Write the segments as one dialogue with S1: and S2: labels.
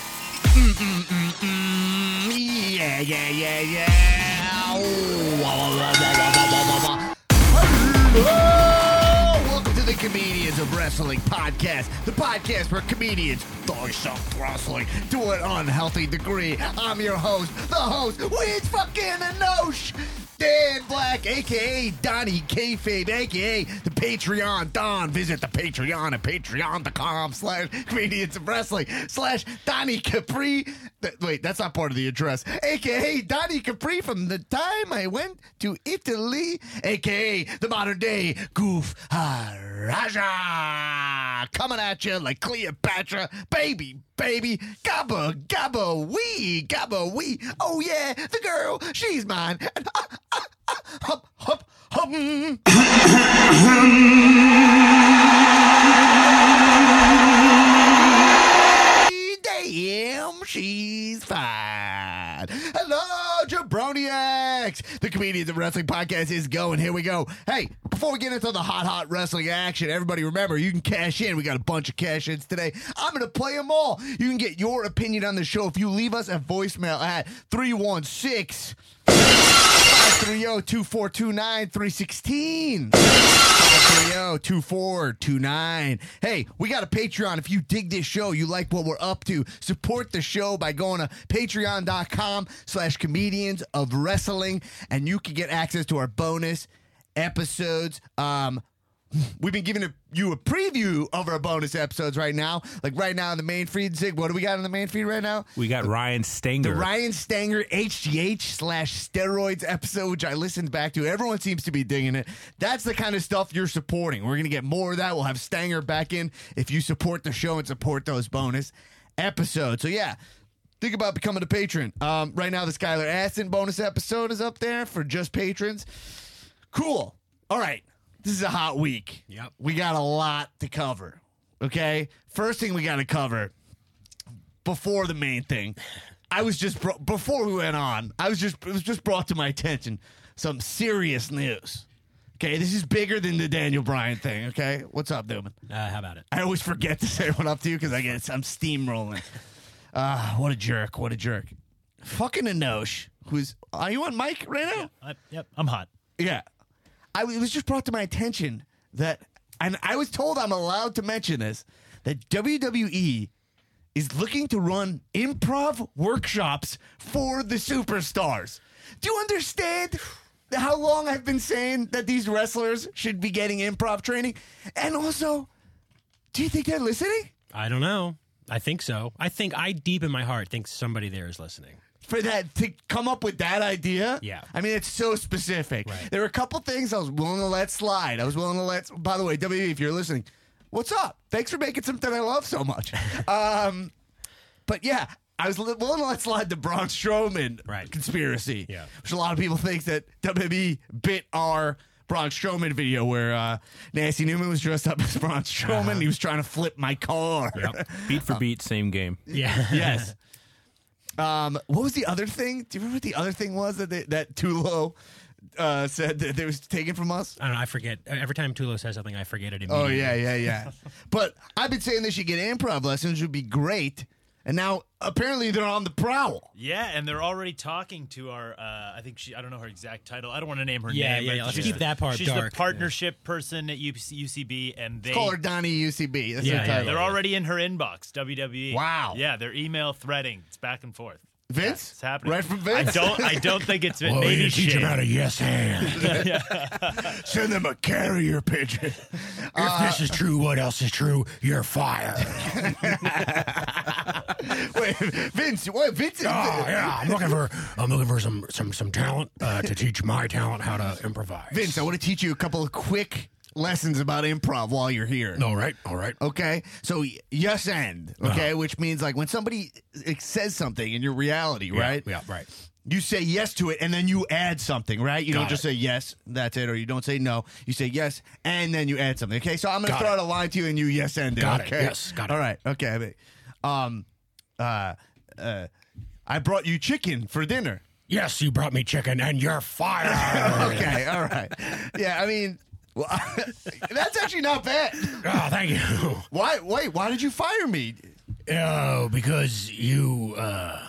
S1: Mm, mm, mm, mm. Yeah, yeah, yeah, yeah. Ooh, wah, wah, wah, wah, wah, wah, wah, wah, wah. Hello! Welcome to the Comedians of Wrestling podcast, the podcast where comedians throw some wrestling to an unhealthy degree. I'm your host, the host, Wiz fucking Anosh, Dan Black, aka Donnie Kayfabe, aka the Patreon Don. Visit the Patreon at patreon.com slash comedians of wrestling slash Donnie Capri. Th- wait, that's not part of the address. AKA Donnie Capri from the time I went to Italy, aka the modern day Goof Raja. Coming at you like Cleopatra, baby, baby. Gabba, gabba, wee, gabba, wee. Oh, yeah, the girl, she's mine. And, ah, ah, ah, hup, hup, hum. Damn, she's fine. Hello, Jabroniacs. The Comedians of Wrestling podcast is going. Here we go. Hey, before we get into the hot, hot wrestling action, everybody remember you can cash in. We got a bunch of cash ins today. I'm going to play them all. You can get your opinion on the show if you leave us a voicemail at 316 530 2429 316. oh, 2429 Hey, we got a Patreon. If you dig this show, you like what we're up to, support the show by going to patreon.com slash comedians of wrestling, and you can get access to our bonus episodes. Um, we've been giving a, you a preview of our bonus episodes right now. Like right now in the main feed, Zig, what do we got in the main feed right now?
S2: We got Ryan Stanger.
S1: The Ryan Stanger HGH slash steroids episode, which I listened back to. Everyone seems to be digging it. That's the kind of stuff you're supporting. We're going to get more of that. We'll have Stanger back in if you support the show and support those bonus episodes. So, yeah. Think about becoming a patron. Um, right now, the Skylar Aston bonus episode is up there for just patrons. Cool. All right. This is a hot week.
S2: Yep.
S1: We got a lot to cover. Okay. First thing we got to cover before the main thing. I was just bro- before we went on. I was just it was just brought to my attention some serious news. Okay, this is bigger than the Daniel Bryan thing. Okay, what's up, Newman?
S2: Uh, how about it?
S1: I always forget to say what up to you because I guess I'm steamrolling. Ah, what a jerk! What a jerk! Fucking Anosh, who's are you on mic right now?
S2: Uh,
S3: I, yep, I'm hot.
S1: Yeah. I, it was just brought to my attention that, and I was told I'm allowed to mention this, that WWE is looking to run improv workshops for the superstars. Do you understand how long I've been saying that these wrestlers should be getting improv training? And also, do you think they're listening
S3: I don't know. I think so. I think I deep in my heart think somebody there is listening.
S1: for that to come up with that idea?
S3: Yeah.
S1: I mean, it's so specific.
S3: Right.
S1: There were a couple things I was willing to let slide. I was willing to let. By the way, WWE, if you're listening, what's up? Thanks for making something I love so much. um, but yeah, I was li- willing to let slide the Braun Strowman
S3: Right.
S1: conspiracy.
S3: Yeah.
S1: which a lot of people think that WWE bit our. Braun Strowman video where uh, Nancy Newman was dressed up as Braun Strowman. and He was trying to flip my car.
S2: Beat
S4: Um,
S2: for beat, same game.
S3: Yeah.
S1: Yes. Um, what was the other thing? Do you remember what the other thing was that they, that Tulo uh, said that they was taken from us?
S3: I don't know. I forget. Every time Tulo says something, I forget it
S1: Oh
S3: immediately.
S1: yeah, yeah, yeah. but I've been saying they should get improv lessons would be great, and now apparently they're on the prowl.
S5: Yeah, and they're already talking to our. Uh, I think she. I don't know her exact title. I don't want to name her
S3: Yeah,
S5: name.
S3: yeah,
S5: but
S3: yeah, let's
S5: she's
S3: keep
S5: the-
S3: that part
S5: She's
S3: dark.
S5: the partnership person at UC, UCB, and they.
S1: Call her Donnie UCB. That's her
S3: Yeah, yeah,
S1: title.
S5: they're already in her inbox. WWE.
S1: Wow.
S5: Yeah, they're email threading. It's back and forth.
S1: Vince,
S5: It's happening.
S1: right from Vince.
S5: I don't. I don't think it's been. maybe Shane.
S2: yes hand.
S1: send them a carrier pigeon.
S2: if this is true, what else is true? You're fired.
S1: wait, Vince, what? Vince,
S5: Ah.
S2: Oh, yeah, I'm looking for I'm looking for some some some talent uh, to teach my talent how to improvise.
S1: Vince, I want to teach you a couple of quick lessons about improv while you're here.
S2: All right, all right.
S1: Okay, so y- yes and
S2: Uh-huh.
S1: okay, which means like when somebody uh, says something in your reality,
S2: Yeah,
S1: right?
S2: Yeah, right.
S1: You say yes to it, and then you add something, right? You don't
S2: Got
S1: just
S2: it.
S1: say yes, that's it, or you don't say no. You say yes, and then you add something. Okay, so I'm gonna
S2: Got
S1: throw
S2: it.
S1: out a line to you, and you yes and it.
S2: Got it,
S1: okay?
S2: yes, got it.
S1: All right. Okay. I mean, Um. Uh. Uh. I brought you chicken for dinner.
S2: Yes, you brought me chicken and you're fired.
S1: Okay. all right. Yeah. I mean. Well, that's actually not bad.
S2: Oh, thank you.
S1: Why? Wait. Why did you fire me?
S2: Oh, because you. uh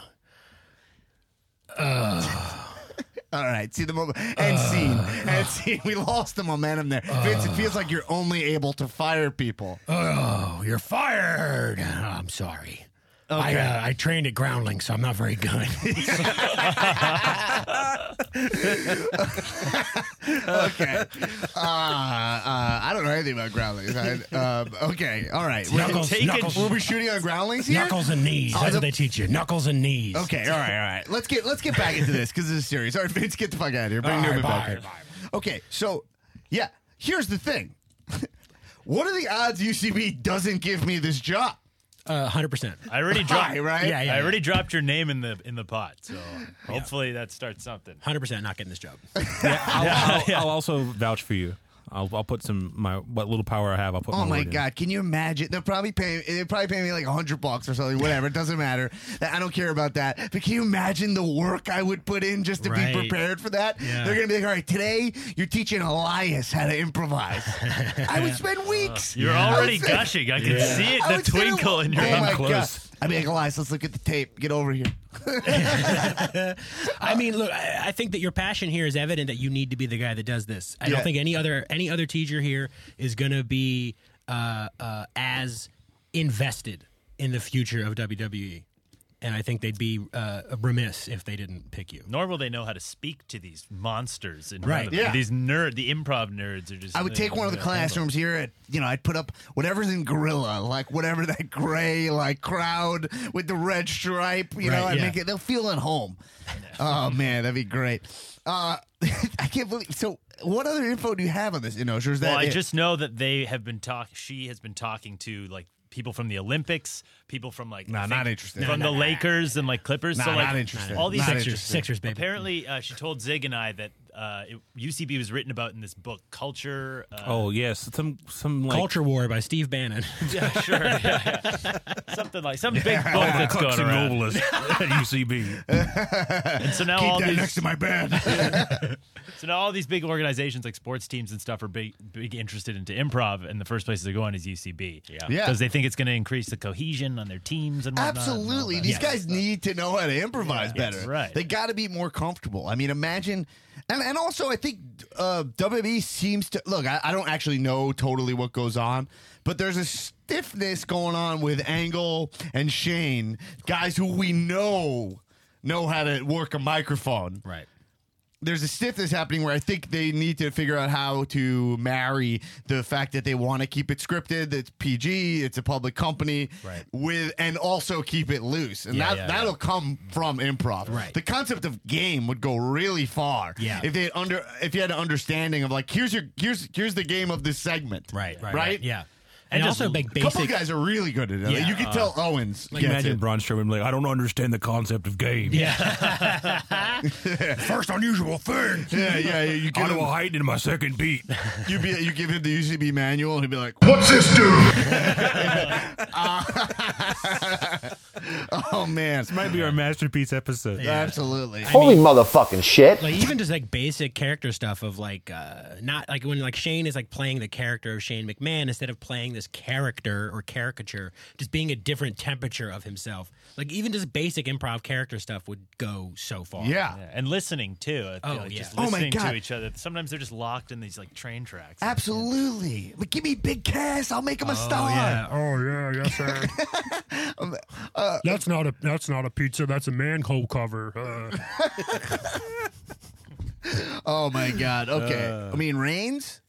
S1: All right, see the moment and scene and scene. We lost the momentum there, Vince. It feels like you're only able to fire people.
S2: Oh, you're fired. Oh, I'm sorry. I, uh, I trained at Groundling, so I'm not very good.
S1: Okay, uh, uh, I don't know anything about groundlings. I, um, okay, all right. We're-
S2: knuckles,
S5: Taken-
S2: knuckles,
S1: We'll be shooting on groundlings here.
S2: knuckles, and knees. That's
S1: the-
S2: what they teach you. Knuckles and knees.
S1: Okay, all right, all right. Let's get let's get back into this because this is serious. All right, Vince, get the fuck out of here. Bring
S2: All right,
S1: Newman back
S2: bye,
S1: here.
S2: bye.
S1: Okay, so yeah, here's the thing. what are the odds UCB doesn't give me this job?
S3: Uh, hundred percent.
S5: I already dropped.
S1: Right, right?
S3: Yeah, yeah.
S5: I already dropped your name in the in the pot, so hopefully that starts something.
S3: Hundred percent not getting this job.
S4: I'll, I'll, I'll also vouch for you. I'll, I'll put some my what little power I have. I'll put.
S1: Oh my
S4: word in.
S1: god, can you imagine? They're probably paying they're probably paying me like hundred bucks or something, whatever. It doesn't matter. I don't care about that. But can you imagine the work I would put in just to
S3: Right.
S1: be prepared for that?
S3: Yeah.
S1: They're gonna be like, all right, today you're teaching Elias how to improvise. I would spend weeks.
S5: You're
S1: I would
S5: already
S1: spend-
S5: gushing. I can see it,
S1: I
S5: the
S1: would sit and-
S5: twinkle in your
S1: oh
S5: eye.
S1: my
S4: close.
S1: God. I'd be like, Elias, let's look at the tape. Get over here.
S3: I mean, look, I, I think that your passion here is evident that you need to be the guy that does this. I
S1: Yeah.
S3: don't think any other any other teacher here is going to be uh, uh, as invested in the future of WWE, and I think they'd be uh, remiss if they didn't pick you.
S5: Nor will they know how to speak to these monsters. In
S3: Right,
S5: front of them.
S1: yeah.
S5: These nerd, the improv nerds are just.
S1: I would take one of the classrooms here. At, you know, I'd put up whatever's in gorilla, like whatever that gray like crowd with the red stripe. You know,
S3: Right,
S1: I'd
S3: yeah.
S1: make it. They'll feel at home. oh man, that'd be great. Uh, I can't believe. So, what other info do you have on this, Inosh? Or is that
S5: Well, I
S1: it?
S5: just know that they have been talk. She has been talking to like people from the Olympics, people from like
S1: Nah,
S5: I
S1: not
S5: think
S1: interested.
S5: from
S1: Nah,
S5: the Lakers and like Clippers.
S1: Nah,
S5: so like
S1: not interested.
S5: all these
S1: Not
S5: like,
S1: interested.
S3: Sixers, Sixers, baby.
S5: Apparently, uh, she told Zig and I that uh, it, UCB was written about in this book, Culture. Uh,
S4: Oh yes, some some like
S3: Culture War by Steve Bannon.
S5: yeah, sure, yeah, yeah. something like some big book Oh, that's
S4: Cox
S5: going
S4: and
S5: around.
S4: Nobles Oh, at UCB.
S5: And so now
S1: keep
S5: all
S1: that
S5: these
S1: next to my bed.
S5: So now all these big organizations like sports teams and stuff are big, big interested into improv, and the first place they're going is UCB. Yeah,
S1: Yeah.
S5: because they think it's going to increase the cohesion on their teams and whatnot and all
S1: Absolutely.
S5: that.
S1: These guys need to know how to improvise
S5: Yeah,
S1: better.
S5: that's right.
S1: They got to be more comfortable. I mean, imagine. And, and also, I think uh, WWE seems to look. I, I don't actually know totally what goes on, but there's a stiffness going on with Angle and Shane, guys who we know know how to work a microphone
S3: right.
S1: there's a stiffness happening where I think they need to figure out how to marry the fact that they want to keep it scripted, it's PG, it's a public company,
S3: Right.
S1: with and also keep it loose, and
S3: Yeah,
S1: that
S3: yeah,
S1: that'll come from improv.
S3: Right.
S1: The concept of game would go really far.
S3: Yeah.
S1: If they had under if you had an understanding of like here's your here's here's the game of this segment.
S3: Right. Right.
S1: Right.
S3: Yeah. And,
S5: And just
S3: also like
S1: A couple of
S3: basic.
S1: guys are really good at it.
S3: Yeah, uh,
S1: you can tell Owens.
S4: Like,
S1: gets
S4: imagine
S1: it.
S4: Braun Strowman like, I don't understand the concept of game.
S3: Yeah.
S2: First unusual thing.
S1: Yeah, yeah, yeah, you
S4: I
S1: give
S4: know a
S1: him,
S4: height in my second beat.
S1: you, be, you give him the UCB manual, and he'd be like,
S2: What's this dude?
S1: "Oh man,
S4: Might be our masterpiece episode.
S1: absolutely."
S6: Holy motherfucking shit.
S3: like even just like basic character stuff of like uh not like when like Shane is like playing the character of Shane McMahon instead of playing this character or caricature, just being a different temperature of himself. Like even just basic improv character stuff would go so far.
S1: Yeah.
S5: Yeah, and listening too. I feel
S3: Oh,
S5: like,
S3: yeah.
S5: just
S1: Oh, my
S5: listening
S1: God.
S5: to each other. Sometimes they're just locked in these like train tracks.
S1: Absolutely. But give me big cash. I'll make him a
S3: Oh
S1: star.
S3: yeah.
S2: Oh yeah, yes sir.
S1: Um, uh,
S2: that's not a that's not a pizza. That's a manhole cover. Uh,
S1: Oh my god. Okay. I mean Reigns.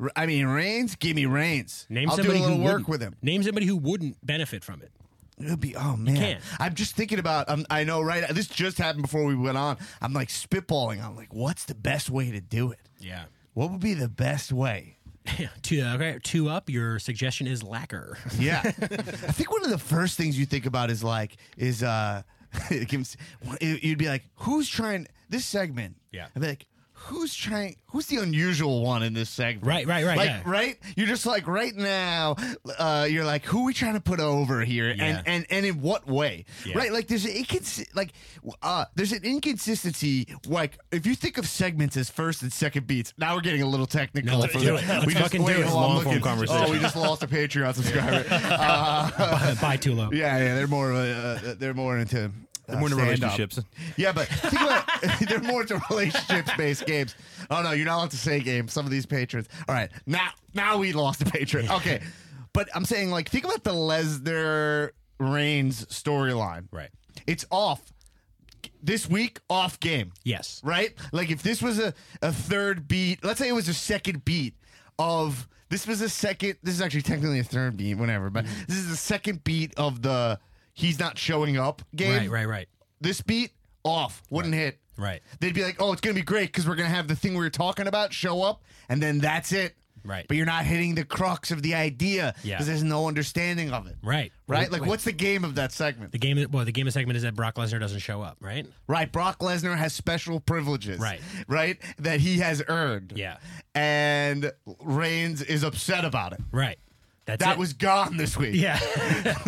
S1: R- I mean Reigns. Give me Reigns.
S3: Name
S1: I'll do a
S3: somebody
S1: little
S3: who
S1: work
S3: wouldn't-
S1: with him.
S3: Name somebody who wouldn't benefit from it.
S1: It would be. Oh man.
S3: can't.
S1: I'm just thinking about. Um, I know. Right. This just happened before we went on. I'm like spitballing. I'm like, what's the best way to do it?
S3: Yeah.
S1: What would be the best way?
S3: two okay, two up. Your suggestion is lacquer.
S1: Yeah. I think one of the first things you think about is like is uh it gives- it- you'd be like, who's trying this segment?
S3: Yeah.
S1: I'd be like, who's trying who's the unusual one in this segment
S3: Right, right, right,
S1: like
S3: yeah.
S1: right you're just like right now uh you're like who are we trying to put over here
S3: Yeah.
S1: and and and in what way
S3: Yeah.
S1: right like there's an incons- like uh there's an inconsistency like if you think of segments as first and second beats now we're getting a little technical
S3: No, let's
S1: for
S3: do
S1: the-
S3: it. Let's
S1: we just
S3: fucking do
S1: wait,
S3: it.
S1: hold on, I'm
S4: Long-form
S1: looking.
S4: conversation.
S1: oh we just lost a patreon subscriber uh,
S3: Buy too low.
S1: yeah yeah they're more of a, uh, they're more into uh,
S4: We're in
S1: stand-up.
S4: relationships.
S1: Yeah, but think about they're more into relationships based games. Oh no, you're not allowed to say games. Some of these patrons. All right, now now we lost a patron. Okay, but I'm saying like think about the Lesnar Reigns storyline.
S3: Right.
S1: it's off this week. Off game.
S3: Yes.
S1: Right. Like if this was a a third beat, let's say it was a second beat of. This was a second. This is actually technically a third beat, whatever. But
S3: Mm-hmm.
S1: this is the second beat of the he's not showing up game
S3: Right, right, right.
S1: this beat off wouldn't hit
S3: Right.
S1: they'd be like oh it's gonna be great because we're gonna have the thing we were talking about show up and then that's it
S3: Right.
S1: but you're not hitting the crux of the idea because
S3: Yeah.
S1: there's no understanding of it
S3: Right.
S1: right
S3: Wait,
S1: like
S3: wait.
S1: what's the game of that segment
S3: The game, well, the game of segment is that Brock Lesnar doesn't show up, right?
S1: right brock lesnar has special privileges
S3: Right.
S1: right that he has earned
S3: Yeah.
S1: and reigns is upset about it
S3: Right. That's
S1: that
S3: it.
S1: was gone this week
S3: yeah.
S1: that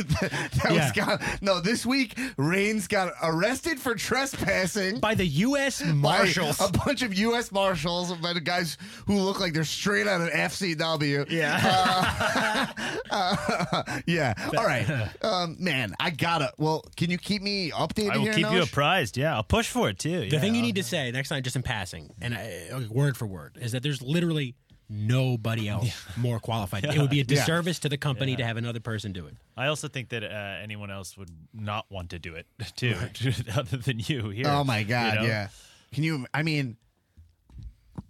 S1: was
S3: Yeah.
S1: gone no this week reigns got arrested for trespassing
S3: By the U.S.
S1: by
S3: Marshals.
S1: A bunch of U.S. Marshals, by the guys who look like they're straight out of FCW. Yeah. yeah. All right. Um, man, I gotta. Well, can you keep me updated
S5: I will
S1: here?
S5: keep you
S1: Nosh?
S5: apprised. Yeah, I'll push for it too.
S3: The thing you need to say next time, just in passing, and I, okay, word for word, is that there's literally nobody else more qualified. It would be a disservice to the company to have another person do it.
S5: I also think that uh, anyone else would not want to do it too, other than you here.
S1: Oh my god.
S5: you know?
S1: Yeah. Can you? I mean,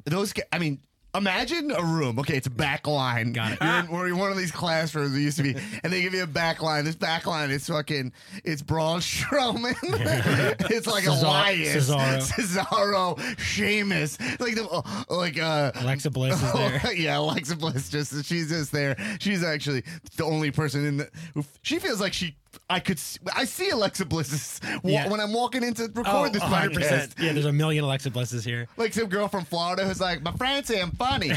S1: those. ga- I mean. Imagine a room. Okay, it's a back line.
S3: Got it.
S1: You're in, we're in one of these classrooms that used to be, and they give you a back line. This back line is fucking, it's Braun Strowman. it's like
S3: Cesar-
S1: Elias.
S3: Cesaro.
S1: Cesaro. Sheamus. Like, the, like uh,
S3: Alexa Bliss is there.
S1: yeah, Alexa Bliss just she's just there. She's actually the only person in the. Who, she feels like she. I could. s- I see Alexa Bliss's wa-
S3: Yeah.
S1: when I'm walking in to record
S3: Oh,
S1: this
S3: 100%.
S1: podcast.
S3: Yeah, there's a million Alexa Blisses here.
S1: Like some girl from Florida who's like, my friends say I'm funny.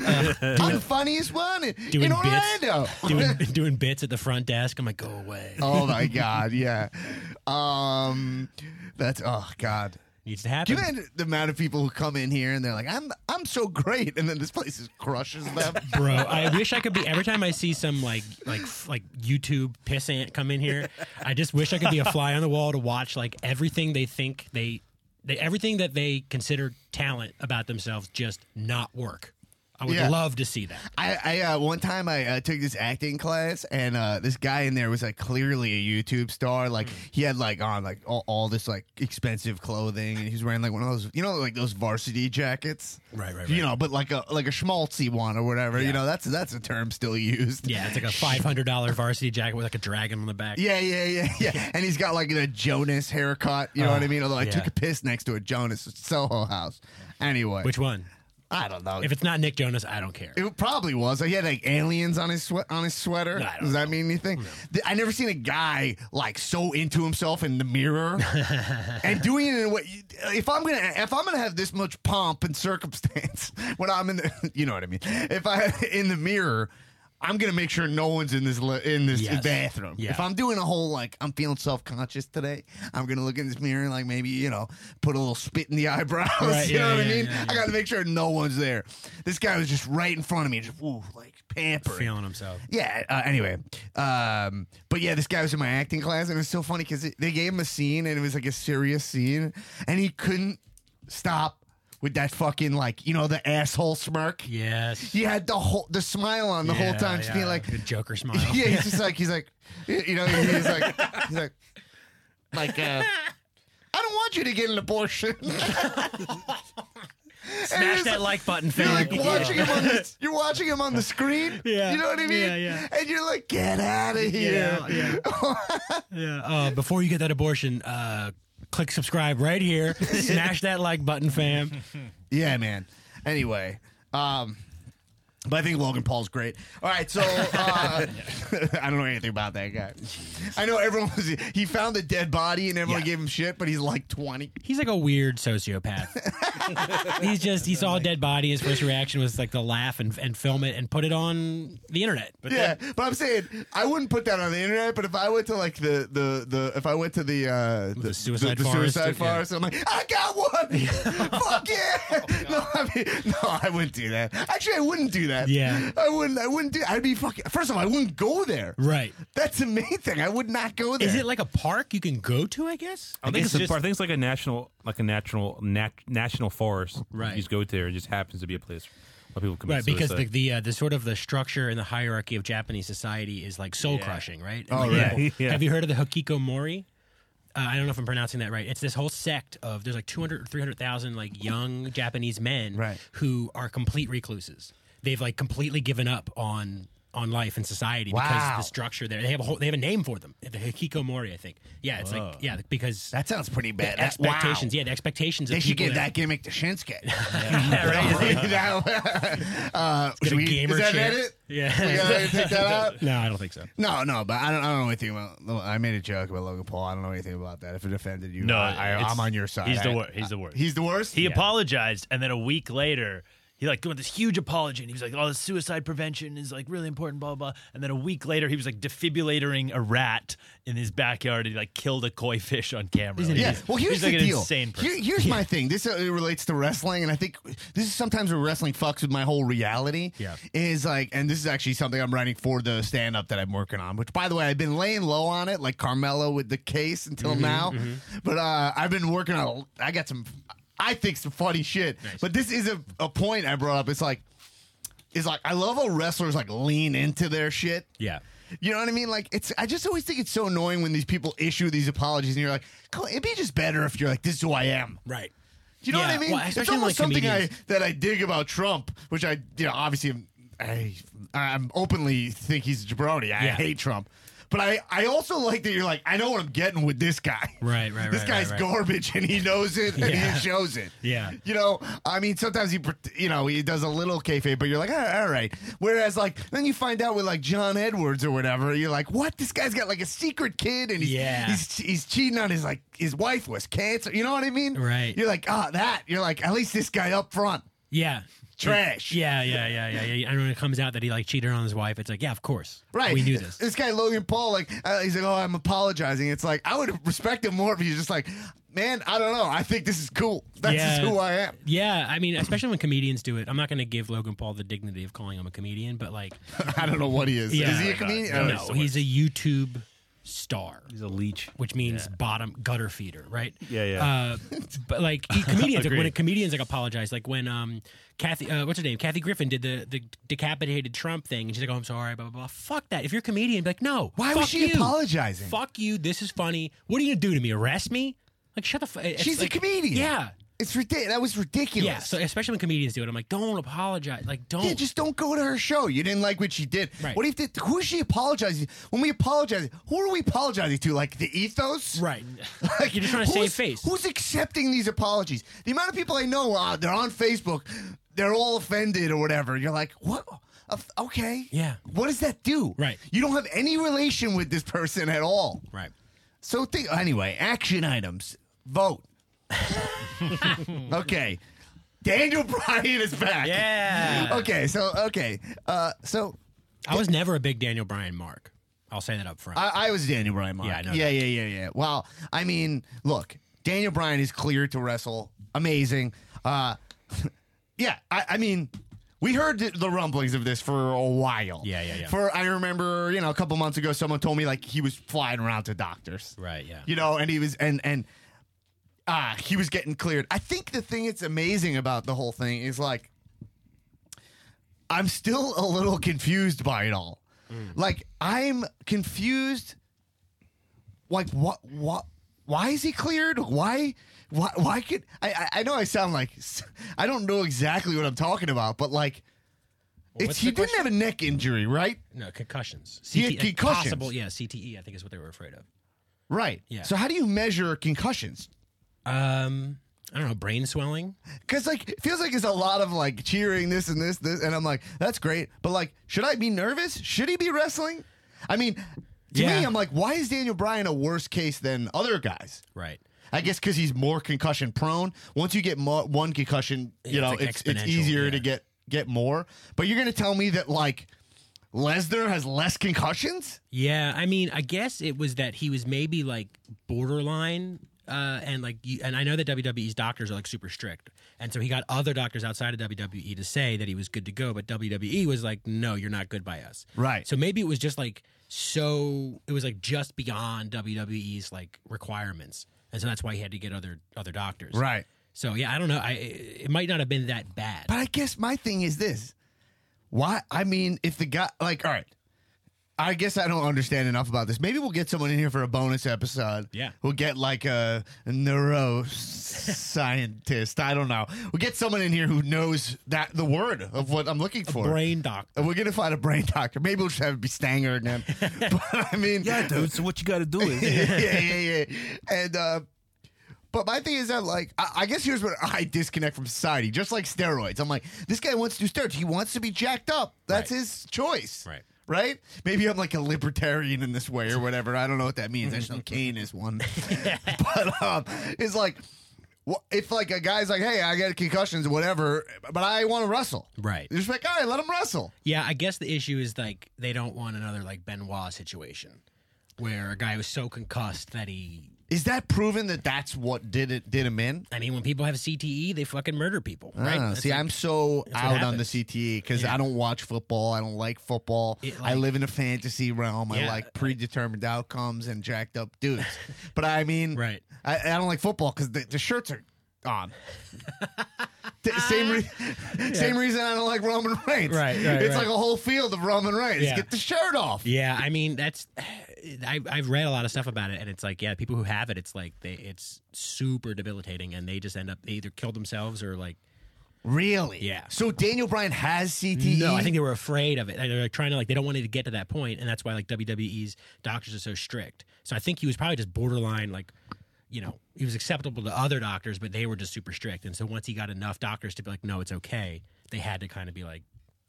S1: I'm the funniest one in,
S3: Doing
S1: in
S3: bits.
S1: Orlando.
S3: Doing, doing bits at the front desk. I'm like, go away.
S1: oh my god, yeah. Um, that's oh god.
S3: Needs to
S1: Do
S3: happen.
S1: you imagine the amount of people who come in here and they're like, I'm I'm so great, and then this place is crushes them.
S3: Bro, I wish I could be. Every time I see some like like like YouTube pissant come in here, I just wish I could be a fly on the wall to watch like everything they think they, they everything that they consider talent about themselves just not work. I would
S1: Yeah.
S3: love to see that.
S1: I, I uh, one time I uh, took this acting class, and uh, this guy in there was like clearly a YouTube star.
S3: Hmm.
S1: Like he had like on like all, all this like expensive clothing, and he was wearing like one of those you know like those varsity jackets,
S3: Right, right,
S1: You
S3: right.
S1: know, but like a like a schmaltzy one or whatever. You
S3: Yeah.
S1: know, that's that's a term still used.
S3: Yeah, it's like a five hundred dollar varsity jacket with like a dragon on the back.
S1: Yeah, yeah, yeah, yeah. And he's got like the Jonas haircut. You know what I mean? Although I
S3: Uh, yeah.
S1: took a piss next to a Jonas Soho house. Anyway,
S3: Which one?
S1: I don't know.
S3: If it's not Nick Jonas, I don't care.
S1: It probably was. He had like aliens on his sweat on his sweater.
S3: No, I don't
S1: Does that mean anything? Th- I never seen a guy like so into himself in the mirror and doing it in a way. If I'm gonna if I'm gonna have this much pomp and circumstance when I'm in the, you know what I mean. If I in the mirror. I'm gonna make sure no one's in this li- in this
S3: Yes.
S1: bathroom.
S3: Yeah.
S1: If I'm doing a whole like I'm feeling self conscious today, I'm gonna look in this mirror and like maybe you know put a little spit in the eyebrows.
S3: Right,
S1: you know
S3: yeah,
S1: what I
S3: yeah,
S1: mean?
S3: yeah,
S1: I got to make sure no one's there. This guy was just right in front of me, just woo, like pampering.
S3: Feeling himself.
S1: yeah. Uh, anyway, um, but yeah, this guy was in my acting class, and it was so funny because they gave him a scene, and it was like a serious scene, and he couldn't stop with that fucking like you know the asshole smirk.
S3: Yes.
S1: He had the whole the smile on the whole
S3: Yeah,
S1: time, just being
S3: yeah,
S1: like,
S3: the Joker smile.
S1: yeah, he's just like he's like, you know, he's like, he's like, like, uh, I don't want you to get an abortion.
S3: Smash that like button,
S1: You're
S3: fam.
S1: like watching him on the you're watching him on the screen.
S3: Yeah.
S1: you know what I mean.
S3: Yeah, yeah.
S1: And you're like, get out of here.
S3: Yeah, yeah. yeah. Uh, before you get that abortion, uh, click subscribe right here. Smash that like button, fam.
S1: Yeah, man. Anyway, um, But I think Logan Paul's great. All right, so uh, I don't know anything about that guy. I know everyone was. He found the dead body and everyone
S3: Yeah.
S1: gave him shit, but he's like twenty.
S3: He's like a weird sociopath. he's just he saw a dead body. His first reaction was like to laugh and, and film it and put it on the internet. But
S1: yeah, but I'm saying I wouldn't put that on the internet. But if I went to like the the, the if I went to the uh, the,
S3: suicide
S1: the, the
S3: forest,
S1: suicide
S3: yeah. Oh,
S1: forest, I'm like, I got one. Fuck yeah! no, I mean, no, I wouldn't do that. Actually, I wouldn't do that.
S3: Yeah.
S1: I wouldn't. I wouldn't do. I'd be fucking. First of all, I wouldn't go there.
S3: right.
S1: That's the main thing. I would not go there.
S3: Is it like a park you can go to? I guess.
S4: I think
S5: guess
S4: it's, a
S5: just-
S4: part- I think it's like a national, like a natural, nat- national forest.
S3: Right.
S4: You just go there. It just happens to be a place where people commit
S3: Right, because the
S4: suicide.
S3: the, uh, the sort of the structure and the hierarchy of Japanese society is like soul crushing, right?
S1: Oh,
S3: Like,
S1: right.
S3: people-
S4: Yeah.
S3: Have you heard of the Hokiko Mori? Uh, I don't know if I'm pronouncing that right. It's this whole sect of there's like 200 or 300,000 like young Japanese men
S1: Right.
S3: who are complete recluses. They've like completely given up on on life and society because
S1: Wow.
S3: the structure there. They have a whole they have a name for them. The Hokiko Mori, I think. Yeah, it's like yeah, because
S1: That sounds pretty bad. That-
S3: expectations.
S1: wow.
S3: Yeah, the expectations
S1: They
S3: of
S1: should
S3: people
S1: give
S3: there-
S1: that gimmick to Shinsuke. Yeah, right. uh,
S3: Get
S1: should
S3: a
S1: we,
S3: gamer
S1: is that
S3: chant.
S1: edit? We
S3: Yeah.
S1: gotta take that out.
S3: no, I don't think so.
S1: No, no, but I don't. I don't know anything about. look, I made a joke about Logan Paul. I don't know anything about that. If it offended you,
S5: No,
S1: I, I,
S5: it's-
S1: I'm on your side.
S5: he's the
S1: I-
S5: wor- he's the worst.
S1: He's the worst.
S5: He apologized, and then a week later, he like doing this huge apology, and he was like, "All this suicide prevention is like really important, blah blah." blah. And then a week later, he was like defibrillating a rat in his backyard, and he like killed a koi fish on camera.
S3: Isn't it-
S1: Yeah.
S3: He's-
S1: Well, here's
S5: he's like
S1: the
S5: an
S1: deal.
S5: insane person.
S1: Here- here's my thing. This uh, it relates to wrestling, and I think this is sometimes where wrestling fucks with my whole reality.
S3: Yeah.
S1: Is like, and this is actually something I'm writing for the stand up that I'm working on. Which, by the way, I've been laying low on it, like Carmelo with the case until
S5: Mm-hmm,
S1: now. But uh, I've been working on. I got some. I think some funny shit. But this is a, a point I brought up. It's like. Is like I love how wrestlers like lean into their shit.
S3: Yeah.
S1: You know what I mean? Like it's I just always think it's so annoying when these people issue these apologies and you're like, "Come on, it'd be just better if you're like, this is who I am.
S3: Right.
S1: Do you know
S3: Yeah,
S1: what I mean?
S3: well,
S1: it's
S3: especially
S1: almost
S3: like
S1: something I,
S3: comedians.
S1: that I dig about Trump, which I you know, obviously am- I I'm openly think he's a jabroni. I
S3: Yeah.
S1: hate Trump. But I, I also like that you're like, I know what I'm getting with this guy.
S3: Right, right,
S1: This
S3: right,
S1: guy's
S3: right, right.
S1: garbage and he knows it and
S3: Yeah.
S1: he shows it.
S3: Yeah.
S1: You know, I mean, sometimes he, pret- you know, he does a little kayfabe, but you're like, all right, all right. Whereas, like, then you find out with like John Edwards or whatever, you're like, what? This guy's got like a secret kid, and he's
S3: Yeah.
S1: he's, he's cheating on his like his wife was cancer. You know what I mean?
S3: Right.
S1: You're like, ah, that. You're like, at least this guy up front,
S3: Yeah.
S1: trash.
S3: Yeah, yeah, yeah, yeah, yeah. And when it comes out that he like cheated on his wife, it's like, yeah, of course.
S1: Right.
S3: We knew this.
S1: This guy Logan Paul, like, uh, he's like, oh, I'm apologizing. It's like I would respect him more if he's just like, man, I don't know. I think this is cool. That's just
S3: Yeah.
S1: who I am.
S3: Yeah, I mean, especially when comedians do it. I'm not going to give Logan Paul the dignity of calling him a comedian, but like,
S1: I don't know what he is.
S3: Yeah.
S1: is he a comedian?
S3: no,
S1: Oh,
S3: he's a YouTube star,
S4: he's a leech.
S3: which means bottom gutter feeder, right?
S4: Yeah, yeah.
S3: Uh, but like he- comedians, like, when a comedians like apologize, like when um Kathy, uh, what's her name, Kathy Griffin did the the decapitated Trump thing, and she's like, "Oh, I'm sorry," blah blah blah. Fuck that. If you're a comedian, be like, no.
S1: Why
S3: fuck
S1: was she
S3: you.
S1: apologizing?
S3: Fuck you. This is funny. What are you gonna do to me? Arrest me? Like, shut the. F-
S1: She's a comedian.
S3: Yeah.
S1: It's ridiculous. That was ridiculous.
S3: Yeah, so especially when comedians do it, I'm like, don't apologize. Like, don't.
S1: Yeah, just don't go to her show. You didn't like what she did.
S3: Right.
S1: What if the, who is she apologizing? When we apologize, who are we apologizing to? Like the ethos?
S3: right.
S1: Like,
S3: You're just trying to
S1: who's-
S3: save face.
S1: Who's accepting these apologies? The amount of people I know, uh, they're on Facebook, they're all offended or whatever. You're like, what? Of- Okay.
S3: Yeah.
S1: What does that do?
S3: Right.
S1: You don't have any relation with this person at all.
S3: Right.
S1: So think anyway. Action items. Vote. okay. Daniel Bryan is back.
S3: Yeah.
S1: Okay. So okay. Uh, so
S3: I was never a big Daniel Bryan mark. I'll say that up front.
S1: I, I was Daniel Bryan. Mark.
S3: Yeah, I know
S1: yeah, yeah, yeah, yeah. Well, I mean, look, Daniel Bryan is cleared to wrestle. Amazing. Uh, yeah, I, I mean. We heard th- the rumblings of this for a while.
S3: Yeah, yeah, yeah.
S1: For I remember, you know, a couple months ago, someone told me like he was flying around to doctors.
S3: right. Yeah.
S1: you know, and he was and and ah, he was getting cleared. I think the thing that's amazing about the whole thing is like I'm still a little confused by it all.
S3: Mm.
S1: Like I'm confused. Like what what why is he cleared? Why why why could I I, I know I sound like s- I don't know exactly what I'm talking about, but like it's,
S3: what's
S1: he
S3: the
S1: didn't have a neck injury, right?
S3: No concussions. CT,
S1: He had
S3: like,
S1: concussions.
S3: Possible. Yeah. CTE. I think is what they were afraid of.
S1: Right.
S3: Yeah.
S1: So how do you measure concussions?
S3: Um. I don't know, brain swelling.
S1: Cause like it feels like it's a lot of like cheering this and this this and I'm like that's great but like should I be nervous should he be wrestling I mean to
S3: Yeah.
S1: me I'm like why is Daniel Bryan a worse case than other guys
S3: Right.
S1: I guess because he's more concussion prone once you get mo- one concussion you
S3: Yeah,
S1: know
S3: it's, like,
S1: it's, it's
S3: exponential,
S1: easier to
S3: yeah.
S1: get get more but you're gonna tell me that like Lesnar has less concussions
S3: Yeah, I mean, I guess it was that he was maybe like borderline, uh, and like, you, and I know that WWE's doctors are like super strict, and so he got other doctors outside of WWE to say that he was good to go, but WWE was like, no, you're not good by us.
S1: Right.
S3: So maybe it was just like so, it was like just beyond WWE's like requirements, and so that's why he had to get other other doctors. So yeah, I don't know. I it might not have been that bad.
S1: But I guess my thing is this. Why? I mean, if the guy, like, all right, I guess I don't understand enough about this. Maybe we'll get someone in here for a bonus episode.
S3: Yeah.
S1: We'll get like a neuroscientist. I don't know. We'll get someone in here who knows that the word of what I'm looking for.
S3: Brain doctor.
S1: And we're going to find a brain doctor. Maybe we'll just have it be Stanger again. but I mean,
S4: dude. So what you got to do is
S1: yeah, yeah, yeah. And uh but my thing is that like I, I guess here's what I disconnect from society, just like steroids. I'm like, this guy wants to do steroids. He wants to be jacked up. That's
S3: Right.
S1: his choice.
S3: Right.
S1: Right? Maybe I'm like a libertarian in this way or whatever. I don't know what that means. I just know Kane is one. but um it's like wh- if like a guy's like, hey, I got concussions, whatever, but I want to wrestle.
S3: Right.
S1: You're just like, all right, let him wrestle.
S3: Yeah, I guess the issue is like they don't want another like Benoit situation where a guy was so concussed that he.
S1: Is that proven that that's what did it did him in?
S3: I mean, when people have CTE, they fucking murder people, right?
S1: Ah,
S3: That's
S1: see,
S3: like-
S1: I'm so
S3: what
S1: out on the
S3: happens.
S1: CTE because I don't watch football. I don't like football.
S3: It,
S1: I
S3: like-
S1: live in a fantasy realm. I
S3: Yeah.
S1: like predetermined outcomes and jacked up dudes. but I mean,
S3: Right.
S1: I, I don't like football because the, the shirts are on. Th- same re- same reason I don't like Roman Reigns.
S3: Right, right,
S1: It's
S3: right.
S1: like a whole field of Roman Reigns.
S3: Yeah.
S1: Get the shirt off.
S3: Yeah, I mean that's. I, I've read a lot of stuff about it, and it's like, yeah, people who have it, it's like they, it's super debilitating, and they just end up they either kill themselves or like.
S1: Really?
S3: Yeah.
S1: So Daniel Bryan has E? CTE.
S3: No, I think they were afraid of it. They're like trying to like they don't want it to get to that point, and that's why like WWE's doctors are so strict. So I think he was probably just borderline like, you know, he was acceptable to other doctors, but they were just super strict. And so once he got enough doctors to be like, no, it's okay, they had to kind of be like,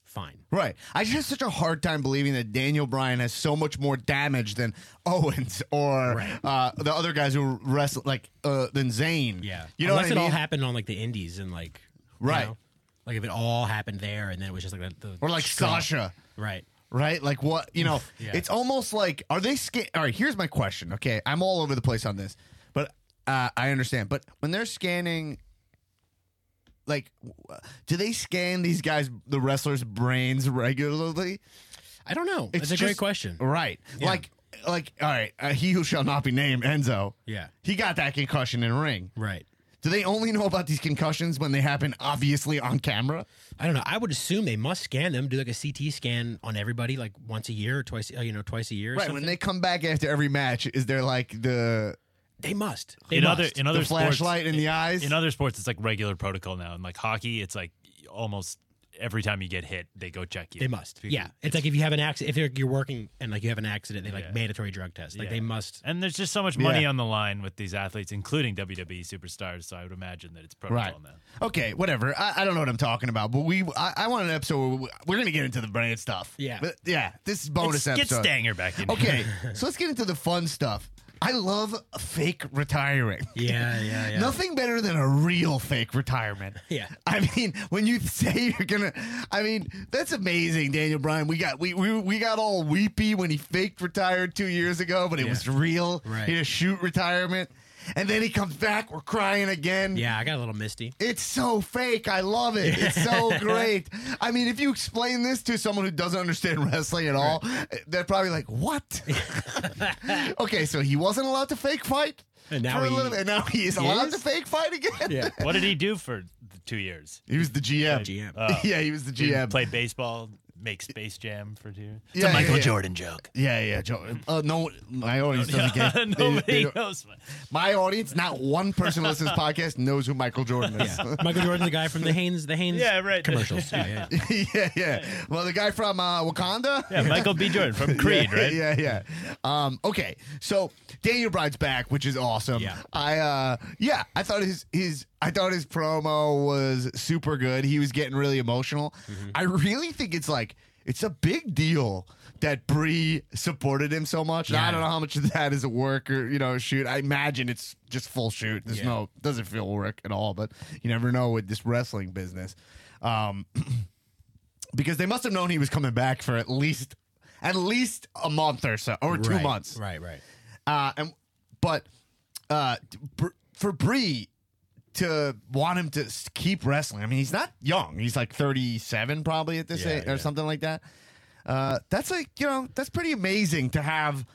S3: fine.
S1: Right. I just have such a hard time believing that Daniel Bryan has so much more damage than Owens or
S3: Right.
S1: uh, the other guys who wrestle like uh, than Zayn.
S3: Yeah,
S1: You know
S3: unless
S1: what I
S3: it all
S1: mean?
S3: happened on like the Indies and like, you
S1: Right.
S3: know, like if it all happened there and then it was just like the, the
S1: or like
S3: straw.
S1: Sasha.
S3: right?
S1: Right? Like what you know,
S3: yeah.
S1: it's almost like are they scared all right, here's my question. Okay, I'm all over the place on this. But uh, I understand. But when they're scanning like w- do they scan these guys the wrestlers' brains regularly?
S3: I don't know. That's a great
S1: just-
S3: question.
S1: Right. Like, like, all right, uh, he who shall not be named, Enzo.
S3: Yeah.
S1: He got that concussion in ring.
S3: Right.
S1: Do they only know about these concussions when they happen obviously on camera?
S3: I don't know. I would assume they must scan them, do like a CT scan on everybody, like once a year or twice, uh, you know, twice a year. Or
S1: Right.
S3: something.
S1: When they come back after every match, is there like the,
S3: they must. They
S5: in
S3: must.
S5: other in other
S1: the
S5: sports,
S1: flashlight in the eyes?
S5: in other sports, it's like regular protocol now. And like hockey, it's like almost every time you get hit, they go check you.
S3: they must.
S5: Because-
S3: yeah, it's, like if you have an accident, if you're, you're working and like you have an accident, they like mandatory drug test. Like
S5: Yeah.
S3: they must.
S5: And there's just so much money
S1: Yeah.
S5: on the line with these athletes, including WWE superstars. So I would imagine that it's protocol
S1: Right.
S5: now.
S1: Okay, whatever. I, I don't know what I'm talking about, but we I, I want an episode where we- we're going to get into the brain stuff.
S3: Yeah.
S1: But yeah, this is bonus
S5: Let's
S1: episode.
S5: Get Stanger back in.
S1: Okay, so let's get into the fun stuff. I love fake retiring.
S3: Yeah, yeah, yeah.
S1: Nothing better than a real fake retirement.
S3: Yeah.
S1: I mean, when you say you're gonna, I mean, that's amazing, Daniel Bryan. We got we we, we got all weepy when he faked retired two years ago, but it was real.
S3: Right.
S1: He had a shoot retirement, and then he comes back. We're crying again.
S3: Yeah, I got a little misty.
S1: It's so fake. I love it. It's so great. I mean, if you explain this to someone who doesn't understand wrestling at all, they're probably like, "What?" okay, so he wasn't allowed to fake fight.
S3: And now
S1: for a
S3: he-
S1: little, and now he is allowed
S3: is?
S1: to fake fight again.
S3: Yeah.
S5: What did he do for th- two years?
S1: He was the GM.
S3: GM.
S1: yeah, he was the
S5: He
S1: GM.
S5: Played baseball. make Space Jam for two.
S1: It's a Yeah, Michael yeah, yeah.
S5: Jordan joke.
S1: Yeah, yeah. Joe, uh, no, my audience doesn't get. they- they
S5: Nobody
S1: don't-
S5: knows.
S1: My audience, not one person listening to this podcast knows who Michael Jordan is.
S3: Michael Jordan, the guy from the Haynes, the Haynes
S5: Yeah, right.
S3: commercials. Yeah, yeah.
S1: Yeah, yeah, Well, the guy from uh, Wakanda.
S5: Yeah, Michael B. Jordan from Creed,
S1: yeah,
S5: right?
S1: Yeah, yeah. Um, okay, so Daniel Bryan's back, which is awesome.
S3: Yeah.
S1: I uh, yeah, I thought his his I thought his promo was super good. He was getting really emotional. I really think it's like it's a big deal that Bree supported him so much. And I
S3: Yeah.
S1: don't know how much of that is a work or you know shoot. I imagine it's just full shoot. There's
S3: Yeah.
S1: no doesn't feel work at all, but you never know with this wrestling business. Um, because they must have known he was coming back for at least at least a month or so or two
S3: Right,
S1: months
S3: Right, right.
S1: uh and but uh Br- for Bree to want him to s- keep wrestling i mean he's not young he's like 37 probably at this
S3: Yeah,
S1: age or
S3: yeah.
S1: something like that uh that's like you know that's pretty amazing to have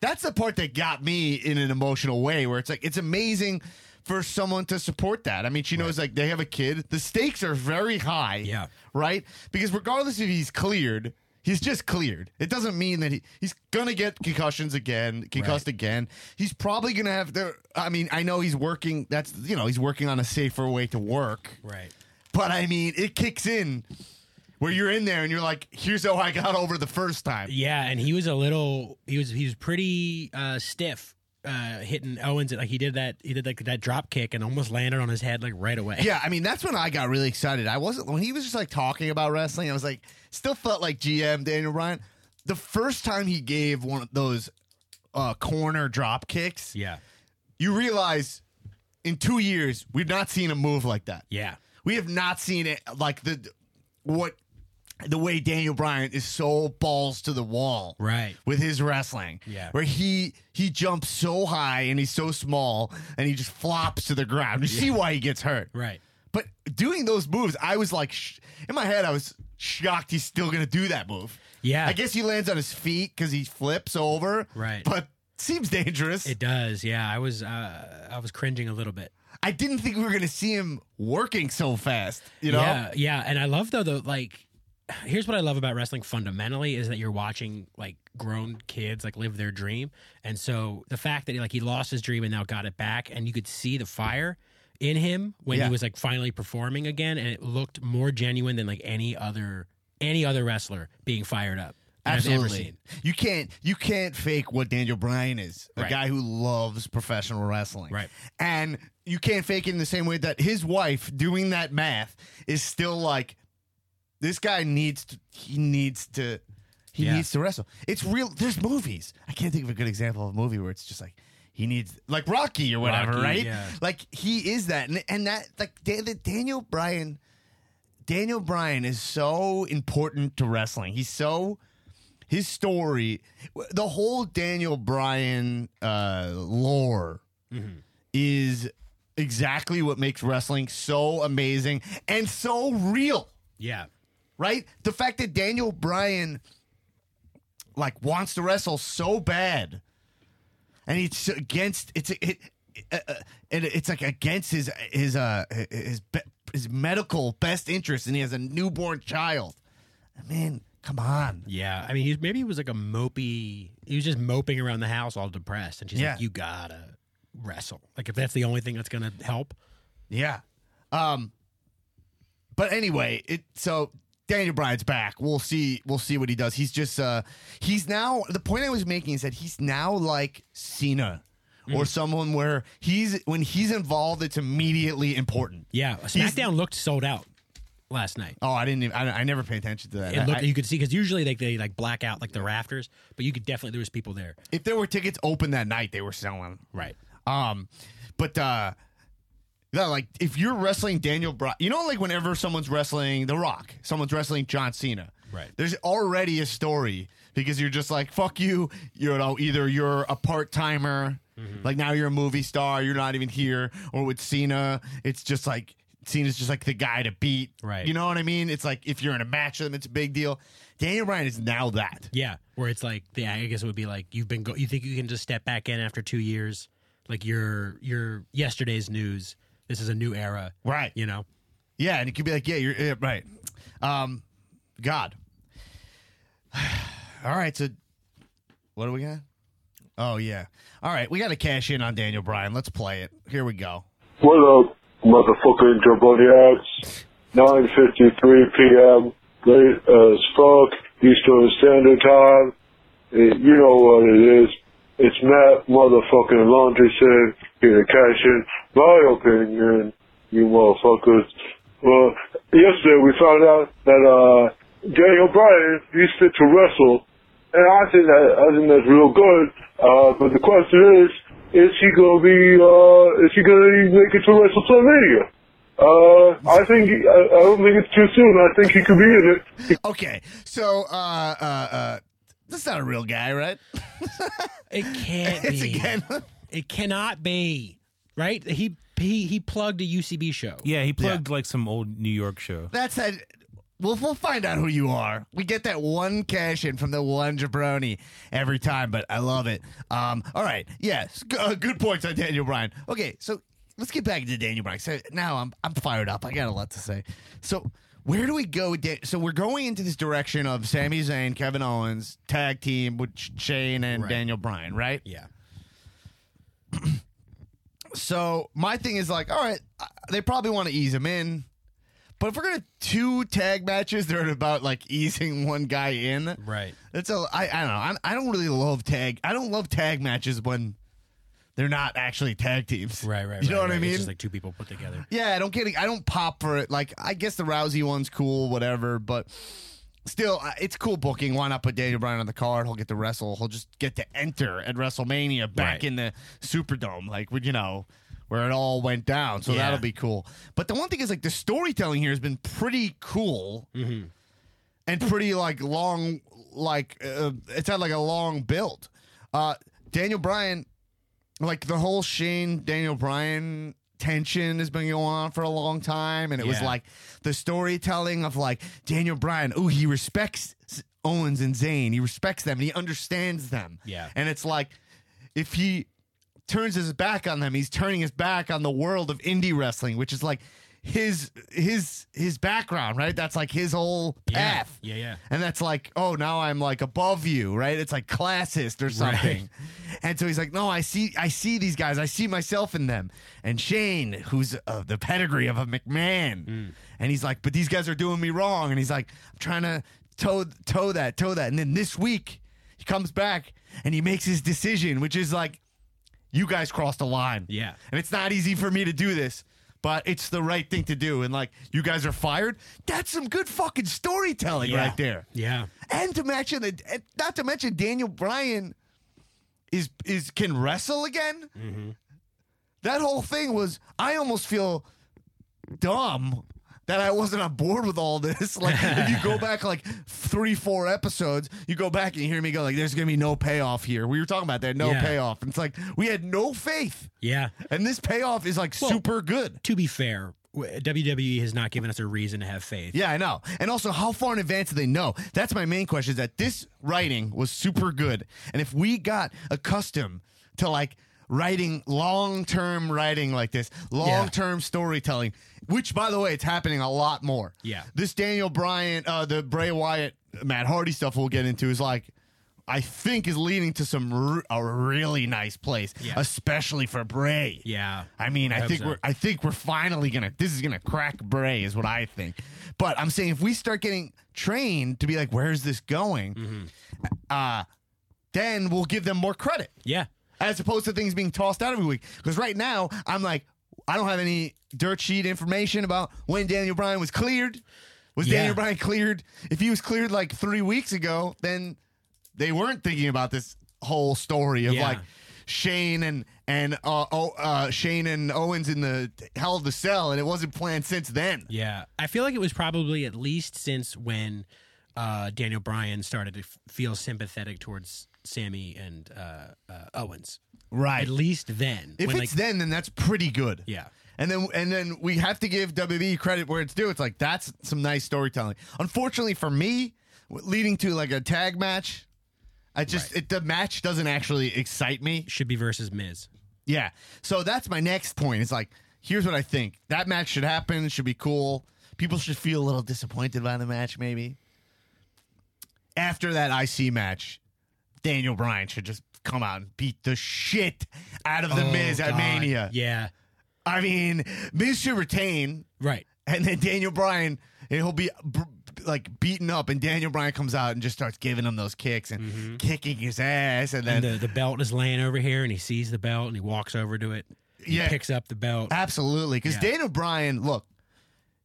S1: that's the part that got me in an emotional way where it's like it's amazing for someone to support that. I mean, she knows like they have a kid. The stakes are very high.
S3: Yeah.
S1: Right? Because regardless if he's cleared, he's just cleared. It doesn't mean that he, he's gonna get concussions again, concussed again. He's probably gonna have the I mean, I know he's working that's you know, he's working on a safer way to work.
S3: Right.
S1: But I mean, it kicks in where you're in there and you're like, here's how I got over the first time.
S3: Yeah, and he was a little. He was he was pretty uh, stiff. Uh, hitting Owens like he did that he did like that drop kick and almost landed on his head like right away.
S1: Yeah, I mean that's when I got really excited. I wasn't when he was just like talking about wrestling. I was like, still felt like GM Daniel Bryan. The first time he gave one of those uh, corner drop kicks,
S3: yeah,
S1: you realize in two years we've not seen a move like that.
S3: yeah.
S1: We have not seen it like the what the way Daniel Bryan is so balls to the wall.
S3: Right.
S1: With his wrestling.
S3: Yeah.
S1: Where he he jumps so high and he's so small and he just flops to the ground. You see why he gets hurt.
S3: Right.
S1: But doing those moves, I was like, sh- in my head, I was shocked he's still going to do that move.
S3: Yeah.
S1: I guess he lands on his feet because he flips over.
S3: Right.
S1: But seems dangerous.
S3: It does. Yeah, I was uh, I was cringing a little bit.
S1: I didn't think we were going to see him working so fast, you know?
S3: Yeah, yeah. And I love though the like here's what I love about wrestling fundamentally is that you're watching like grown kids like live their dream. And so the fact that like he lost his dream and now got it back and you could see the fire in him when
S1: Yeah.
S3: he was like finally performing again and it looked more genuine than like any other any other wrestler being fired up that I've ever
S1: Absolutely.
S3: seen.
S1: You can't you can't fake what Daniel Bryan is, a
S3: Right.
S1: guy who loves professional wrestling.
S3: Right.
S1: And you can't fake it in the same way that his wife doing that math is still like this guy needs to he needs to he
S3: Yeah.
S1: needs to wrestle. It's real there's movies. I can't think of a good example of a movie where it's just like he needs like Rocky or whatever,
S3: Rocky,
S1: right?
S3: yeah.
S1: Like he is that and, and that like Dan- the Daniel Bryan Daniel Bryan is so important to wrestling. He's so his story, the whole Daniel Bryan uh, lore
S3: Mm-hmm.
S1: is exactly what makes wrestling so amazing and so real,
S3: Yeah.
S1: right? The fact that Daniel Bryan like wants to wrestle so bad, and it's against it's it, uh, uh, and it's like against his his uh his be- his medical best interest, and he has a newborn child. Man, come on.
S3: Yeah. I mean he's maybe he was like a mopey he was just moping around the house all depressed and she's
S1: Yeah.
S3: like, You gotta wrestle. Like if that's the only thing that's gonna help.
S1: Yeah. Um but anyway, it so Daniel Bryan's back. We'll see we'll see what he does. He's just uh he's now the point I was making is that he's now like Cena or someone where he's when he's involved it's immediately important.
S3: Yeah, Uh, SmackDown looked sold out last night.
S1: Oh, I didn't even I, I never pay attention to that.
S3: It
S1: Uh, I-
S3: looked,
S1: I-
S3: you could see because usually like they like black out like the rafters, but you could definitely there was people there.
S1: if there were tickets open that night, they were selling. 'em.
S3: Right.
S1: Um, but uh, yeah, like if you're wrestling Daniel Bryan, you know, like whenever someone's wrestling The Rock, someone's wrestling John Cena.
S3: Right.
S1: There's already a story because you're just like fuck you. You know, either you're a part timer,
S3: Mm-hmm.
S1: like now you're a movie star, you're not even here, or with Cena, it's just like. Cena's just like the guy to beat,
S3: Right.
S1: You know what I mean? It's like if you're in a match with him, it's a big deal. Daniel Bryan is now that.
S3: Yeah, where it's like yeah, I guess it would be like you've been go- you think you can just step back in after two years, like your your yesterday's news. This is a new era,
S1: Right.
S3: You know.
S1: Yeah, and it could be like, yeah, you're yeah, right. Um, God, All right, so what do we got? Oh yeah. All right, we got to cash in on Daniel Bryan. Let's play it. Here we go.
S6: What up, motherfucking Jabroniacs? 9.53 p.m., late as fuck, Eastern Standard Time. Eh, you know what it is. It's Matt motherfucking Laundrison here to cash in my opinion, you motherfuckers. Well, yesterday we found out that, uh, Daniel Bryan, he's fit to wrestle. And I think that, I think that's real good. Uh, but the question is, is he gonna be, uh, is he gonna make it to WrestleMania? Uh, I think, I, I don't think it's too soon. I think he could be in it.
S1: Okay, so uh, uh, uh, that's not a real guy, right?
S3: It can't
S1: It's
S3: be.
S1: again.
S3: It cannot be. Right? He he he plugged a UCB show.
S4: Yeah, he plugged like some old New York show.
S1: That's that. We'll, we'll find out who you are. We get that one cash in from the one jabroni every time, but I love it. Um, all right. Yes. g- uh, good points on Daniel Bryan. Okay. So let's get back to Daniel Bryan. So now I'm, I'm fired up. I got a lot to say. So where do we go? with Dan- So we're going into this direction of Sami Zayn, Kevin Owens, tag team with Shane and Daniel Bryan, right?
S3: Yeah.
S1: So my thing is like, all right, uh, they probably want to ease him in, but if we're gonna two tag matches, they're about like easing one guy in.
S3: Right.
S1: That's a I I don't know. I, I don't really love tag. I don't love tag matches when they're not actually tag teams.
S3: Right, right.
S1: You know
S3: right,
S1: what
S3: right.
S1: I mean?
S3: It's just like two people put together.
S1: yeah, I don't get. it. I don't pop for it. Like I guess the Rousey one's cool, whatever, but. Still, uh, it's cool booking. Why not put Daniel Bryan on the card? He'll get to wrestle. He'll just get to enter at WrestleMania back
S3: Right.
S1: in the Superdome, like would you know, where it all went down. So
S3: Yeah.
S1: that'll be cool. But the one thing is, like, the storytelling here has been pretty cool and pretty like long, like uh, it's had like a long build. Uh, Daniel Bryan, like the whole Shane Daniel Bryan tension has been going on for a long time, and it was
S3: Yeah.
S1: like the storytelling of like Daniel Bryan. Oh, he respects Owens and Zayn. He respects them and he understands them.
S3: Yeah.
S1: and it's like if he turns his back on them, he's turning his back on the world of indie wrestling, which is like his his his background, right? That's like his whole
S3: Yeah.
S1: path.
S3: Yeah, yeah.
S1: And that's like, oh, now I'm like above you, right? It's like classist or something. And so he's like, no, I see, I see these guys, I see myself in them. And Shane, who's uh, the pedigree of a McMahon,
S3: Mm.
S1: and he's like, but these guys are doing me wrong. And he's like, I'm trying to toe, toe that, toe that. And then this week, he comes back and he makes his decision, which is like, you guys crossed a line.
S3: Yeah.
S1: And it's not easy for me to do this, but it's the right thing to do. And like, you guys are fired. That's some good fucking storytelling
S3: Yeah.
S1: right there.
S3: Yeah.
S1: And to mention that, and not to mention Daniel Bryan is is can wrestle again. That whole thing was. I almost feel dumb that I wasn't on board with all this. Like if you go back like three, four episodes, you go back and you hear me go like, "There's gonna be no payoff here." We were talking about that, no
S3: Yeah.
S1: payoff. And it's like we had no faith,
S3: Yeah.
S1: and this payoff is like super good.
S3: To be fair, w- WWE has not given us a reason to have faith.
S1: Yeah, I know. And also, how far in advance do they know? That's my main question. Is that this writing was super good, and if we got accustomed to like writing long-term writing like this, long-term storytelling, which by the way, it's happening a lot more.
S3: Yeah.
S1: this Daniel Bryan, uh, the Bray Wyatt, Matt Hardy stuff we'll get into is like. I think is leading to some r- a really nice place,
S3: Yeah.
S1: especially for Bray.
S3: Yeah.
S1: I mean, I
S3: hope
S1: think
S3: so.
S1: we're I think we're finally gonna this is gonna crack Bray is what I think. But I'm saying if we start getting trained to be like, where's this going? Uh then we'll give them more credit
S3: Yeah.
S1: as opposed to things being tossed out every week. Because right now I'm like, I don't have any dirt sheet information about when Daniel Bryan was cleared. Was
S3: Yeah.
S1: Daniel Bryan cleared? If he was cleared like three weeks ago, then they weren't thinking about this whole story of
S3: Yeah.
S1: like Shane and and uh, oh, uh, Shane and Owens in the Hell of the Cell, and it wasn't planned since then.
S3: Yeah. I feel like it was probably at least since when uh, Daniel Bryan started to f- feel sympathetic towards Sammy and uh, uh, Owens.
S1: Right.
S3: At least then.
S1: If
S3: when,
S1: it's
S3: like,
S1: then, then that's pretty good.
S3: Yeah.
S1: And then and then we have to give WWE credit where it's due. It's like that's some nice storytelling. Unfortunately for me, w- leading to like a tag match, I just it, the match doesn't actually excite me.
S3: should be versus Miz.
S1: Yeah. So that's my next point. It's like here's what I think. That match should happen, it should be cool. People should feel a little disappointed by the match maybe. after that IC match, Daniel Bryan should just come out and beat the shit out of the
S3: Oh,
S1: Miz at
S3: God.
S1: Mania.
S3: Yeah.
S1: I mean, Miz should retain,
S3: Right.
S1: and then Daniel Bryan, and he'll be br- like beaten up, and Daniel Bryan comes out and just starts giving him those kicks and kicking his ass, and then
S3: Mm-hmm. And the, the belt is laying over here, and he sees the belt, and he walks over to it. He
S1: Yeah. Ah.
S3: picks up the belt.
S1: Absolutely, because
S3: Yeah.
S1: Daniel Bryan, look,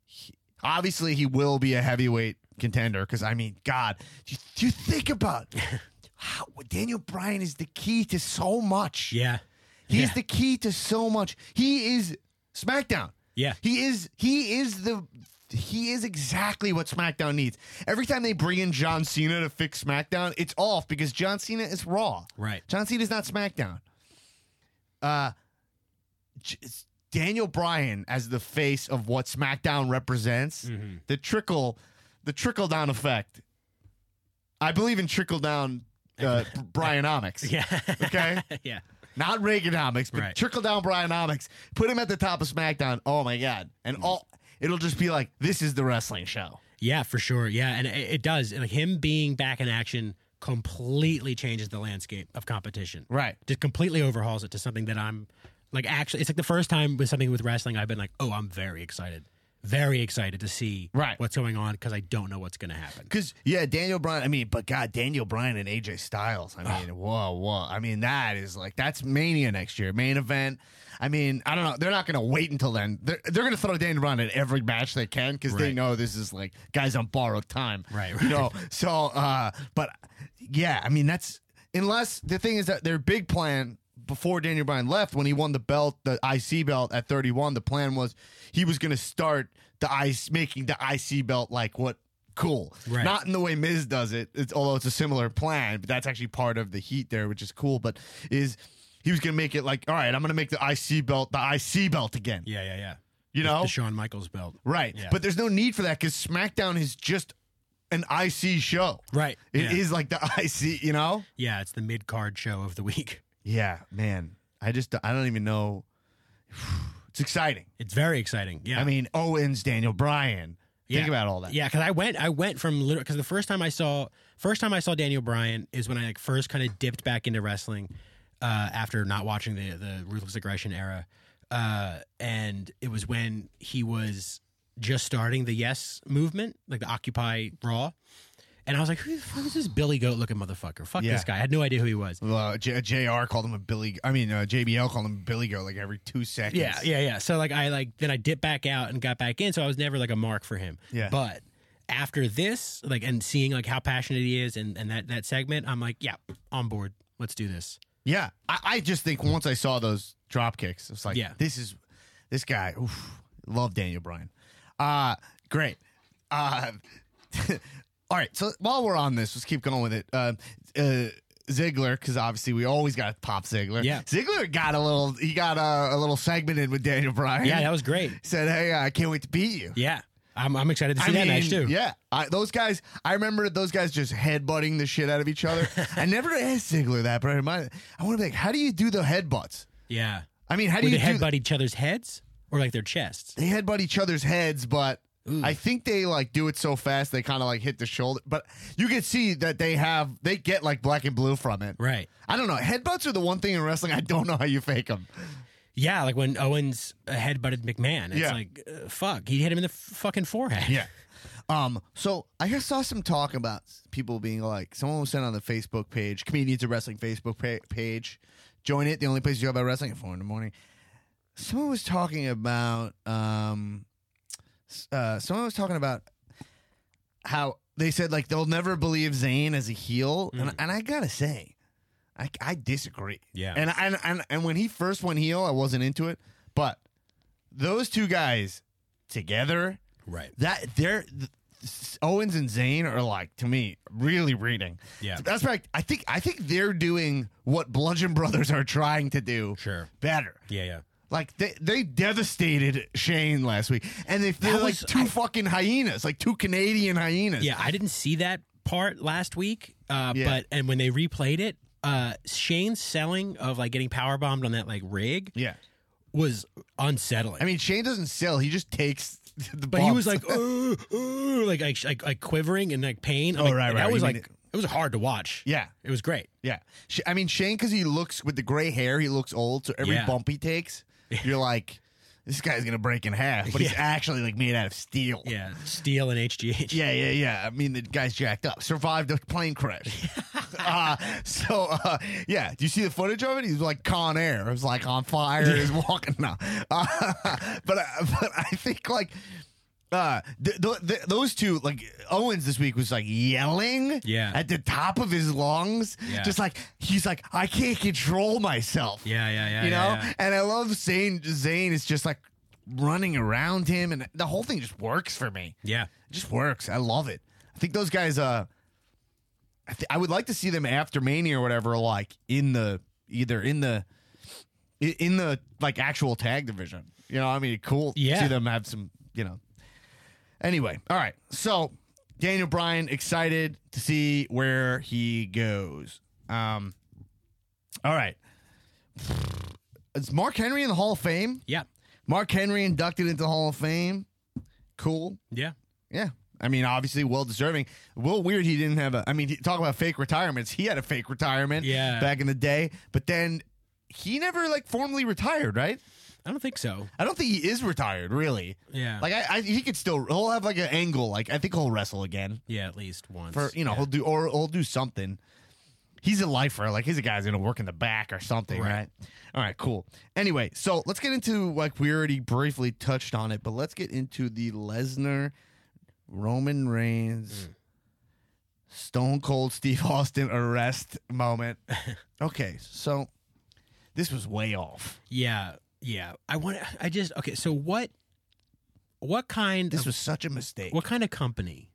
S1: he- obviously he will be a heavyweight contender. Because I mean, God, do you, do you think about how Daniel Bryan is the key to so much?
S3: Yeah.
S1: he's
S3: yeah.
S1: the key to so much. He is SmackDown.
S3: Yeah.
S1: he is. He is the. He is exactly what SmackDown needs. Every time they bring in John Cena to fix SmackDown, it's off because John Cena is Raw.
S3: Right.
S1: John Cena's not SmackDown. Uh, J- it's Daniel Bryan as the face of what SmackDown represents, the trickle, the trickle down effect. I believe in trickle down uh, Bryanomics.
S3: Yeah.
S1: Okay.
S3: yeah.
S1: Not Reaganomics, but
S3: Right.
S1: trickle down Bryanomics. Put him at the top of SmackDown. Oh my God! And all it'll just be like this is the wrestling show.
S3: Yeah, for sure. Yeah, and it, it does. And, Like him being back in action completely changes the landscape of competition.
S1: Right.
S3: Just completely overhauls it to something that I'm like actually it's like the first time with something with wrestling I've been like, "Oh, I'm very excited." Very excited to see
S1: Right.
S3: what's going on cuz I don't know what's going to happen.
S1: Because yeah, Daniel Bryan. I mean, but God, Daniel Bryan and AJ Styles. I mean, whoa, whoa. I mean, that is like that's Mania next year, main event. I mean, I don't know. They're not going to wait until then. They're they're going to throw Daniel Bryan at every match they can because they
S3: Right.
S1: know this is like guys on borrowed time.
S3: Right,
S1: You know. So, uh, but yeah, I mean, that's unless the thing is that their big plan. Before Daniel Bryan left, when he won the belt, the IC belt at 31, the plan was he was going to start the IC, making the IC belt like what cool.
S3: Right.
S1: Not in the way Miz does it, it's, although it's a similar plan, but that's actually part of the heat there, which is cool. But is he was going to make it like, all right, I'm going to make the IC belt the IC belt again.
S3: Yeah, yeah, yeah.
S1: You know?
S3: The Shawn Michaels belt.
S1: right.
S3: Yeah.
S1: But there's no need for that because SmackDown is just an IC show.
S3: Right.
S1: It
S3: yeah.
S1: is like the IC, you know?
S3: Yeah, it's the mid-card show of the week.
S1: Yeah, man. I just, I don't even know. It's exciting.
S3: It's very exciting. Yeah.
S1: I mean, Owens, Daniel Bryan. Think
S3: Yeah.
S1: about all that.
S3: Yeah, because I went, I went from literally because the first time I saw, first time I saw Daniel Bryan is when I like first kind of dipped back into wrestling uh, after not watching the the ruthless aggression era, uh, and it was when he was just starting the Yes movement, like the Occupy Raw, and I was like, who the fuck is this Billy Goat looking motherfucker? Fuck
S1: Yeah.
S3: this guy! I had no idea who he was.
S1: Uh, J- JR called him a Billy. I mean, uh, JBL called him Billy Girl like every two seconds.
S3: Yeah, yeah, yeah. So like I like then I dipped back out and got back in, so I was never like a mark for him.
S1: Yeah.
S3: But after this, like and seeing like how passionate he is and, and that that segment, I'm like, yeah, on board. Let's do this.
S1: Yeah, I, I just think once I saw those drop kicks, it's like,
S3: Yeah.
S1: this is this guy. Oof, love Daniel Bryan. Uh great. Uh, all right. So while we're on this, let's keep going with it. Uh, uh, Ziggler, because obviously we always got to pop Ziggler.
S3: Yeah.
S1: Ziggler got a little. He got uh, a, a little segment in with Daniel Bryan.
S3: Yeah, that was great.
S1: said, "Hey, I can't wait to beat you."
S3: Yeah. I'm I'm excited to see that match too.
S1: Yeah, I, those guys. I remember those guys just headbutting the shit out of each other. I never asked Ziggler that, but I remind, I want to be like, how do you do the headbutts?
S3: Yeah.
S1: I mean, how do
S3: Would
S1: you
S3: they
S1: do?
S3: headbutt each other's heads or like their chests?
S1: they headbutt each other's heads, but I think they like do it so fast they kind of like hit the shoulder. But you can see that they have they get like black and blue from it.
S3: Right.
S1: I don't know. Headbutts are the one thing in wrestling I don't know how you fake them.
S3: Yeah, like when Owens uh, headbutted McMahon. It's
S1: Yeah.
S3: like uh, fuck, he hit him in the f- fucking forehead.
S1: Yeah. Um, so I just saw some talk about people being like, someone was sent on the Facebook page, comedians of wrestling Facebook pa- page, join it, the only place you go about wrestling at four in the morning. Someone was talking about, um, s- uh, someone was talking about how they said like they'll never believe Zayn as a heel, and and I gotta say, I, I disagree.
S3: Yeah.
S1: and, and and and when he first went heel, I wasn't into it, but those two guys together
S3: Right.
S1: that they're th- Owens and Zayn are like to me really reading.
S3: Yeah.
S1: that's right. I think I think they're doing what Bludgeon Brothers are trying to do.
S3: Sure.
S1: better.
S3: Yeah, yeah.
S1: Like they they devastated Shane last week, and they they're like
S3: was-
S1: two fucking hyenas, like two Canadian hyenas.
S3: Yeah, I didn't see that part last week. Uh,
S1: Yeah.
S3: But and when they replayed it, uh, Shane's selling of like getting power bombed on that like rig
S1: yeah.
S3: was unsettling.
S1: I mean, Shane doesn't sell; he just takes the.
S3: but he was "Uh,
S1: bumps.
S3: like, "Ooh, ooh," like, like like like quivering and like pain. I'm
S1: Oh,
S3: like,
S1: right,
S3: That
S1: right.
S3: was
S1: You
S3: like
S1: mean
S3: It was hard to watch.
S1: Yeah.
S3: It was great.
S1: Yeah, Sh- I mean Shane because he looks with the gray hair, he looks old. So every
S3: Yeah.
S1: bump he takes, you're like, this guy's gonna break in half, but he's actually like made out of steel.
S3: Yeah. Steel and HGH.
S1: yeah, yeah, yeah. I mean the guy's jacked up. Survived a plane crash. uh, so uh, yeah, do you see the footage of it? He's like Con Air. It was like on fire. He's walking now. Uh, but uh, but I think like. Uh, th- th- th- those two, like Owens this week was like yelling
S3: Yeah.
S1: at the top of his lungs.
S3: Yeah.
S1: Just like, he's like, I can't control myself.
S3: Yeah, yeah, yeah.
S1: You know?
S3: yeah, yeah.
S1: And I love Zane. Zane is just like running around him, and the whole thing just works for me.
S3: Yeah.
S1: It just works. I love it. I think those guys. Uh, I, th- I would like to see them after Mania or whatever, like in the either in the i- in the like actual tag division. You know, I mean, cool. to
S3: Yeah.
S1: see them have some. You know. Anyway, all right. So Daniel Bryan excited to see where he goes. Um, all right. Is Mark Henry in the Hall of Fame?
S3: Yeah.
S1: Mark Henry inducted into the Hall of Fame. Cool.
S3: Yeah.
S1: Yeah. I mean, obviously, well deserving. Well, weird he didn't have a. I mean, he- talk about fake retirements. He had a fake retirement
S3: Yeah.
S1: back in the day, but then he never like formally retired, right?
S3: I don't think so.
S1: I don't think he is retired, really.
S3: Yeah.
S1: Like, I, I he could still he'll have like an angle. Like, I think he'll wrestle again
S3: yeah, at least once.
S1: for you know
S3: Yeah.
S1: he'll do or he'll do something. He's a lifer, like he's a guy's gonna work in the back or something, right.
S3: Right.
S1: All right, cool. Anyway, so let's get into like we already briefly touched on it, but let's get into the Lesnar, Roman Reigns,
S3: Mm.
S1: Stone Cold Steve Austin arrest moment. okay, so this was way off.
S3: Yeah. Yeah. I want I just okay, so what what kind
S1: This
S3: of,
S1: was such a mistake.
S3: Uh, what kind of company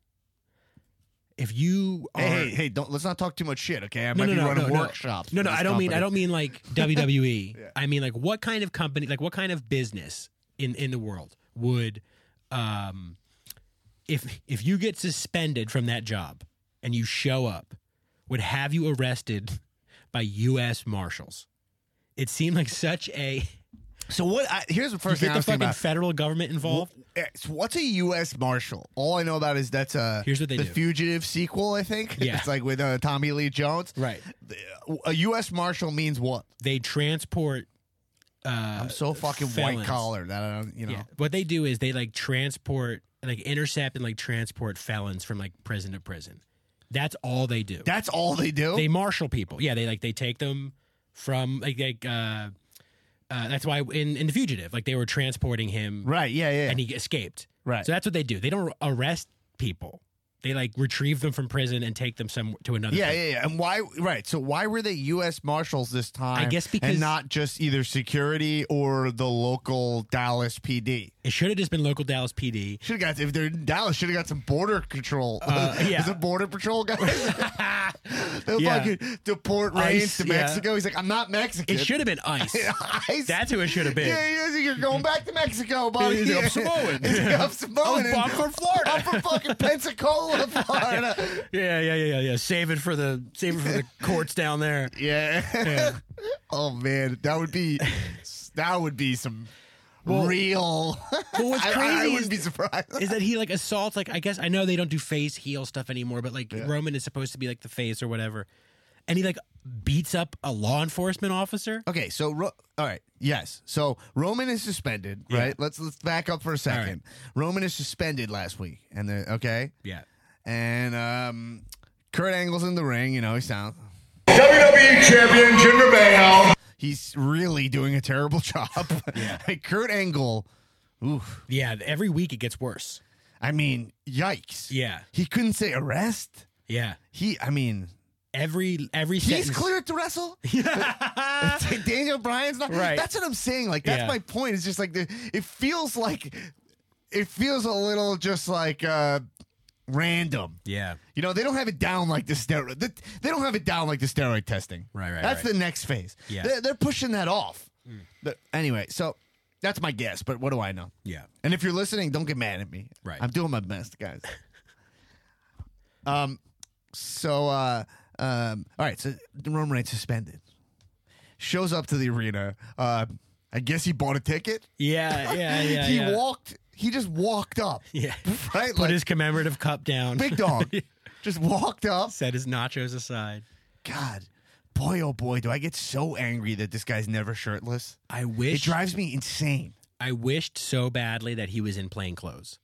S3: if you are
S1: Hey, hey, hey! Don't let's not talk too much shit, okay? I
S3: no,
S1: might
S3: no,
S1: be
S3: no,
S1: running
S3: no, no.
S1: workshops.
S3: No,
S1: for
S3: no,
S1: this
S3: I don't mean I
S1: company.
S3: don't mean like WWE. I mean like what kind of company, like what kind of business in in the world would um if if you get suspended from that job and you show up would have you arrested by US marshals. It seemed like such a
S1: So what? I, here's the
S3: you
S1: first thing
S3: get
S1: I
S3: the
S1: was thinking
S3: fucking
S1: about.
S3: federal government involved.
S1: Eh, so what's a U.S. Marshal? All I know about is that's a
S3: Here's what they
S1: the
S3: do.
S1: Fugitive sequel. I think
S3: Yeah.
S1: it's like with uh, Tommy Lee Jones.
S3: Right.
S1: The- uh, A U.S. Marshal means what?
S3: They transport uh
S1: I'm so fucking white
S3: felons.
S1: collar that I don't, you know.
S3: Yeah. Oh. What they do is they like transport, like intercept and like transport felons from like prison to prison. That's all they do.
S1: That's all they do.
S3: they marshal people. Yeah, they like they take them from like like uh, uh that's why in in the fugitive like they were transporting him
S1: right? Yeah, yeah.
S3: and he escaped.
S1: Right.
S3: So that's what they do. They don't arrest people. They like retrieve them from prison and take them some to another.
S1: yeah,
S3: place.
S1: yeah, yeah. And why? Right. So why were they U.S. Marshals this time?
S3: guess because-
S1: and not just either security or the local Dallas PD.
S3: It should have just been local Dallas PD.
S1: Should have got if they're in Dallas. Should have got some border control.
S3: Uh, yeah.
S1: some border patrol guys. Ah, They'll
S3: Yeah.
S1: fucking deport
S3: Ice,
S1: Reigns to
S3: yeah.
S1: Mexico. He's like, I'm not Mexican.
S3: It should have been ICE.
S1: Ice.
S3: That's who it should have been.
S1: yeah, yeah, you're going back to Mexico, buddy.
S3: He's up Samoan.
S1: He's up Samoan.
S3: I'm from Florida.
S1: I'm from fucking Pensacola, Florida.
S3: Yeah, yeah, yeah, yeah, yeah. Save it for the save it for the courts down there.
S1: yeah. oh man, that would be that would be some real.
S3: Well, what's
S1: I-
S3: crazy
S1: I, I
S3: is,
S1: wouldn't be surprised.
S3: is that he like assaults. Like I guess I know they don't do face heel stuff anymore, but like Roman is supposed to be like the face or whatever, and he like beats up a law enforcement officer.
S1: Okay, so Ro- all right, yes. So Roman is suspended, right? Let's let's back up for a second. Roman is suspended last week, and the okay,
S3: Yeah,
S1: and um, Kurt Angle's in the ring. You know, he sounds
S6: WWE E Champion Jinder Mahal.
S1: he's really doing a terrible job. Yeah, Kurt Angle. Oof.
S3: yeah. Every week it gets worse.
S1: I mean, yikes.
S3: Yeah,
S1: He couldn't say arrest.
S3: yeah.
S1: He, I mean,
S3: Every every
S1: he's
S3: sentence-
S1: cleared to wrestle. It's like Daniel Bryan's not
S3: Right.
S1: That's what I'm saying. Like that's
S3: Yeah.
S1: my point. It's just like the, it feels like it feels a little just like uh random.
S3: Yeah,
S1: You know, they don't have it down like the steroid. the- They don't have it down like the steroid testing.
S3: Right, right,
S1: That's
S3: right.
S1: the next phase.
S3: Yeah. Mm.
S1: they're, they're pushing that off. But anyway, so that's my guess. But what do I know?
S3: yeah.
S1: And if you're listening, don't get mad at me.
S3: Right.
S1: I'm doing my best, guys. um so uh um all right, so Roman Reigns suspended. Shows up to the arena. Uh I guess he bought a ticket.
S3: Yeah, yeah, yeah.
S1: he
S3: yeah.
S1: walked he just walked up.
S3: Yeah.
S1: Right?
S3: Put his commemorative cup down.
S1: big dog. Just walked up.
S3: Set his nachos aside.
S1: God, boy, oh boy, do I get so angry that this guy's never shirtless.
S3: I
S1: It
S3: wish
S1: drives me insane.
S3: I wished so badly that he was in plain clothes.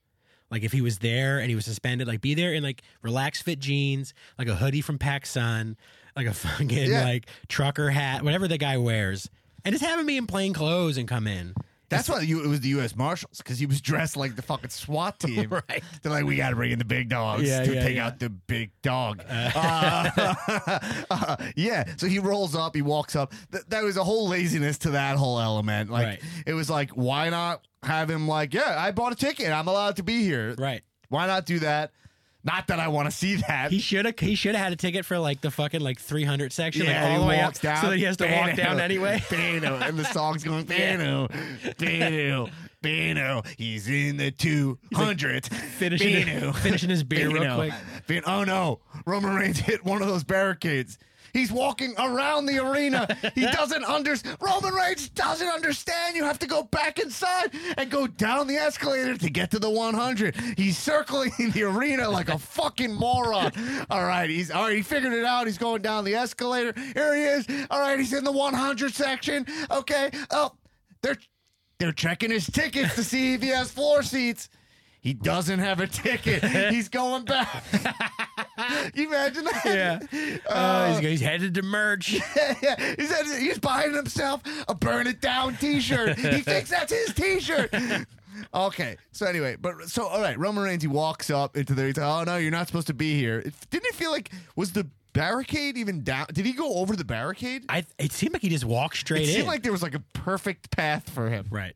S3: Like if he was there and he was suspended, like be there in like relaxed fit jeans, like a hoodie from PacSun, like a fucking
S1: Yeah.
S3: like trucker hat, whatever the guy wears, and just having me in plain clothes and come in.
S1: That's why you, it was the U.S. Marshals because he was dressed like the fucking SWAT team.
S3: Right.
S1: They're like, we got to bring in the big dogs
S3: Yeah,
S1: to
S3: yeah,
S1: take
S3: yeah.
S1: out the big dog. Uh, uh, yeah. So he rolls up, he walks up. Th- there was a whole laziness to that whole element. Like
S3: Right.
S1: it was like, why not have him? Like, yeah, I bought a ticket. I'm allowed to be here.
S3: Right.
S1: Why not do that? Not that I want to see that.
S3: He should have. He should have had a ticket for like the fucking like three hundred section,
S1: Yeah,
S3: like all
S1: he
S3: the way up,
S1: walks down.
S3: so that he has to walk
S1: Bano.
S3: down anyway.
S1: Bano, and the song's going Bano, Bano, Bano. He's in the two hundred.
S3: Finishing,
S1: Bano,
S3: finishing his beer real
S1: Bano.
S3: quick.
S1: Ban- oh no, Roman Reigns hit one of those barricades. He's walking around the arena. He doesn't understand. Roman Reigns doesn't understand. You have to go back inside and go down the escalator to get to the 100. He's circling the arena like a fucking moron. All right, he's all right. He figured it out. He's going down the escalator. Here he is. All right, he's in the 100 section. Okay. Oh, they're they're checking his tickets to see if he has floor seats. He doesn't have a ticket. He's going back. Can you imagine that?
S3: Yeah.
S1: Uh,
S3: Oh, he's, he's headed to merge.
S1: yeah. He said he's buying himself a burn it down t shirt. he thinks that's his t shirt. Okay, so anyway, but so all right, Roman Reigns he walks up into there. He's like, "Oh no, you're not supposed to be here." It, didn't it feel like was the barricade even down? Did he go over the barricade?
S3: I. It seemed like he just walked straight
S1: it
S3: in.
S1: seemed like there was like a perfect path for him.
S3: right.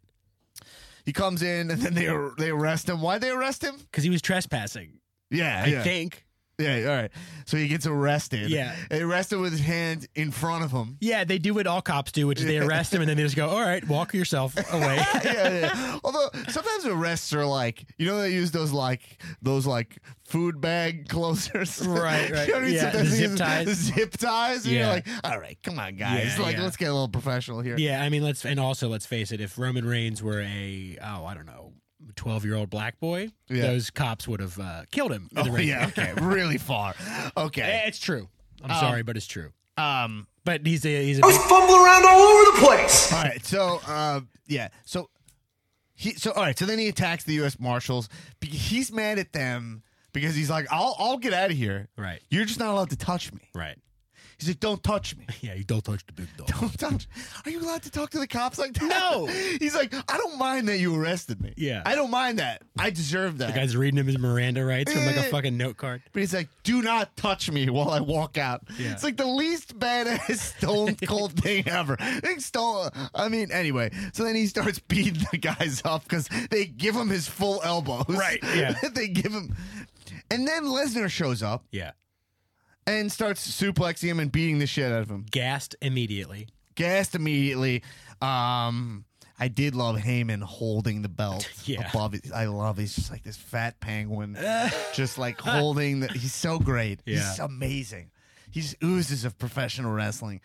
S1: He comes in and then they ar- they arrest him. Why they arrest him?
S3: Because he was trespassing.
S1: Yeah,
S3: I
S1: yeah.
S3: think.
S1: Yeah, all right. So he gets arrested.
S3: Yeah.
S1: They arrest him with his hand in front of him.
S3: Yeah, they do what all cops do, which is they arrest him and then they just go, "All right, walk yourself away."
S1: yeah, yeah. Although sometimes arrests are like, you know, they use those like those like food bag closers,
S3: Right, right.
S1: you know what I mean?
S3: Yeah,
S1: Sometimes they
S3: the zip
S1: use
S3: ties.
S1: the zip ties. And You're
S3: Yeah.
S1: like, all right, come on, guys.
S3: Yeah,
S1: like,
S3: yeah.
S1: let's get a little professional here.
S3: yeah, I mean, let's and also let's face it: if Roman Reigns were a oh, I don't know, twelve-year-old black boy,
S1: Yeah.
S3: those cops would have uh, killed him. in the
S1: Oh,
S3: ring.
S1: yeah. Okay. Really far.
S3: Eh,
S1: Okay.
S3: it's true. I'm sorry, but it's true.
S1: Um. Oh,
S3: But he's a he's a
S7: I was fumbling around all over the
S3: Eh.
S7: place.
S1: All right. So, uh, yeah. So he. So all right. So then he attacks the U.S. Marshals. Be- He's mad at them because he's like, "I'll I'll get out of here.
S3: Right.
S1: You're just not allowed to touch me."
S3: right.
S1: He's like, "Don't touch me.
S3: Yeah, you don't touch the big dog.
S1: Don't touch." Are you allowed to talk to the cops like that?
S3: No.
S1: He's like, "I don't mind that you arrested me.
S3: Yeah.
S1: I don't mind that. I deserve that."
S3: The guy's reading him his Miranda rights from like a
S1: Eh.
S3: fucking note card.
S1: but he's like, "Do not touch me while I walk out."
S3: Yeah.
S1: It's like the least badass stone cold thing ever. I think stone. I mean, anyway. So then he starts beating the guys up because they give him his full elbows.
S3: Right, yeah.
S1: they give him, and then Lesnar shows up
S3: Yeah,
S1: and starts suplexing him and beating the shit out of him.
S3: gassed immediately.
S1: Gassed immediately. Um. I did love Heyman holding the belt
S3: Yeah.
S1: above it. I love he's just like this fat penguin, just like holding. The, he's so great.
S3: Yeah.
S1: He's amazing. He just oozes of professional wrestling,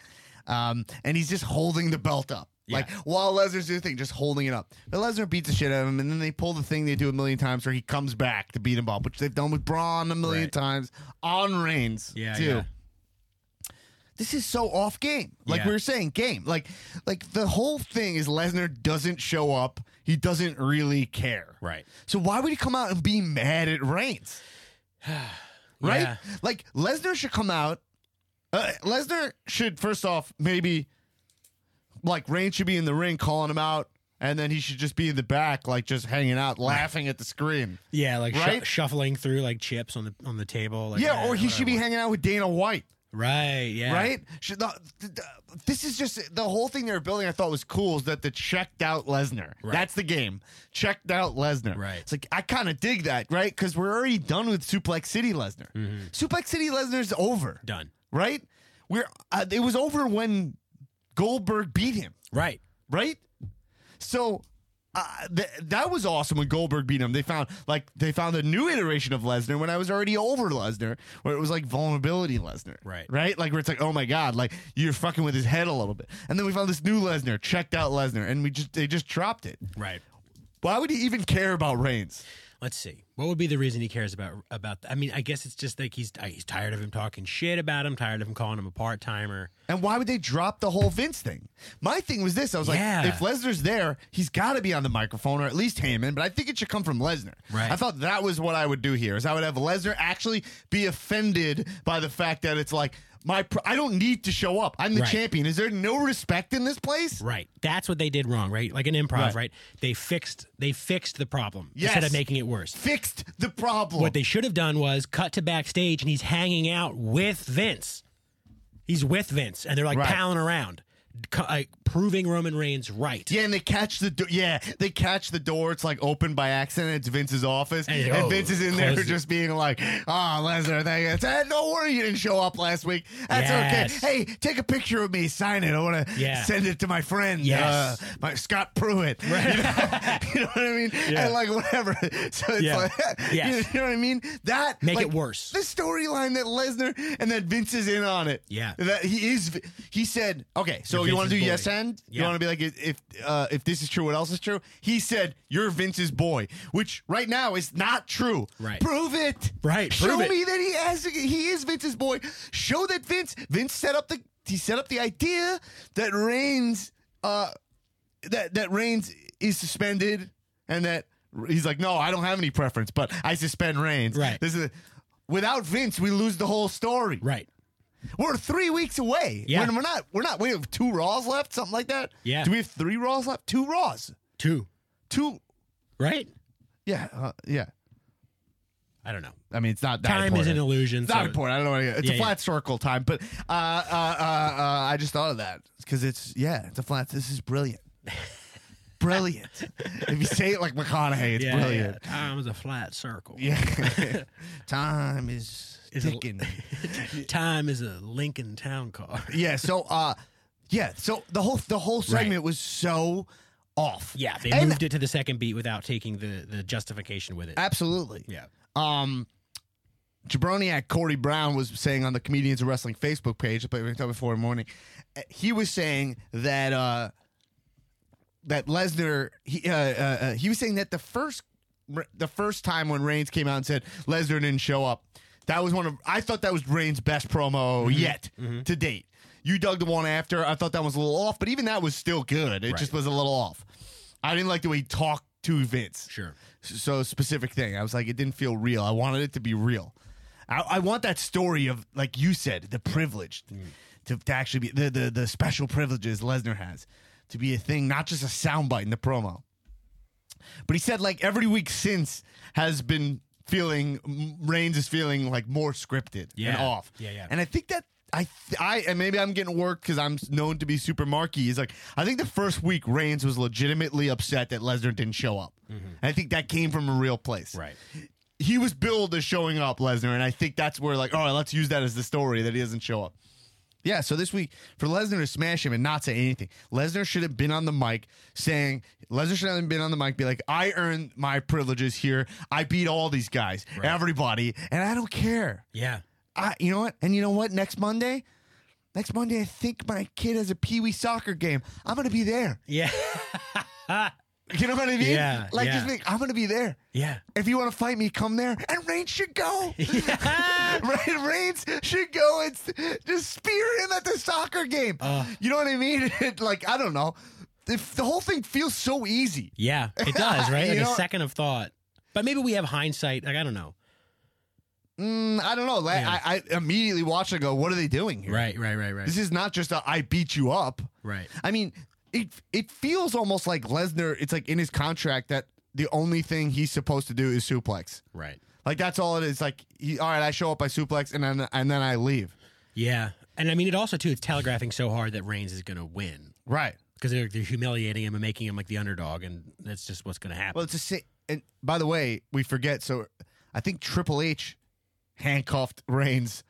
S1: um, and he's just holding the belt up. Like while Lesnar's doing the thing, just holding it up. But Lesnar beats the shit out of him, and then they pull the thing they do a million times where he comes back to beat him up, which they've done with Braun a million
S3: Right.
S1: times on Reigns
S3: Yeah,
S1: too
S3: yeah.
S1: this is so off game. Like
S3: Yeah.
S1: we were saying, game. Like like the whole thing is Lesnar doesn't show up. He doesn't really care.
S3: Right.
S1: So why would he come out and be mad at Reigns? right?
S3: Yeah.
S1: Like Lesnar should come out. Uh, Lesnar should first off maybe like Reigns should be in the ring calling him out, and then he should just be in the back, like just hanging out, laughing at the screen.
S3: Yeah, like shu-
S1: Right?
S3: shuffling through like chips on the on the table. Like,
S1: Yeah,
S3: eh,
S1: or he should be
S3: whatever.
S1: hanging out with Dana White.
S3: right. Yeah,
S1: right? Should the, th- th- this is just the whole thing they were building. I thought was cool is that the checked out Lesnar. That's the game. Checked out Lesnar.
S3: Right.
S1: It's like I kind of dig that, right? Because we're already done with Suplex City Lesnar. Suplex City Lesnar's over,
S3: Mm-hmm. Done.
S1: right? We're uh, it was over when Goldberg beat him,
S3: Right.
S1: right? So. Uh, th- that was awesome when Goldberg beat him. They found like they found a new iteration of Lesnar when I was already over Lesnar, where it was like vulnerability Lesnar,
S3: Right.
S1: right? Like where it's like, oh my god, like you're fucking with his head a little bit. And then we found this new Lesnar, checked out Lesnar, and we just they just dropped it.
S3: Right.
S1: Why would he even care about Reigns?
S3: Let's see. What would be the reason he cares about about? I mean, I guess it's just like he's uh, he's tired of him talking shit about him, tired of him calling him a part timer.
S1: And why would they drop the whole Vince thing? My thing was this: I was
S3: Yeah.
S1: like, if Lesnar's there, he's got to be on the microphone, or at least Heyman. But I think it should come from Lesnar.
S3: Right.
S1: I thought that was what I would do here: is I would have Lesnar actually be offended by the fact that it's like my pr- I don't need to show up. I'm the
S3: Right.
S1: champion. Is there no respect in this place?
S3: Right. That's what they did wrong. Right. Like an improv. Right.
S1: Right.
S3: They fixed they fixed the problem
S1: Yes.
S3: instead of making it worse.
S1: Fixed the problem.
S3: What they should have done was cut to backstage and he's hanging out with Vince. He's with Vince and they're like
S1: Right.
S3: palling around, cu- like proving Roman Reigns right.
S1: Yeah, and they catch the do- yeah they catch the door. It's like open by accident. It's Vince's office,
S3: And
S1: and,
S3: he- oh,
S1: Vince is in there
S3: close it.
S1: just being like, "Ah, Lesnar, thank you. Hey, don't worry, you didn't show up last week. That's
S3: Yes.
S1: okay. Hey, take a picture of me, sign it. I want to
S3: Yeah.
S1: send it to my friend,
S3: Yes.
S1: uh, my Scott Pruitt. You, know, you know what I mean? And like whatever. So it's
S3: Yeah.
S1: like,
S3: Yes.
S1: you, know what I mean? That
S3: Make
S1: like,
S3: it worse.
S1: The storyline that Lesnar and that Vince is in on it.
S3: Yeah.
S1: that he is. He said, okay, so
S3: You're
S1: you want to
S3: Vince's
S1: do
S3: boy.
S1: yes and you
S3: Yeah.
S1: want to be like if if, uh, if this is true, what else is true? He said you're Vince's boy, which right now is not true.
S3: Right.
S1: Prove it.
S3: Right,
S1: Show
S3: prove it.
S1: me that he has he is Vince's boy. Show that Vince Vince set up the he set up the idea that Reigns uh that that Reigns is suspended and that he's like no, I don't have any preference, but I suspend Reigns.
S3: Right.
S1: This is. Without Vince, we lose the whole story.
S3: Right.
S1: We're three weeks away.
S3: Yeah.
S1: When we're not, we're not. We have two Raws left, something like that.
S3: Yeah.
S1: Do we have three Raws left? Two Raws.
S3: Two.
S1: Two.
S3: Right.
S1: Yeah. Uh, yeah.
S3: I don't know.
S1: I mean, it's not that
S3: Time is
S1: important.
S3: an illusion.
S1: It's not
S3: so-
S1: important. I don't know. What it is. It's
S3: Yeah,
S1: a flat circle time, but uh, uh, uh, uh, I just thought of that because it's yeah, it's a flat. This is brilliant. brilliant. If you say it like McConaughey, it's
S3: Yeah,
S1: brilliant.
S3: yeah. Time is a flat circle.
S1: Yeah. time is,
S3: Is a-
S1: ticking.
S3: Time is a Lincoln Town Car.
S1: yeah. So, uh, yeah. So the whole the whole segment was so off.
S3: Yeah, they
S1: And-
S3: moved it to the second beat without taking the, the justification with it.
S1: Absolutely.
S3: yeah.
S1: Um, Jabroniac Corey Brown was saying on the Comedians of Wrestling Facebook page, I played it up before in the morning. uh, He was saying that uh, that Lesnar he uh, uh, uh, he was saying that the first the first time when Reigns came out and said Lesnar didn't show up, that was one of I thought that was Reigns' best promo yet to date. You dug the one after. I thought that was a little off, but even that was still good. It just was a little off. I didn't like the way he talked to Vince
S3: Sure.
S1: so specific thing. I was like, it didn't feel real. I wanted it to be real. I, I want that story of, like you said, the privilege to, to actually be the, the the special privileges Lesnar has to be a thing, not just a soundbite in the promo. But he said like every week since has been feeling M- Reigns is feeling like more scripted and
S3: Yeah.
S1: off.
S3: Yeah, yeah.
S1: And I think that. I, th- I and maybe I'm getting worked because I'm known to be super marky. He's like, I think the first week Reigns was legitimately upset that Lesnar didn't show up. And I think that came from a real place.
S3: Mm-hmm. Right.
S1: He was billed as showing up, Lesnar, and I think that's where like, all right, let's use that as the story that he doesn't show up. Yeah, so this week for Lesnar to smash him and not say anything, Lesnar should have been on the mic saying Lesnar should have been on the mic, be like, I earned my privileges here. I beat all these guys, everybody, and I don't care.
S3: Yeah.
S1: I, you know what? And you know what? Next Monday, next Monday, I think my kid has a pee wee soccer game. I'm gonna be there.
S3: Yeah.
S1: You know what I mean?
S3: Yeah,
S1: Like
S3: yeah.
S1: just be, I'm gonna be there.
S3: Yeah.
S1: If you want to fight me, come there. And Reigns should go. right? Reigns should go and s- just spear him at the soccer game.
S3: Uh.
S1: you know what I mean? like, I don't know. If the whole thing feels so easy.
S3: Yeah. It does, right?
S1: You
S3: Like a
S1: know-
S3: second of thought. But maybe we have hindsight. Like I don't know.
S1: Mm, I don't know. Like,
S3: Yeah.
S1: I, I immediately watch and go, what are they doing here?
S3: Right, right, right, right.
S1: This is not just a I beat you up.
S3: right.
S1: I mean, it it feels almost like Lesnar, it's like in his contract that the only thing he's supposed to do is suplex.
S3: Right.
S1: Like that's all it is. Like, he, all right, I show up, I suplex, and then and then I leave.
S3: Yeah. And I mean it also too, it's telegraphing so hard that Reigns is gonna win.
S1: Right.
S3: Because they're, they're humiliating him and making him like the underdog, and that's just what's going to happen.
S1: Well, it's a si- and by the way, we forget. So I think Triple H handcuffed Reigns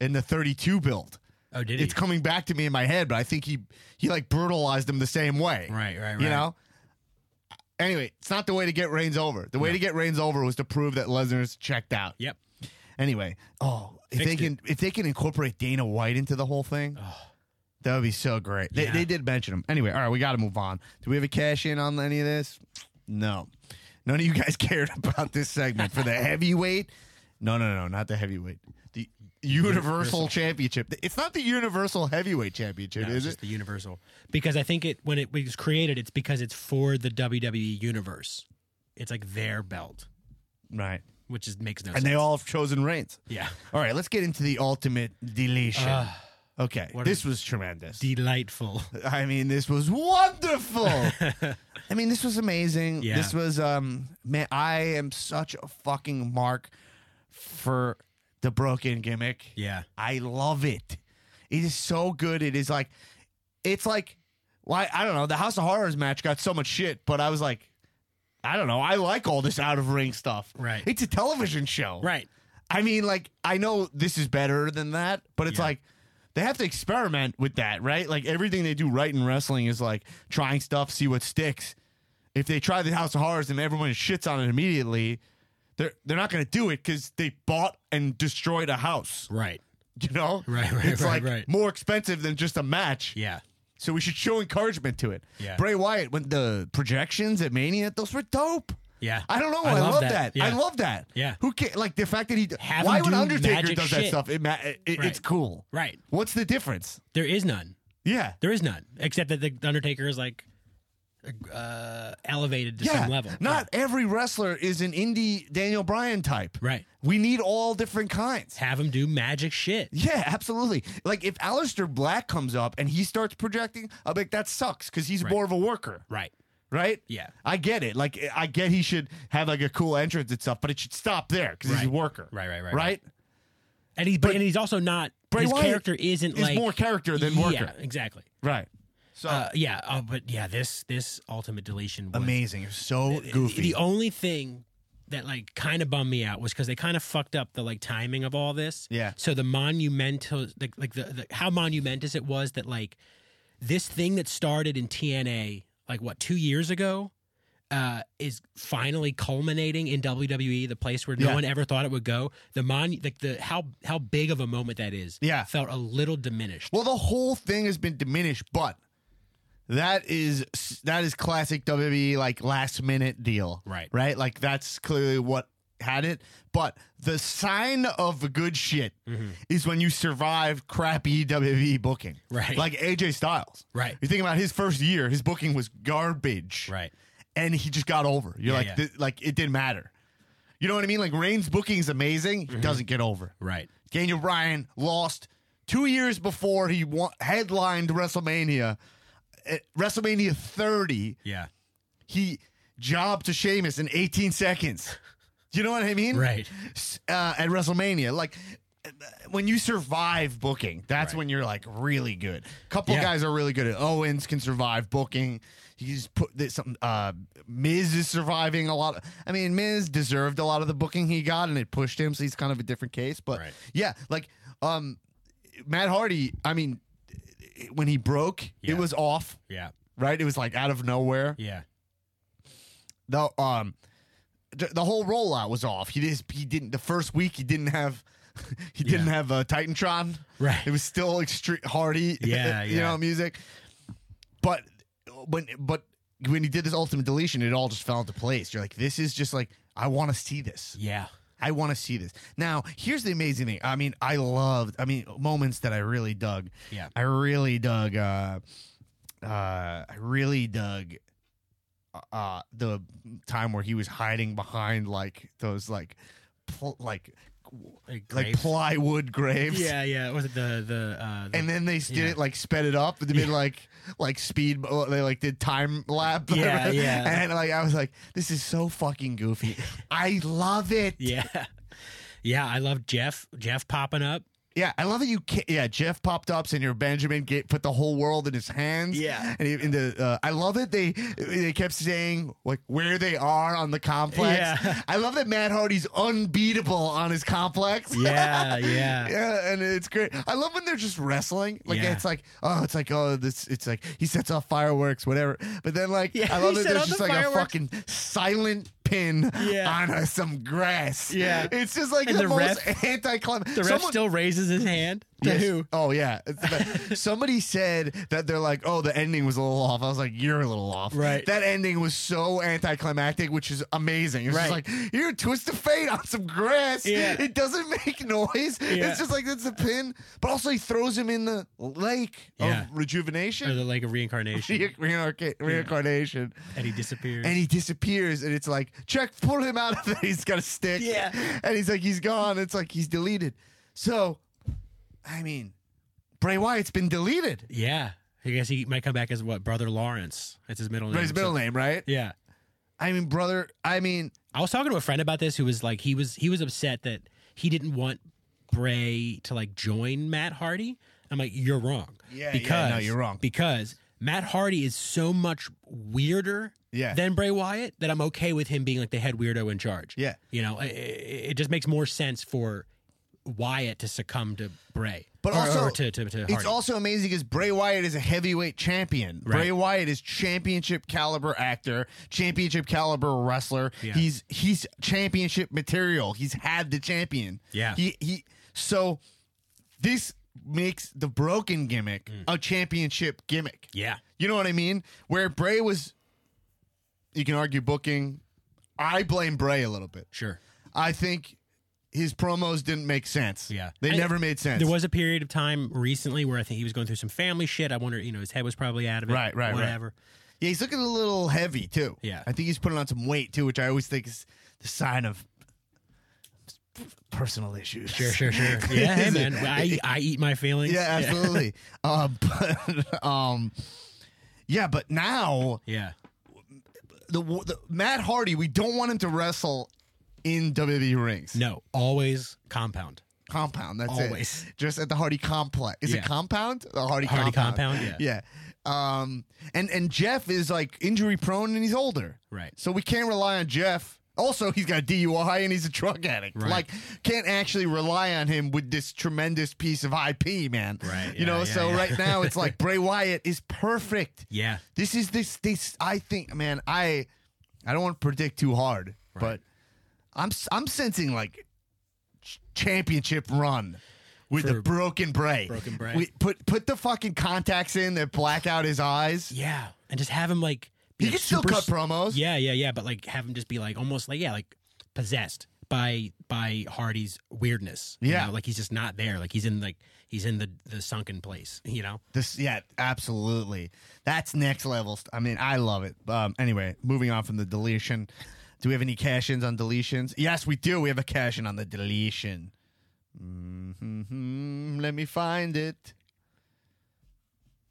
S1: in the 32 build.
S3: oh, did he?
S1: It's coming back to me in my head, but I think he he like brutalized him the same way.
S3: right, right, right.
S1: You know. Anyway, it's not the way to get Reigns over. The way to get Reigns over was to prove that Lesnar's checked out.
S3: Yep.
S1: Anyway, oh, if
S3: Fixed
S1: they can if they can incorporate Dana White into the whole thing, that would be so great. They,
S3: Yeah.
S1: they did mention him. Anyway, all right, we got to move on. Do we have a cash in on any of this? No. None of you guys cared about this segment for the heavyweight. No, no, no, not the heavyweight. The Universal, Championship. It's not the Universal Heavyweight Championship,
S3: No, it's
S1: is
S3: just
S1: it?
S3: the universal because I think it when it was created, it's because it's for the WWE universe. It's like their belt,
S1: Right.
S3: which is makes no
S1: And
S3: sense.
S1: they all have chosen reigns.
S3: yeah,
S1: All right, let's get into the ultimate deletion. okay,
S3: what
S1: this was tremendous.
S3: delightful.
S1: I mean, this was wonderful. I mean, this was amazing.
S3: Yeah.
S1: This was um man, I am such a fucking mark for the broken gimmick.
S3: Yeah,
S1: I love it. It is so good. It is like it's like why I don't know, the House of Horrors match got so much shit, but I was like I don't know. I like all this out of ring stuff.
S3: Right.
S1: It's a television show.
S3: right.
S1: I mean, like, I know this is better than that, but it's
S3: Yeah.
S1: like they have to experiment with that, right? Like, everything they do right in wrestling is like trying stuff, see what sticks. If they try the House of Horrors and everyone shits on it immediately, they're they're not going to do it because they bought and destroyed a house.
S3: Right.
S1: You know,
S3: Right, right,
S1: It's
S3: right,
S1: like
S3: right.
S1: more expensive than just a match.
S3: Yeah.
S1: So we should show encouragement to it.
S3: Yeah.
S1: Bray Wyatt when the projections at Mania, those were dope.
S3: Yeah.
S1: I don't know. I,
S3: I love
S1: love that.
S3: that.
S1: I
S3: Yeah.
S1: love that.
S3: Yeah.
S1: Who ca Like the fact that he.
S3: Have
S1: why
S3: him
S1: when
S3: do
S1: Undertaker
S3: magic
S1: does that
S3: shit.
S1: stuff? It, ma- it, it- It's
S3: Right.
S1: cool.
S3: Right.
S1: What's the difference?
S3: There is none.
S1: Yeah.
S3: There is none except that the Undertaker is like uh, elevated to
S1: yeah.
S3: some level.
S1: Not every wrestler is an indie Daniel Bryan type.
S3: Right.
S1: We need all different kinds.
S3: have him do magic shit.
S1: Yeah, absolutely. Like if Aleister Black comes up and he starts projecting, I'll be like, that sucks because he's more of a worker.
S3: Right.
S1: right?
S3: Yeah.
S1: I get it. Like I get he should have like a cool entrance and stuff, but it should stop there because he's a
S3: Right.
S1: worker.
S3: Right, right, right,
S1: Right?
S3: right. And he's but,
S1: But-
S3: and he's also not
S1: Bray
S3: his
S1: Wyatt
S3: character isn't
S1: is
S3: like
S1: more character than
S3: yeah,
S1: worker.
S3: Exactly.
S1: Right. So
S3: Uh, yeah. Oh, but yeah, this this ultimate deletion was
S1: amazing. It was so goofy.
S3: The only thing that like kind of bummed me out was because they kind of fucked up the like timing of all this.
S1: Yeah.
S3: So the monumental, like, like the, the how monumentous it was that like this thing that started in TNA like what two years ago uh, is finally culminating in WWE, the place where no
S1: Yeah.
S3: one ever thought it would go. The mon, like the how how big of a moment that is.
S1: Yeah.
S3: Felt a little diminished.
S1: well, the whole thing has been diminished, but that is that is classic WWE like last minute deal.
S3: Right.
S1: Right? Like that's clearly what had it. But the sign of good shit
S3: Mm-hmm.
S1: is when you survive crappy WWE booking.
S3: Right.
S1: Like AJ Styles.
S3: Right.
S1: You think about his first year, his booking was garbage.
S3: Right.
S1: and he just got over. You're
S3: Yeah,
S1: like,
S3: yeah.
S1: th- like it didn't matter. You know what I mean? Like Reigns' booking is amazing.
S3: Mm-hmm.
S1: He doesn't get over.
S3: Right.
S1: Daniel Bryan lost two years before he wa- headlined WrestleMania. At WrestleMania 30,
S3: Yeah.
S1: he jobbed to Sheamus in 18 seconds. You know what I mean?
S3: Right.
S1: S- Uh, at WrestleMania, like uh, when you survive booking, that's when you're like really good. Couple
S3: Yeah.
S1: guys are really good at Owens can survive booking. He's put this, some uh, Miz is surviving a lot. I mean, Miz deserved a lot of the booking he got, and it pushed him, so he's kind of a different case. But
S3: Right.
S1: yeah, like um, Matt Hardy. I mean, when he broke,
S3: Yeah.
S1: it was off.
S3: Yeah.
S1: Right, it was like out of nowhere
S3: Yeah.
S1: the um th- the whole rollout was off. He just he didn't the first week he didn't have he didn't have uh, Titantron.
S3: Right.
S1: It was still extreme Hardy.
S3: Yeah,
S1: you
S3: yeah.
S1: know music. But when but when he did this ultimate deletion, it all just fell into place. You're like, this is just like I want to see this.
S3: Yeah.
S1: I want to see this. Now, here's the amazing thing. I mean, I loved. I mean, moments that I really dug.
S3: Yeah.
S1: I really dug. Uh, uh, I really dug. Uh, the time where he was hiding behind like those like, pl- like
S3: Like,
S1: like
S3: graves.
S1: plywood graves.
S3: Yeah. Yeah. Was it the the uh, the
S1: And then they did
S3: Yeah.
S1: it like sped it up. They did like like speed. uh, They like did time lap.
S3: Yeah, yeah.
S1: And like I was like, this is so fucking goofy. I love it.
S3: Yeah. Yeah, I love Jeff. Jeff popping up.
S1: Yeah, I love that you. Ca- yeah, Jeff popped up, and your Benjamin ga- put the whole world in his hands.
S3: Yeah.
S1: and he, in the uh, I love that they they kept saying like where they are on the complex.
S3: Yeah.
S1: I love that Matt Hardy's unbeatable on his complex.
S3: Yeah, yeah.
S1: Yeah, and it's great. I love when they're just wrestling. Like
S3: Yeah.
S1: it's like, oh, it's like, oh, this. It's like he sets off fireworks, whatever. But then, like,
S3: Yeah,
S1: I love
S3: he
S1: that
S3: set
S1: there's
S3: off
S1: just
S3: the
S1: like a
S3: fireworks.
S1: fucking silent pin
S3: Yeah.
S1: on uh, some grass.
S3: Yeah.
S1: It's just like
S3: And
S1: the,
S3: the
S1: most
S3: ref-
S1: anticlimactic.
S3: The ref still raises his hand to
S1: Yes.
S3: who?
S1: Oh yeah. It's the- Somebody said that they're like, "Oh, the ending was a little off." I was like, "You're a little off."
S3: Right.
S1: That ending was so anticlimactic, which is amazing. It's
S3: Right.
S1: just like you're a twist of fate on some grass.
S3: Yeah.
S1: It doesn't make noise.
S3: Yeah.
S1: It's just like that's a pin. But also, he throws him in the lake
S3: Yeah.
S1: of rejuvenation,
S3: Or the like a reincarnation,
S1: Re- reincarca- reincarnation,
S3: and he disappears.
S1: and he disappears. And it's like, check, pull him out of there. He's got a stick.
S3: Yeah.
S1: And he's like, he's gone. It's like he's deleted. So, I mean, Bray Wyatt's been deleted.
S3: yeah, I guess he might come back as what brother Lawrence. That's his middle name.
S1: His middle name, right?
S3: So- yeah,
S1: I mean, brother. I mean,
S3: I was talking to a friend about this who was like he was he was upset that he didn't want Bray to like join Matt Hardy. I'm like, you're wrong.
S1: Yeah, yeah, no, you're wrong.
S3: Because Matt Hardy is so much weirder
S1: Yeah.
S3: than Bray Wyatt that I'm okay with him being like the head weirdo in charge.
S1: Yeah.
S3: You know, it, it just makes more sense for Wyatt to succumb to Bray.
S1: But
S3: Or-
S1: also,
S3: or to, to, to Hardy.
S1: it's also amazing because Bray Wyatt is a heavyweight champion. Bray Wyatt is championship caliber actor, championship caliber wrestler. He's he's championship material. He's had the champion.
S3: Yeah.
S1: He he. So this makes the broken gimmick a championship gimmick.
S3: Mm. yeah.
S1: You know what I mean? Where Bray was, you can argue booking. I blame Bray a little bit.
S3: Sure.
S1: I think his promos didn't make sense.
S3: Yeah.
S1: They
S3: I-
S1: never made sense.
S3: There was a period of time recently where I think he was going through some family shit. I wonder, you know, his head was probably out of it.
S1: Right, right, right.
S3: Whatever.
S1: yeah, he's looking a little heavy too.
S3: Yeah.
S1: I think he's putting on some weight too, which I always think is the sign of personal issues.
S3: Sure, sure, sure. Yeah, hey,
S1: Is
S3: man.
S1: it-
S3: I, I eat my feelings.
S1: Yeah, absolutely. uh, but um, yeah, but now
S3: Yeah.
S1: the, the Matt Hardy, we don't want him to wrestle in WWE rings.
S3: No, always compound.
S1: compound. That's
S3: Always.
S1: it. Just at the Hardy complex. Is it
S3: Yeah.
S1: compound? The Hardy,
S3: Hardy
S1: compound.
S3: compound,
S1: Yeah. Um. And and Jeff is like injury prone and he's older.
S3: Right.
S1: So we can't rely on Jeff. Also, he's got DUI and he's a drug addict.
S3: Right.
S1: Like, can't actually rely on him with this tremendous piece of IP, man.
S3: Right,
S1: you know.
S3: yeah,
S1: so
S3: yeah, yeah.
S1: right now, it's like Bray Wyatt is perfect.
S3: Yeah.
S1: This is this this I think man I I don't want to predict too hard but I'm s- I'm sensing like ch- championship run with the
S3: For-
S1: broken Bray.
S3: Broken Bray.
S1: We put put the fucking contacts in that black out his eyes.
S3: Yeah. And just have him like.
S1: He
S3: like,
S1: can still
S3: super-
S1: cut promos.
S3: Yeah, yeah, yeah. But like have him just be like almost like, yeah, like possessed by by Hardy's weirdness. you
S1: Yeah.
S3: know? Like he's just not there. Like he's in like, he's in the, the sunken place, you know?
S1: This yeah, absolutely. That's next level. st- I mean, I love it. Um anyway, moving on from the deletion. Do we have any cash ins on deletions? Yes, we do. We have a cash in on the deletion. hmm Let me find it.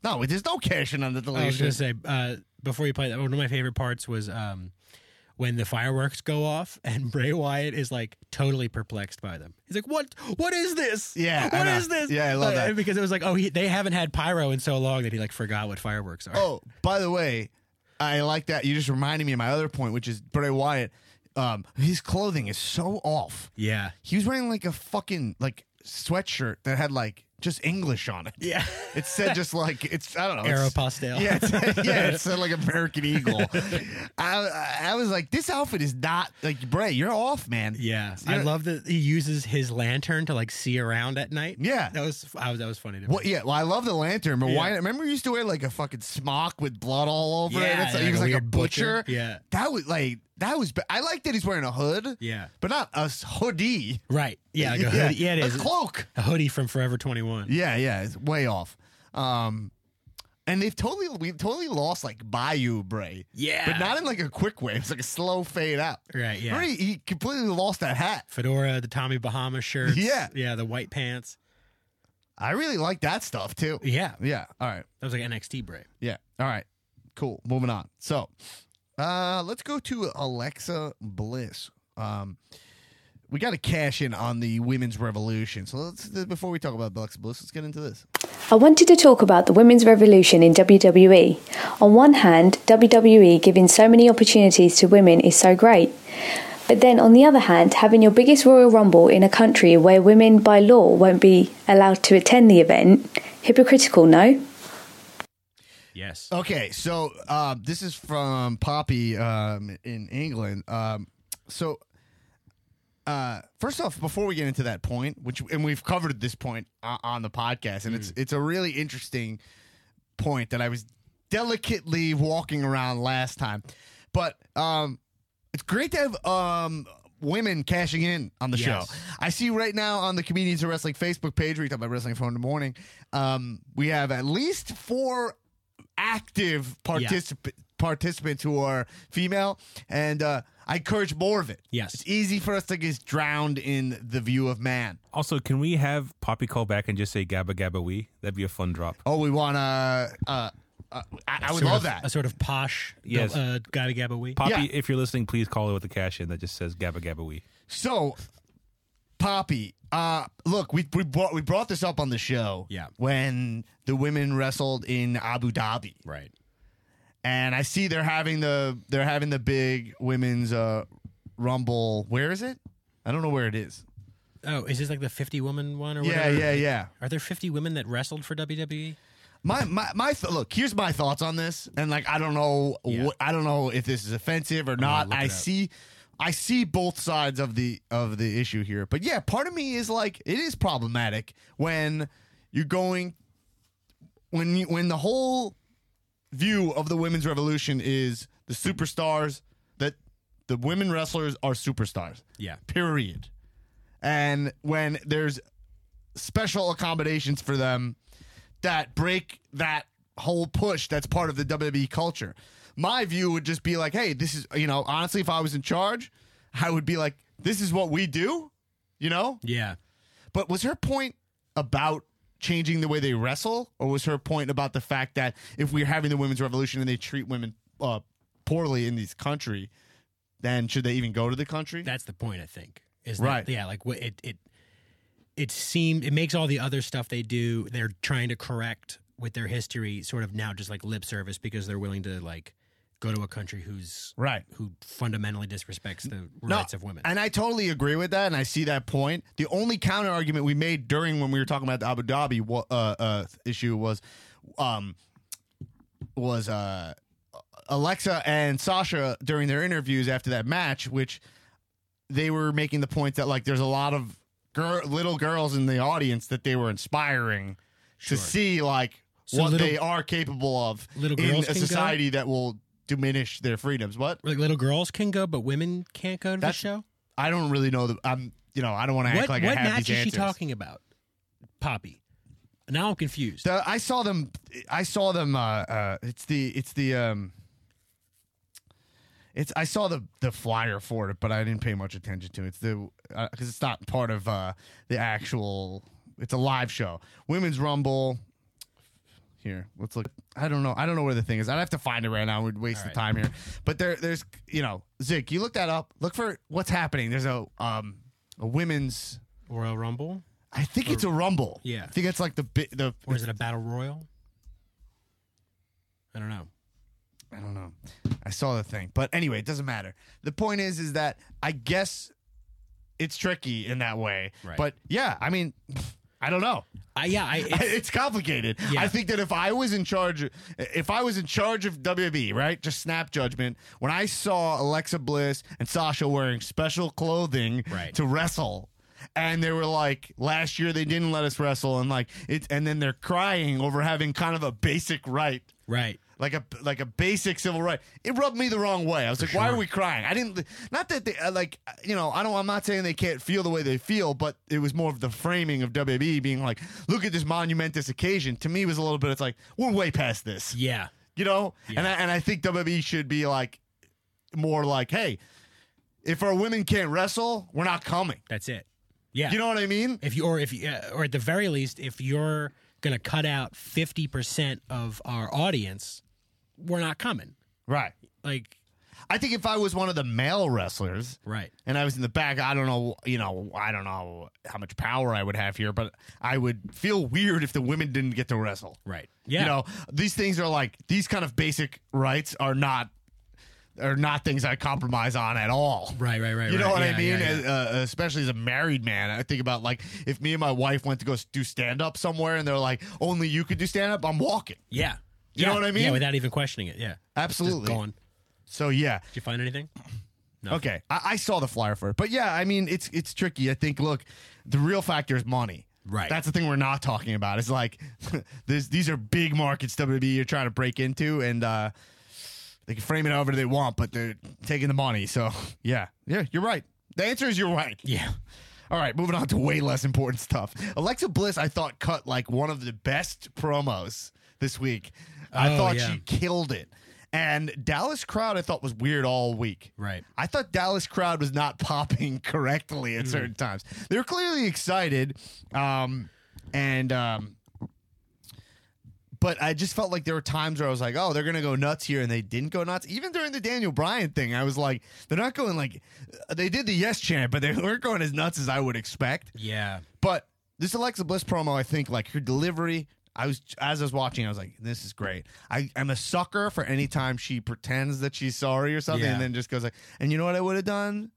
S1: No, there's no cash in on the
S3: I was
S1: deletion.
S3: gonna say uh, before you play that one of my favorite parts was um, when the fireworks go off and Bray Wyatt is like totally perplexed by them. He's like, "What? What is this?
S1: Yeah, I
S3: what
S1: know.
S3: is this?
S1: Yeah, I love
S3: Uh,
S1: that.
S3: because it was like, oh, he, they haven't had pyro in so long that he like forgot what fireworks are.
S1: Oh, by the way, I like that. You just reminded me of my other point, which is Bray Wyatt. Um, his clothing is so off.
S3: yeah,
S1: He was wearing like a fucking like sweatshirt that had like just English on it.
S3: yeah,
S1: It said just like it's I don't know. it's-
S3: Aeropostale.
S1: Yeah, it's, yeah, it said like American Eagle. I I was like, this outfit is not like Bray. You're off, man.
S3: yeah. I love that he uses his lantern to like see around at night.
S1: Yeah.
S3: that was I was that was funny. To me.
S1: What, yeah, well, I love the lantern, but why?
S3: Yeah.
S1: Remember, you used to wear like a fucking smock with blood all over it.
S3: Yeah,
S1: It's like,
S3: yeah,
S1: he was
S3: like
S1: like
S3: a
S1: a
S3: weird butcher.
S1: butcher.
S3: Yeah.
S1: that was like that was. ba- I like that he's wearing a hood.
S3: Yeah.
S1: but not a s- hoodie.
S3: Right. Yeah. Like a
S1: Yeah,
S3: hoodie. Yeah, it
S1: a
S3: is.
S1: cloak.
S3: A hoodie from Forever 21.
S1: Yeah, yeah, it's way off. Um, and they've totally we've totally lost like Bayou Bray.
S3: Yeah.
S1: but not in like a quick way. It's like a slow fade out.
S3: Right, yeah.
S1: Remember, he, he completely lost that hat.
S3: Fedora, the Tommy Bahama shirts.
S1: Yeah.
S3: Yeah, the white pants.
S1: I really like that stuff too.
S3: Yeah.
S1: Yeah. All right.
S3: That was like NXT break.
S1: Yeah. All right. Cool. Moving on. So, uh, let's go to Alexa Bliss. Um, we got to cash in on the women's revolution. So let's before we talk about Alexa Bliss, let's get into this.
S8: I wanted to talk about the women's revolution in WWE. On one hand, WWE giving so many opportunities to women is so great. But then, on the other hand, having your biggest Royal Rumble in a country where women by law won't be allowed to attend the event, hypocritical, no?
S3: Yes.
S1: Okay, so uh, this is from Poppy um, in England. Um, so, uh, first off, before we get into that point, which and we've covered this point o- on the podcast, and it's it's a really interesting point that I was delicately walking around last time, but um, it's great to have um, women cashing in on the
S3: Yes.
S1: show. I see right now on the Comedians of Wrestling Facebook page, we talk about wrestling from the morning. Um, we have at least four active particip- participants who are female, and uh, I encourage more of it.
S3: Yes.
S1: it's easy for us to get drowned in the view of man.
S4: Also, can we have Poppy call back and just say "Gabba Gabba Wee"? That'd be a fun drop.
S1: Oh, we want to. Uh, uh, I, I would
S3: Sort
S1: love
S3: of-
S1: that.
S3: A sort of posh,
S4: Yes.
S3: uh, Gabba Gabba Wee.
S4: Poppy,
S1: Yeah.
S4: if you're listening, please call it with a cash in that just says "Gabba Gabba Wee."
S1: So, Poppy, uh, look, we we brought we brought this up on the show.
S3: Yeah.
S1: when the women wrestled in Abu Dhabi,
S3: Right.
S1: and I see they're having the they're having the big women's uh, rumble. Where is it? I don't know where it is.
S3: Oh, is this like the 50 woman one or
S1: Yeah,
S3: whatever?
S1: yeah, yeah.
S3: Are there 50 women that wrestled for E? WWE?
S1: My my my th- look. Here's my thoughts on this, and like I don't know,
S3: Yeah.
S1: what, I don't know if this is offensive or not.
S3: look it
S1: I
S3: up.
S1: see, I see both sides of the of the issue here. But yeah, part of me is like it is problematic when you're going when you, when the whole view of the women's revolution is the superstars that the women wrestlers are superstars.
S3: Yeah.
S1: Period. And when there's special accommodations for them that break that whole push that's part of the WWE culture. My view would just be like, hey, this is, you know, honestly, if I was in charge, I would be like, this is what we do, you know?
S3: Yeah.
S1: But was her point about changing the way they wrestle, or was her point about the fact that if we're having the women's revolution and they treat women uh, poorly in this country, then should they even go to the country?
S3: That's the point, I think. Is
S1: Right.
S3: That, yeah, like what it it it seemed it makes all the other stuff they do they're trying to correct with their history sort of now just like lip service because they're willing to like go to a country who's
S1: right.
S3: who fundamentally disrespects the
S1: No,
S3: rights of women.
S1: And I totally agree with that, and I see that point. The only counter argument we made during when we were talking about the Abu Dhabi wa- uh, uh, issue was, um, was uh, Alexa and Sasha during their interviews after that match, which they were making the point that like there's a lot of gir- little girls in the audience that they were inspiring to see like
S3: So
S1: what
S3: little-
S1: they are capable of
S3: little
S1: in
S3: girls
S1: a
S3: can go?
S1: society that will diminish their freedoms. What?
S3: like little girls can go, but women can't go to the
S1: That's-
S3: show.
S1: I don't really know the. I'm you know I don't want to act
S3: What
S1: like
S3: what
S1: I have
S3: match
S1: these
S3: is she
S1: answers.
S3: talking about, Poppy? Now I'm confused.
S1: The- I saw them. I saw them. Uh, uh, it's the it's the um. It's I saw the the flyer for it, but I didn't pay much attention to it. It's the because it's not part of uh, the actual. It's a live show. Women's Rumble. Here, let's look. I don't know. I don't know where the thing is. I'd have to find it right now. We'd waste the time here. But there, there's you know, Zig, you look that up. Look for what's happening. There's a um a women's
S3: Royal Rumble,
S1: I think it's a rumble.
S3: Yeah.
S1: I think it's like the bi- the.
S3: or is it a battle royal? I don't know.
S1: I don't know. I saw the thing, but anyway, it doesn't matter. The point is, is that I guess it's tricky in that way.
S3: Right.
S1: But yeah, I mean, I don't know.
S3: I, yeah, I, it's-
S1: It's complicated.
S3: Yeah.
S1: I think that if I was in charge, if I was in charge of WWE, right, just snap judgment. When I saw Alexa Bliss and Sasha wearing special clothing
S3: Right.
S1: to wrestle. And they were like, last year they didn't let us wrestle, and like it's, and then they're crying over having kind of a basic right
S3: right.
S1: like a like a basic civil right. It rubbed me the wrong way. I was like, why are we crying? I didn't. Not that they uh, like you know. I don't. I'm not saying they can't feel the way they feel, but it was more of the framing of WWE being like, look at this monumentous occasion. To me, it was a little bit. It's like we're way past this,
S3: Yeah.
S1: you know. And I, and I think WWE should be like more like, hey, if our women can't wrestle, we're not coming.
S3: That's it. Yeah.
S1: You know what I mean?
S3: if you or if you, uh, or at the very least, if you're gonna cut out fifty percent of our audience, we're not coming.
S1: Right.
S3: Like,
S1: I think if I was one of the male wrestlers,
S3: right.
S1: and I was in the back. I don't know, you know, I don't know how much power I would have here, but I would feel weird if the women didn't get to wrestle.
S3: Right. Yeah.
S1: You know, these things are like these kind of basic rights are not are not things I compromise on at all.
S3: Right, right, right.
S1: You know
S3: right.
S1: what I
S3: Yeah,
S1: mean?
S3: yeah, yeah.
S1: As- Uh, especially as a married man, I think about like if me and my wife went to go s- do stand up somewhere, and they're like, "Only you could do stand up." I'm walking.
S3: Yeah.
S1: You know what I mean?
S3: Yeah, without even questioning it. Yeah.
S1: Absolutely.
S3: Just gone.
S1: So yeah.
S3: Did you find anything?
S1: Okay, I, I saw the flyer for it, but yeah, I mean, it's it's tricky. I think. Look, the real factor is money.
S3: Right.
S1: That's the thing we're not talking about. It's like this, these are big markets WWE are trying to break into, and uh, they can frame it however they want, but they're taking the money. So yeah, yeah, you're right. The answer is you're right.
S3: Yeah.
S1: All right, moving on to way less important stuff. Alexa Bliss, I thought, cut like one of the best promos this week. I
S3: Oh,
S1: thought
S3: yeah.
S1: she killed it. And Dallas Crowd, I thought, was weird all week.
S3: Right.
S1: I thought Dallas Crowd was not popping correctly at certain times. They were clearly excited. Um, and. Um, but I just felt like there were times where I was like, oh, they're going to go nuts here. And they didn't go nuts. Even during the Daniel Bryan thing, I was like, they're not going like, they did the yes chant, but they weren't going as nuts as I would expect.
S3: Yeah.
S1: But this Alexa Bliss promo, I think, like her delivery, I was as I was watching, I was like, this is great. I, I'm a sucker for any time she pretends that she's sorry or something,
S3: Yeah.
S1: and then just goes like, and you know what I would have done?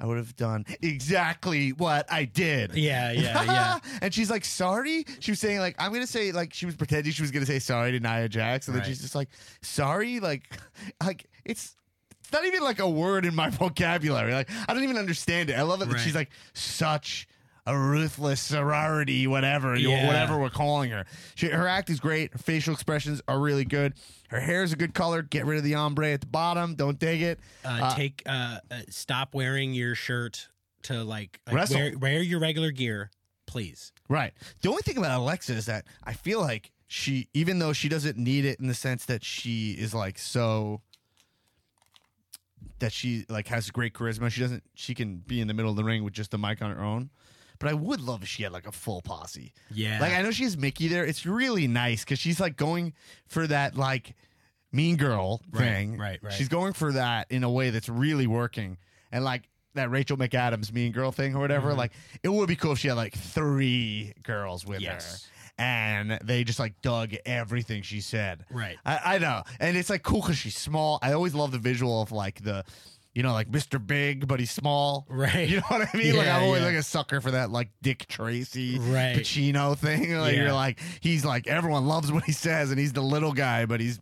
S1: I would have done exactly what I did.
S3: Yeah, yeah, yeah.
S1: and she's like, sorry. She was saying like, I'm gonna say like she was pretending she was gonna say sorry to Nia Jax, and
S3: Right.
S1: then she's just like, sorry, like, like it's. It's not even like a word in my vocabulary. Like I don't even understand it. I love it that
S3: Right.
S1: she's like such a ruthless sorority, whatever, you-
S3: Yeah.
S1: whatever we're calling her. She, her act is great. Her facial expressions are really good. Her hair is a good color. Get rid of the ombre at the bottom. Don't dig it.
S3: Uh, take uh, uh stop wearing your shirt to like, like,
S1: Wrestle.
S3: wear, wear your regular gear, please.
S1: Right. The only thing about Alexa is that I feel like she, even though she doesn't need it in the sense that she is like so, that she like has great charisma. She doesn't. She can be in the middle of the ring with just the mic on her own. But I would love if she had like a full posse.
S3: Yeah.
S1: Like I know she has Mickey there. It's really nice because she's like going for that like mean girl
S3: Right,
S1: thing.
S3: right, right.
S1: She's going for that in a way that's really working. And like that Rachel McAdams mean girl thing or whatever,
S3: Mm-hmm.
S1: like it would be cool if she had like three girls with
S3: Yes.
S1: her. And they just like dug everything she said.
S3: Right.
S1: I, I know. And it's like cool because she's small. I always love the visual of like the, you know, like Mr. Big, but he's small.
S3: Right.
S1: You know what I mean? like
S3: Yeah,
S1: I'm always
S3: yeah.
S1: like a sucker for that like Dick Tracy,
S3: Right.
S1: Pacino thing. Like
S3: Yeah.
S1: you're like he's like everyone loves what he says, and he's the little guy, but he's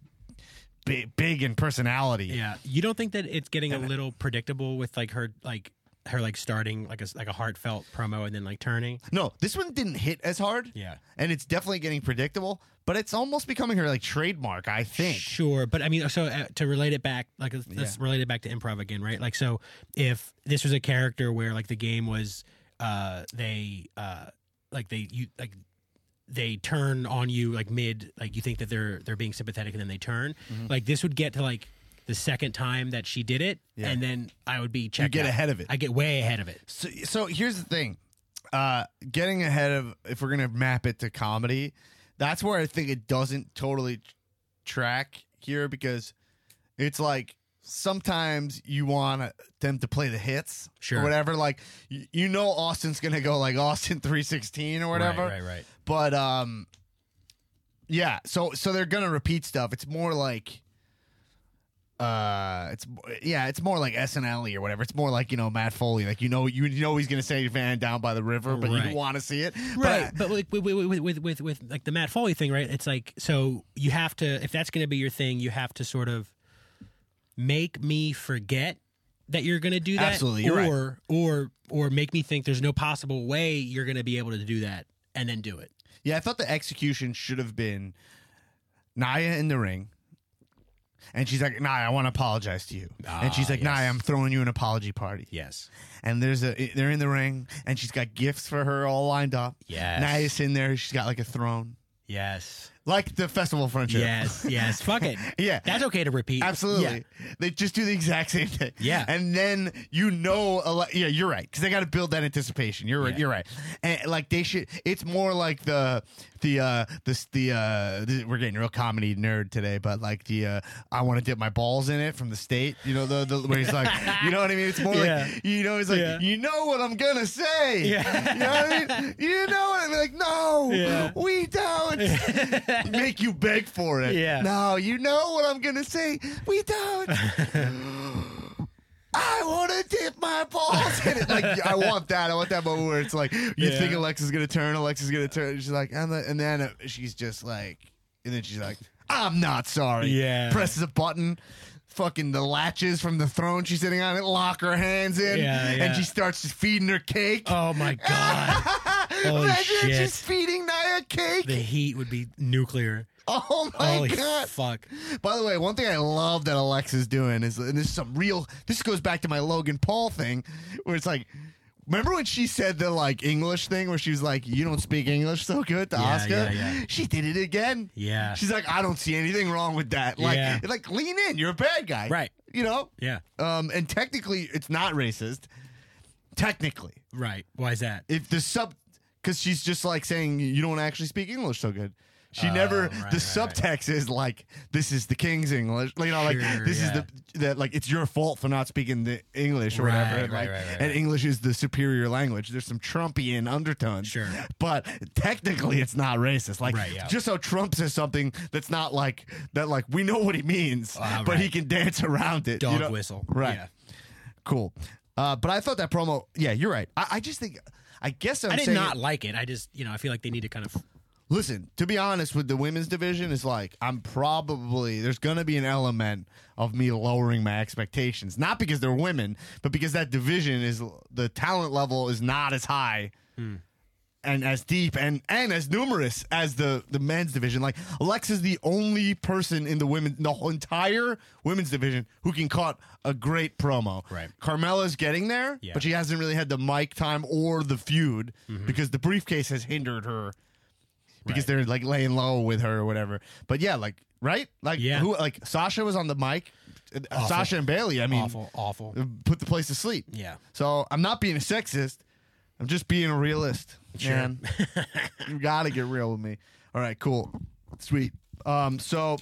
S1: big, big in personality.
S3: Yeah. You don't think that it's getting a little predictable with like her like her like starting like a like a heartfelt promo and then like turning?
S1: No, this one didn't hit as hard.
S3: Yeah.
S1: and it's definitely getting predictable, but it's almost becoming her like trademark. I think.
S3: Sure, but I mean, so uh, to relate it back, like let's let's relate it back to improv again, right? Like, so if this was a character where like the game was, uh, they uh, like they you like they turn on you like mid like you think that they're they're being sympathetic and then they turn
S1: Mm-hmm.
S3: like this would get to like the second time that she did it
S1: Yeah.
S3: and then i would be checked
S1: get
S3: out.
S1: ahead of it.
S3: i get way ahead of it
S1: So, so here's the thing. Uh, getting ahead of if we're gonna map it to comedy, that's where I think it doesn't totally tr- track here because it's like sometimes you want them to play the hits
S3: Sure.
S1: or whatever. Like you, you know Austin's gonna go like Austin three sixteen or whatever.
S3: right right right
S1: But um, yeah. So so they're gonna repeat stuff. It's more like, uh, it's yeah, it's more like SNL or whatever. It's more like you know Matt Foley. Like you know you, you know he's gonna say Van down by the river, but you
S3: Right.
S1: don't want to see it.
S3: right
S1: But
S3: but like with, with, with, with, with, with like the matt foley thing right it's like so you have to if that's going to be your thing you have to sort of make me forget that you're going to do that
S1: Absolutely, you're right.
S3: or or or make me think there's no possible way you're going to be able to do that and then do it
S1: yeah, I thought the execution should have been Naya in the ring. And she's like, Naya, I want to apologize to you. and she's
S3: Ah,
S1: like,
S3: yes.
S1: Naya, I'm throwing you an apology party.
S3: yes
S1: and there's a they're in the ring and she's got gifts for her all lined up.
S3: Yes.
S1: Nice in there. She's got like a throne.
S3: yes
S1: Like the festival of friendship.
S3: yes yes fuck it
S1: Yeah.
S3: that's okay to repeat
S1: Absolutely. They just do the exact same thing.
S3: Yeah.
S1: And then you know a lot, yeah, you're right cuz they got to build that anticipation. You're right.
S3: Yeah.
S1: You're right. And like they should it's more like the the uh this the uh th- we're getting real comedy nerd today, but like the uh I want to dip my balls in it from the state, you know the, the where he's like, you know what I mean? It's more
S3: Yeah.
S1: like you know he's like
S3: Yeah.
S1: you know what I'm going to say.
S3: Yeah.
S1: You know what I mean? You know what I mean? Like no.
S3: Yeah.
S1: We don't make you beg for it.
S3: Yeah.
S1: No, you know what I'm gonna say. We don't. I want to dip my balls in it. Like I want that. I want that moment where it's like you
S3: Yeah.
S1: think Alexa's gonna turn. Alexa's gonna turn. And she's like, and, the, and then uh, she's just like, and then she's like, I'm not sorry.
S3: Yeah.
S1: Presses a button. Fucking the latches from the throne she's sitting on it lock her hands in,
S3: Yeah, yeah.
S1: and she starts just feeding her cake.
S3: Oh my god. Holy
S1: Imagine if she's
S3: shit.
S1: feeding Naya cake.
S3: The heat would be nuclear.
S1: oh my
S3: Holy
S1: god!
S3: fuck.
S1: By the way, one thing I love that Alexa's doing is, and this is some real. This goes back to my Logan Paul thing, where it's like, remember when she said the like English thing, where she was like, "You don't speak English so good," to
S3: Yeah,
S1: Oscar.
S3: yeah, yeah.
S1: She did it again.
S3: Yeah.
S1: She's like, "I don't see anything wrong with that." Like,
S3: Yeah.
S1: like lean in. You're a bad guy,
S3: Right.
S1: You know.
S3: Yeah.
S1: Um, and technically, it's not racist. Technically,
S3: Right. Why is that?
S1: if the sub because she's just like saying you don't actually speak english so good she never
S3: Oh, right,
S1: the
S3: right,
S1: subtext is like this is the king's english you know like
S3: Sure,
S1: this
S3: yeah.
S1: is the that like it's your fault for not speaking the english or
S3: Right,
S1: whatever
S3: right,
S1: like,
S3: right, right,
S1: and
S3: right.
S1: english is the superior language there's some trumpian undertones
S3: Sure.
S1: but technically it's not racist like
S3: Right, yeah.
S1: just how trump says something that's not like that like we know what he means
S3: Ah,
S1: but he
S3: right.
S1: can dance around it
S3: Dog
S1: you know?
S3: whistle.
S1: right
S3: Yeah.
S1: cool uh, but I thought that promo. Yeah, you're right. I, I just think. I guess I'm
S3: I did
S1: saying
S3: not like it. I just, you know, I feel like they need to kind of
S1: Listen, to be honest, with the women's division, it's like I'm probably there's going to be an element of me lowering my expectations, not because they're women, but because that division is the talent level is not as high
S3: Hmm.
S1: and as deep and and as numerous as the the men's division. Like Alexa's the only person in the women the whole entire women's division who can cut a great promo.
S3: Right.
S1: Carmella's getting there,
S3: Yeah. Mm-hmm.
S1: but she hasn't really had the mic time or the feud because the briefcase has hindered her because they're like laying low with her or whatever. But yeah, like right, like
S3: Yeah.
S1: who like Sasha was on the mic, Uh, Sasha and Bailey. I mean, uh,
S3: awful, awful.
S1: put the place to sleep.
S3: Yeah.
S1: So I'm not being a sexist. I'm just being a realist, man. you gotta get real with me. All right, cool, sweet. Um, so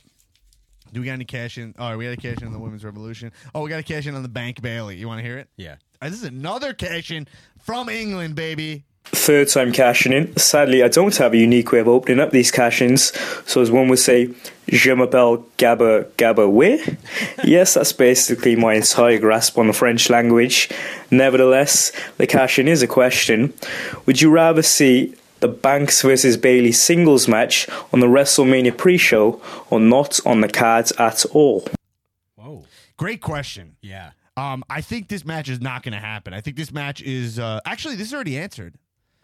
S1: do we got any cash in? All right, we got a cash in on the women's revolution. Oh, we got a cash in on the bank Bailey. You want to hear it?
S3: Yeah.
S1: Uh, This is another cash in from England, baby.
S9: Third time cashing in. Sadly, I don't have a unique way of opening up these cash ins. So, as one would say, Je m'appelle Gabba Gabba Way. yes, that's basically my entire grasp on the French language. Nevertheless, the cash in is a question. Would you rather see the Banks versus Bailey singles match on the WrestleMania pre show or not on the cards at all?
S3: Whoa.
S1: Great question.
S3: Yeah.
S1: Um, I think this match is not going to happen. I think this match is uh, actually this is already answered.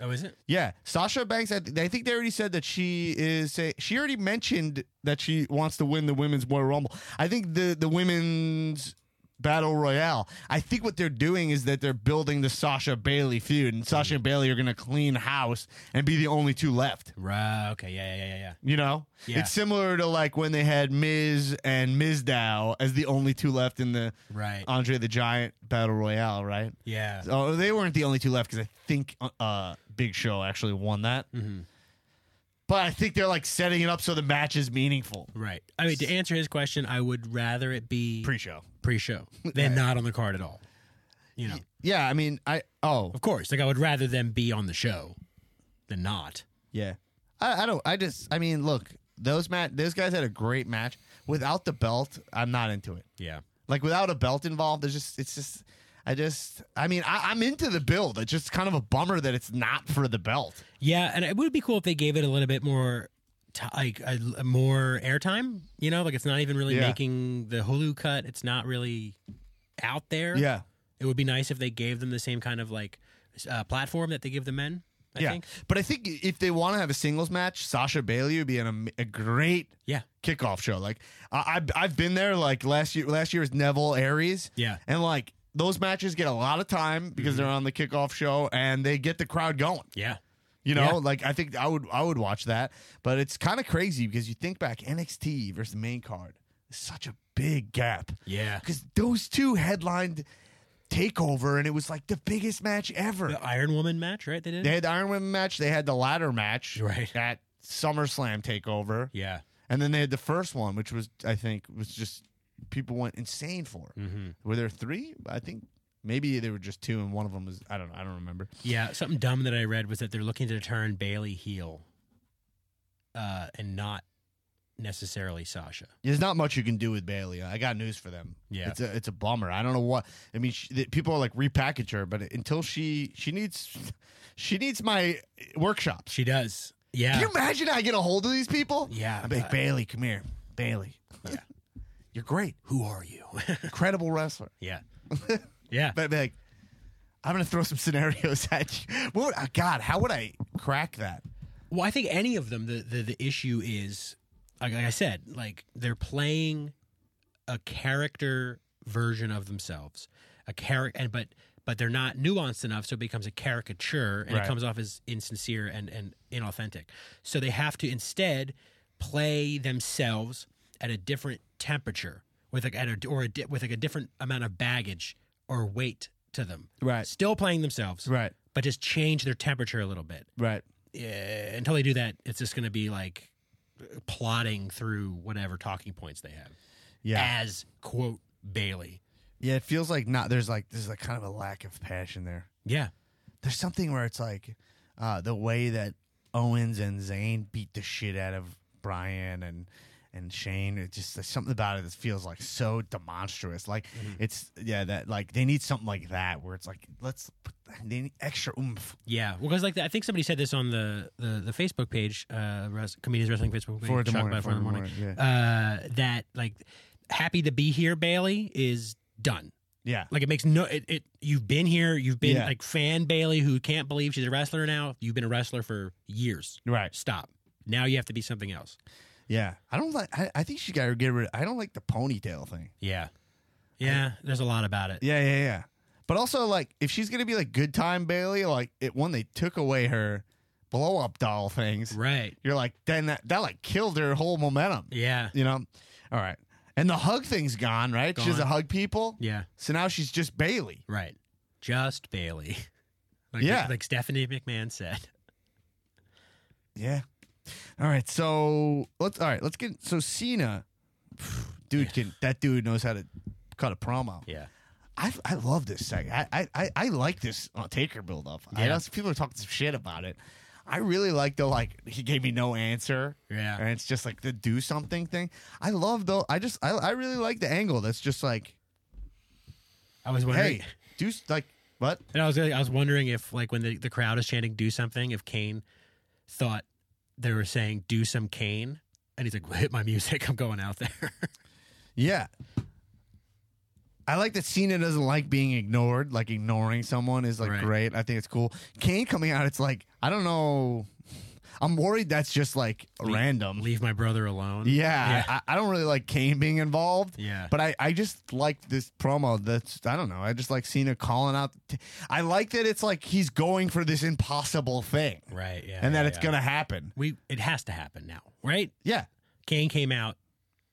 S3: Oh, is it?
S1: Yeah, Sasha Banks. I, th- I think they already said that she is. Say, she already mentioned that she wants to win the women's Royal Rumble. I think the the women's battle royale. I think what they're doing is that they're building the Sasha Bailey feud, and Sasha and Bailey are going to clean house and be the only two left.
S3: Right. Okay. Yeah. Yeah. Yeah. Yeah.
S1: You know,
S3: Yeah.
S1: it's similar to like when they had Miz and Miz Dow as the only two left in the
S3: Right.
S1: Andre the Giant battle royale, right?
S3: yeah.
S1: Oh, they weren't the only two left because I think uh, uh, Big Show actually won that. But I think they're like setting it up so the match is meaningful.
S3: Right. I mean, to answer his question, I would rather it be
S1: Pre-show.
S3: pre-show than not on the card at all. You know,
S1: Yeah, I mean, I oh
S3: of course. Like I would rather them be on the show than not.
S1: yeah, I, I don't. I just I mean, look, those mat those guys had a great match. Without the belt, I'm not into it.
S3: Yeah.
S1: Like without a belt involved, there's just it's just I just I mean I, I'm into the build. It's just kind of a bummer that it's not for the belt.
S3: Yeah, and it would be cool if they gave it a little bit more, ti like a, a more airtime. You know, like it's not even really
S1: Yeah.
S3: making the Hulu cut. It's not really out there. it would be nice if they gave them the same kind of like s- uh, platform that they give the men. I think.
S1: But I think if they want to have a singles match, Sasha Bailey would be an, am- a great
S3: Yeah.
S1: kickoff show. Like I, I've I've been there. Like last year, last year was Neville Aries.
S3: Yeah. Mm-hmm.
S1: and like those matches get a lot of time because they're on the kickoff show and they get the crowd going.
S3: Yeah.
S1: You know,
S3: Yeah.
S1: like I think I would I would watch that, but it's kind of crazy because you think back NXT versus the main card, such a big gap.
S3: Yeah.
S1: because those two headlined Takeover, and it was like the biggest match ever.
S3: The Iron Woman match, right? They did.
S1: They had the Iron Women match. They had the ladder match
S3: Right.
S1: at SummerSlam Takeover,
S3: yeah.
S1: and then they had the first one, which was I think was just people went insane for.
S3: Mm-hmm.
S1: Were there three? I think maybe there were just two, and one of them was I don't know. I don't remember.
S3: Yeah. Something dumb that I read was that they're looking to turn Bailey heel, uh, and not necessarily Sasha.
S1: There's not much you can do with Bailey. I got news for them.
S3: Yeah.
S1: it's a it's a bummer. I don't know what I mean. She, the, people are like repackage her, but until she she needs she needs my workshops.
S3: She does. Yeah.
S1: Can you imagine I get a hold of these people?
S3: Yeah,
S1: I'm like
S3: but-
S1: Bailey, come here. Bailey. Yeah. You're great. Who are you? Incredible wrestler.
S3: Yeah. Yeah.
S1: But like, I'm gonna throw some scenarios at you. What would, uh, God, how would I crack that?
S3: Well, I think any of them. The the, the issue is, like, like I said, like they're playing a character version of themselves, a character, and but but they're not nuanced enough, so it becomes a caricature, and
S4: Right.
S3: it comes off as insincere and and inauthentic. So they have to instead play themselves at a different temperature, with like at a or a di- with like a different amount of baggage or weight to them.
S1: Right.
S3: Still playing themselves.
S1: Right.
S3: But just change their temperature a little bit
S1: Right.
S3: yeah, until they do that, it's just going to be like plotting through whatever talking points they have
S1: Yeah.
S3: as quote Bailey.
S1: Yeah. It feels like not. There's like there's like kind of a lack of passion there.
S3: Yeah,
S1: There's something where it's like uh, the way that Owens and Zayn beat the shit out of Brian and and Shane. It just there's something about it that feels like so demonstrous. Like it's yeah that like they need something like that where it's like let's put, they need extra oomph
S3: yeah. Well, because like I think somebody said this on the the, the Facebook page, uh, Res- comedians wrestling Facebook page,
S1: Four in the
S3: Shocked
S1: morning,
S3: by
S1: four in the
S3: Four in the
S1: morning,
S3: Uh, that like happy to be here, Bailey is done.
S1: Yeah.
S3: Like it makes no it, it you've been here, you've been
S1: Yeah.
S3: like fan Bailey who can't believe she's a wrestler now. You've been a wrestler for years.
S1: Right.
S3: Stop. Now you have to be something else.
S1: Yeah. I don't like I, I think she gotta get rid I don't like the ponytail thing.
S3: Yeah. Yeah, there's a lot about it.
S1: Yeah, yeah, yeah. But also like if she's gonna be like good time Bailey, like it when they took away her blow up doll things,
S3: Right.
S1: you're like then that, that like killed her whole momentum.
S3: Yeah.
S1: You know? All right. And the hug thing's gone, right? She's a
S3: Gone.
S1: hug people.
S3: Yeah.
S1: So now she's just Bailey.
S3: Right. Just Bailey. Like,
S1: Yeah.
S3: Like Stephanie McMahon said.
S1: Yeah. All right. So let's all right, let's get so Cena dude can that dude knows how to cut a promo.
S3: Yeah.
S1: I, I love this segment. I, I, I- I like this uh, Taker build up. I
S3: Yeah.
S1: know some people are talking some shit about it. I really like the like he gave me no answer.
S3: Yeah.
S1: And it's just like the do something thing. I love though I just I, I really like the angle that's just like,
S3: I was wondering.
S1: hey, do s- like what?
S3: And I was I was wondering if like when the, the crowd is chanting do something, if Kane thought they were saying do some Kane. And he's like, hit my music. I'm going out there.
S1: Yeah. I like that Cena doesn't like being ignored. Like ignoring someone is like
S3: Right.
S1: great. I think it's cool. Kane coming out, it's like, I don't know. I'm worried that's just like random.
S3: Leave my brother alone.
S1: Yeah, I, I don't really like Kane being involved.
S3: Yeah.
S1: but I, I just like this promo. That's I don't know. I just like Cena calling out. I like that it's like he's going for this impossible thing,
S3: Right. Yeah.
S1: and that
S3: yeah,
S1: it's
S3: yeah.
S1: gonna happen.
S3: We it has to happen now, right?
S1: Yeah,
S3: Kane came out.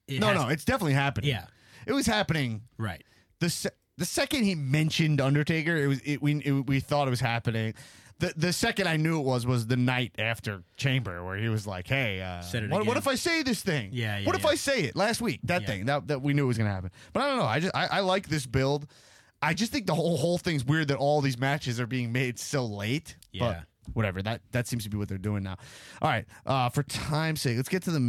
S3: It
S1: no,
S3: has-
S1: no, it's definitely happening.
S3: Yeah.
S1: it was happening.
S3: Right.
S1: the se- The second he mentioned Undertaker, it was it, we it, we thought it was happening. The the second I knew it was was the night after Chamber where he was like, "Hey, uh,
S3: Said it
S1: what, what
S3: again.
S1: if I say this thing?
S3: Yeah, yeah,
S1: what if
S3: yeah.
S1: I say it last week? That
S3: Yeah.
S1: thing that that we knew was gonna happen. But I don't know. I just I, I like this build. I just think the whole whole thing's weird that all these matches are being made so late.
S3: Yeah.
S1: But whatever. That that seems to be what they're doing now. All right. Uh, for time's sake, let's get to the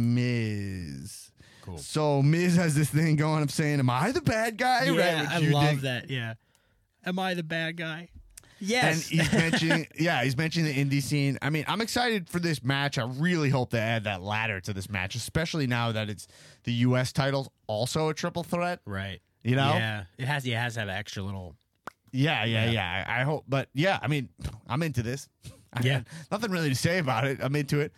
S1: Miz.
S3: Cool.
S1: So Miz has this thing going. I'm saying, am I the bad guy?
S3: yeah.
S1: what
S3: I
S1: you
S3: love
S1: think.
S3: that. Yeah. e- Am I the bad guy?
S1: And
S3: Yes.
S1: he's mentioning, yeah, he's mentioning the indie scene. I mean, I'm excited for this match. I really hope they add that ladder to this match, especially now that it's the U.S. titles, also a triple threat.
S3: right.
S1: You know?
S3: Yeah. It has. It has to have an extra little.
S1: Yeah, yeah, yeah. I, I hope, but yeah, I mean, I'm into this. I
S3: Yeah.
S1: got nothing really to say about it. I'm into it.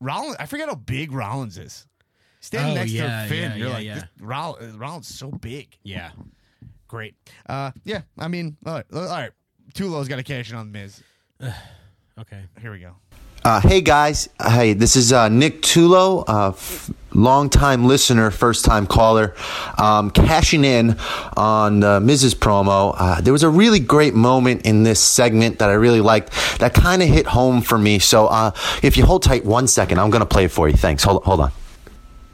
S1: Rollins, I forget how big Rollins is. Standing
S3: Oh,
S1: next
S3: yeah,
S1: to Finn,
S3: yeah,
S1: you're
S3: yeah,
S1: like,
S3: yeah.
S1: this- Roll- Rollins is so big.
S3: Yeah.
S1: Great. Uh, yeah, I mean, all right, all right. Tulo's got a cash in on Miz.
S3: Okay.
S1: Here we go.
S10: Uh, hey guys, hey, this is uh, Nick Tulo, uh, f- longtime listener, first time caller, um, cashing in on uh, Mrs. promo. Uh, there was a really great moment in this segment that I really liked that kind of hit home for me. So uh, if you hold tight one second, I'm going to play it for you. Thanks. Hold, hold on.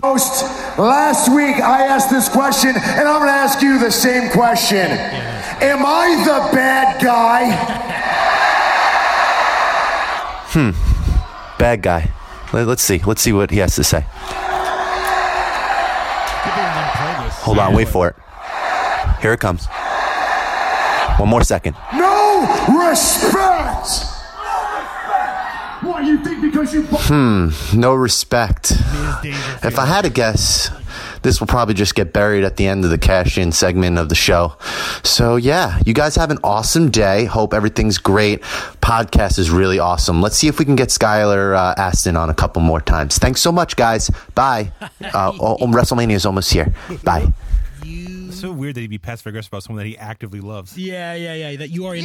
S7: Host, last week I asked this question, and I'm going to ask you the same question. Am I the bad guy?
S10: Bad guy. Let, let's see. Let's see what he has to say. Hold on. Wait for it. Here it comes. One more second.
S7: No respect. Why you think because you
S10: Hmm, no respect. If I had to guess, this will probably just get buried at the end of the cash in segment of the show. So, yeah, you guys have an awesome day. Hope everything's great. Podcast is really awesome. Let's see if we can get Skylar uh, Aston on a couple more times. Thanks so much, guys. Bye. Uh, oh, oh, WrestleMania is almost here. Bye.
S4: It's so weird that he'd be passive aggressive about someone that he actively loves.
S3: Yeah, yeah, yeah. That you are in.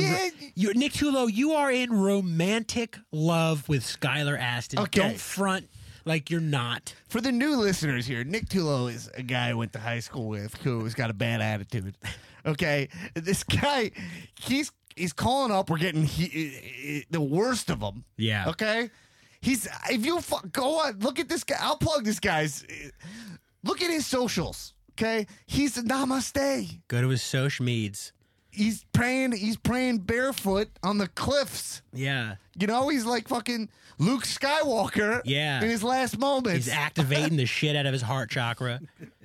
S3: You, Nick Tulo, you are in romantic love with Skylar Aston.
S1: Okay.
S3: Don't front like you're not.
S1: For the new listeners here, Nick Tulo is a guy I went to high school with who's got a bad attitude. Okay, this guy, he's he's calling up. We're getting he, i- i- the worst of them.
S3: Yeah.
S1: Okay. He's if you fu- go on, look at this guy. I'll plug this guy's. Look at his socials. Okay, he's a namaste.
S3: Go to his social meds.
S1: He's praying. He's praying barefoot on the cliffs.
S3: Yeah.
S1: You know, he's like fucking Luke Skywalker.
S3: Yeah.
S1: In his last moments.
S3: He's activating the shit out of his heart chakra.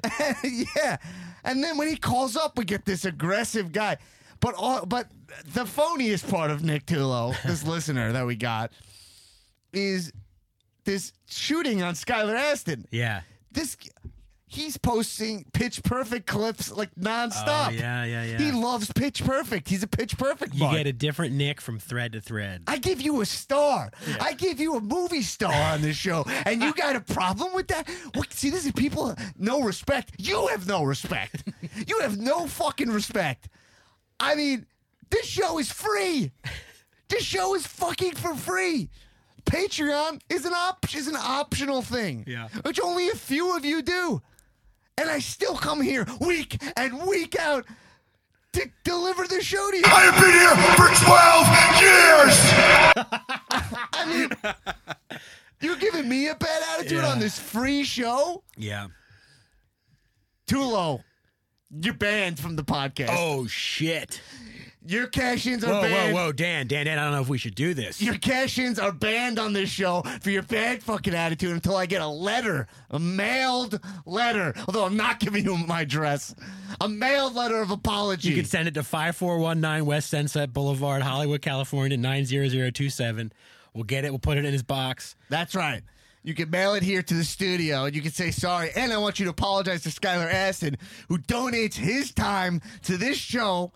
S1: yeah. And then when he calls up, we get this aggressive guy. But all, but the phoniest part of Nick Tulo, this listener that we got, is this shooting on Skylar Aston.
S3: Yeah.
S1: This he's posting pitch perfect clips like nonstop.
S3: Oh, yeah, yeah, yeah.
S1: He loves pitch perfect. He's a pitch perfect.
S3: You
S1: mark.
S3: get a different Nick from thread to thread.
S1: I give you a star. I give you a movie star on this show, and you got a problem with that? What, see, this is people no respect. You have no respect. you have no fucking respect. I mean, this show is free. This show is fucking for free. Patreon is an op- is an optional thing,
S3: Yeah.
S1: which only a few of you do, and I still come here week and week out to deliver the show to you. I have been here for twelve I mean, you're giving me a bad attitude
S3: Yeah.
S1: on this free show?
S3: Yeah.
S1: Tulo, you're banned from the podcast.
S3: Oh shit.
S1: Your cash ins are
S3: Whoa, whoa,
S1: banned.
S3: whoa, Dan, Dan, Dan, I don't know if we should do this.
S1: Your cash ins are banned on this show for your bad fucking attitude until I get a letter, a mailed letter. Although I'm not giving you my address, a mailed letter of apology.
S3: You can send it to 5419 West Sunset Boulevard, Hollywood, California, 90027. We'll get it. We'll put it in his box.
S1: That's right. You can mail it here to the studio and you can say sorry. And I want you to apologize to Skylar Aston, who donates his time to this show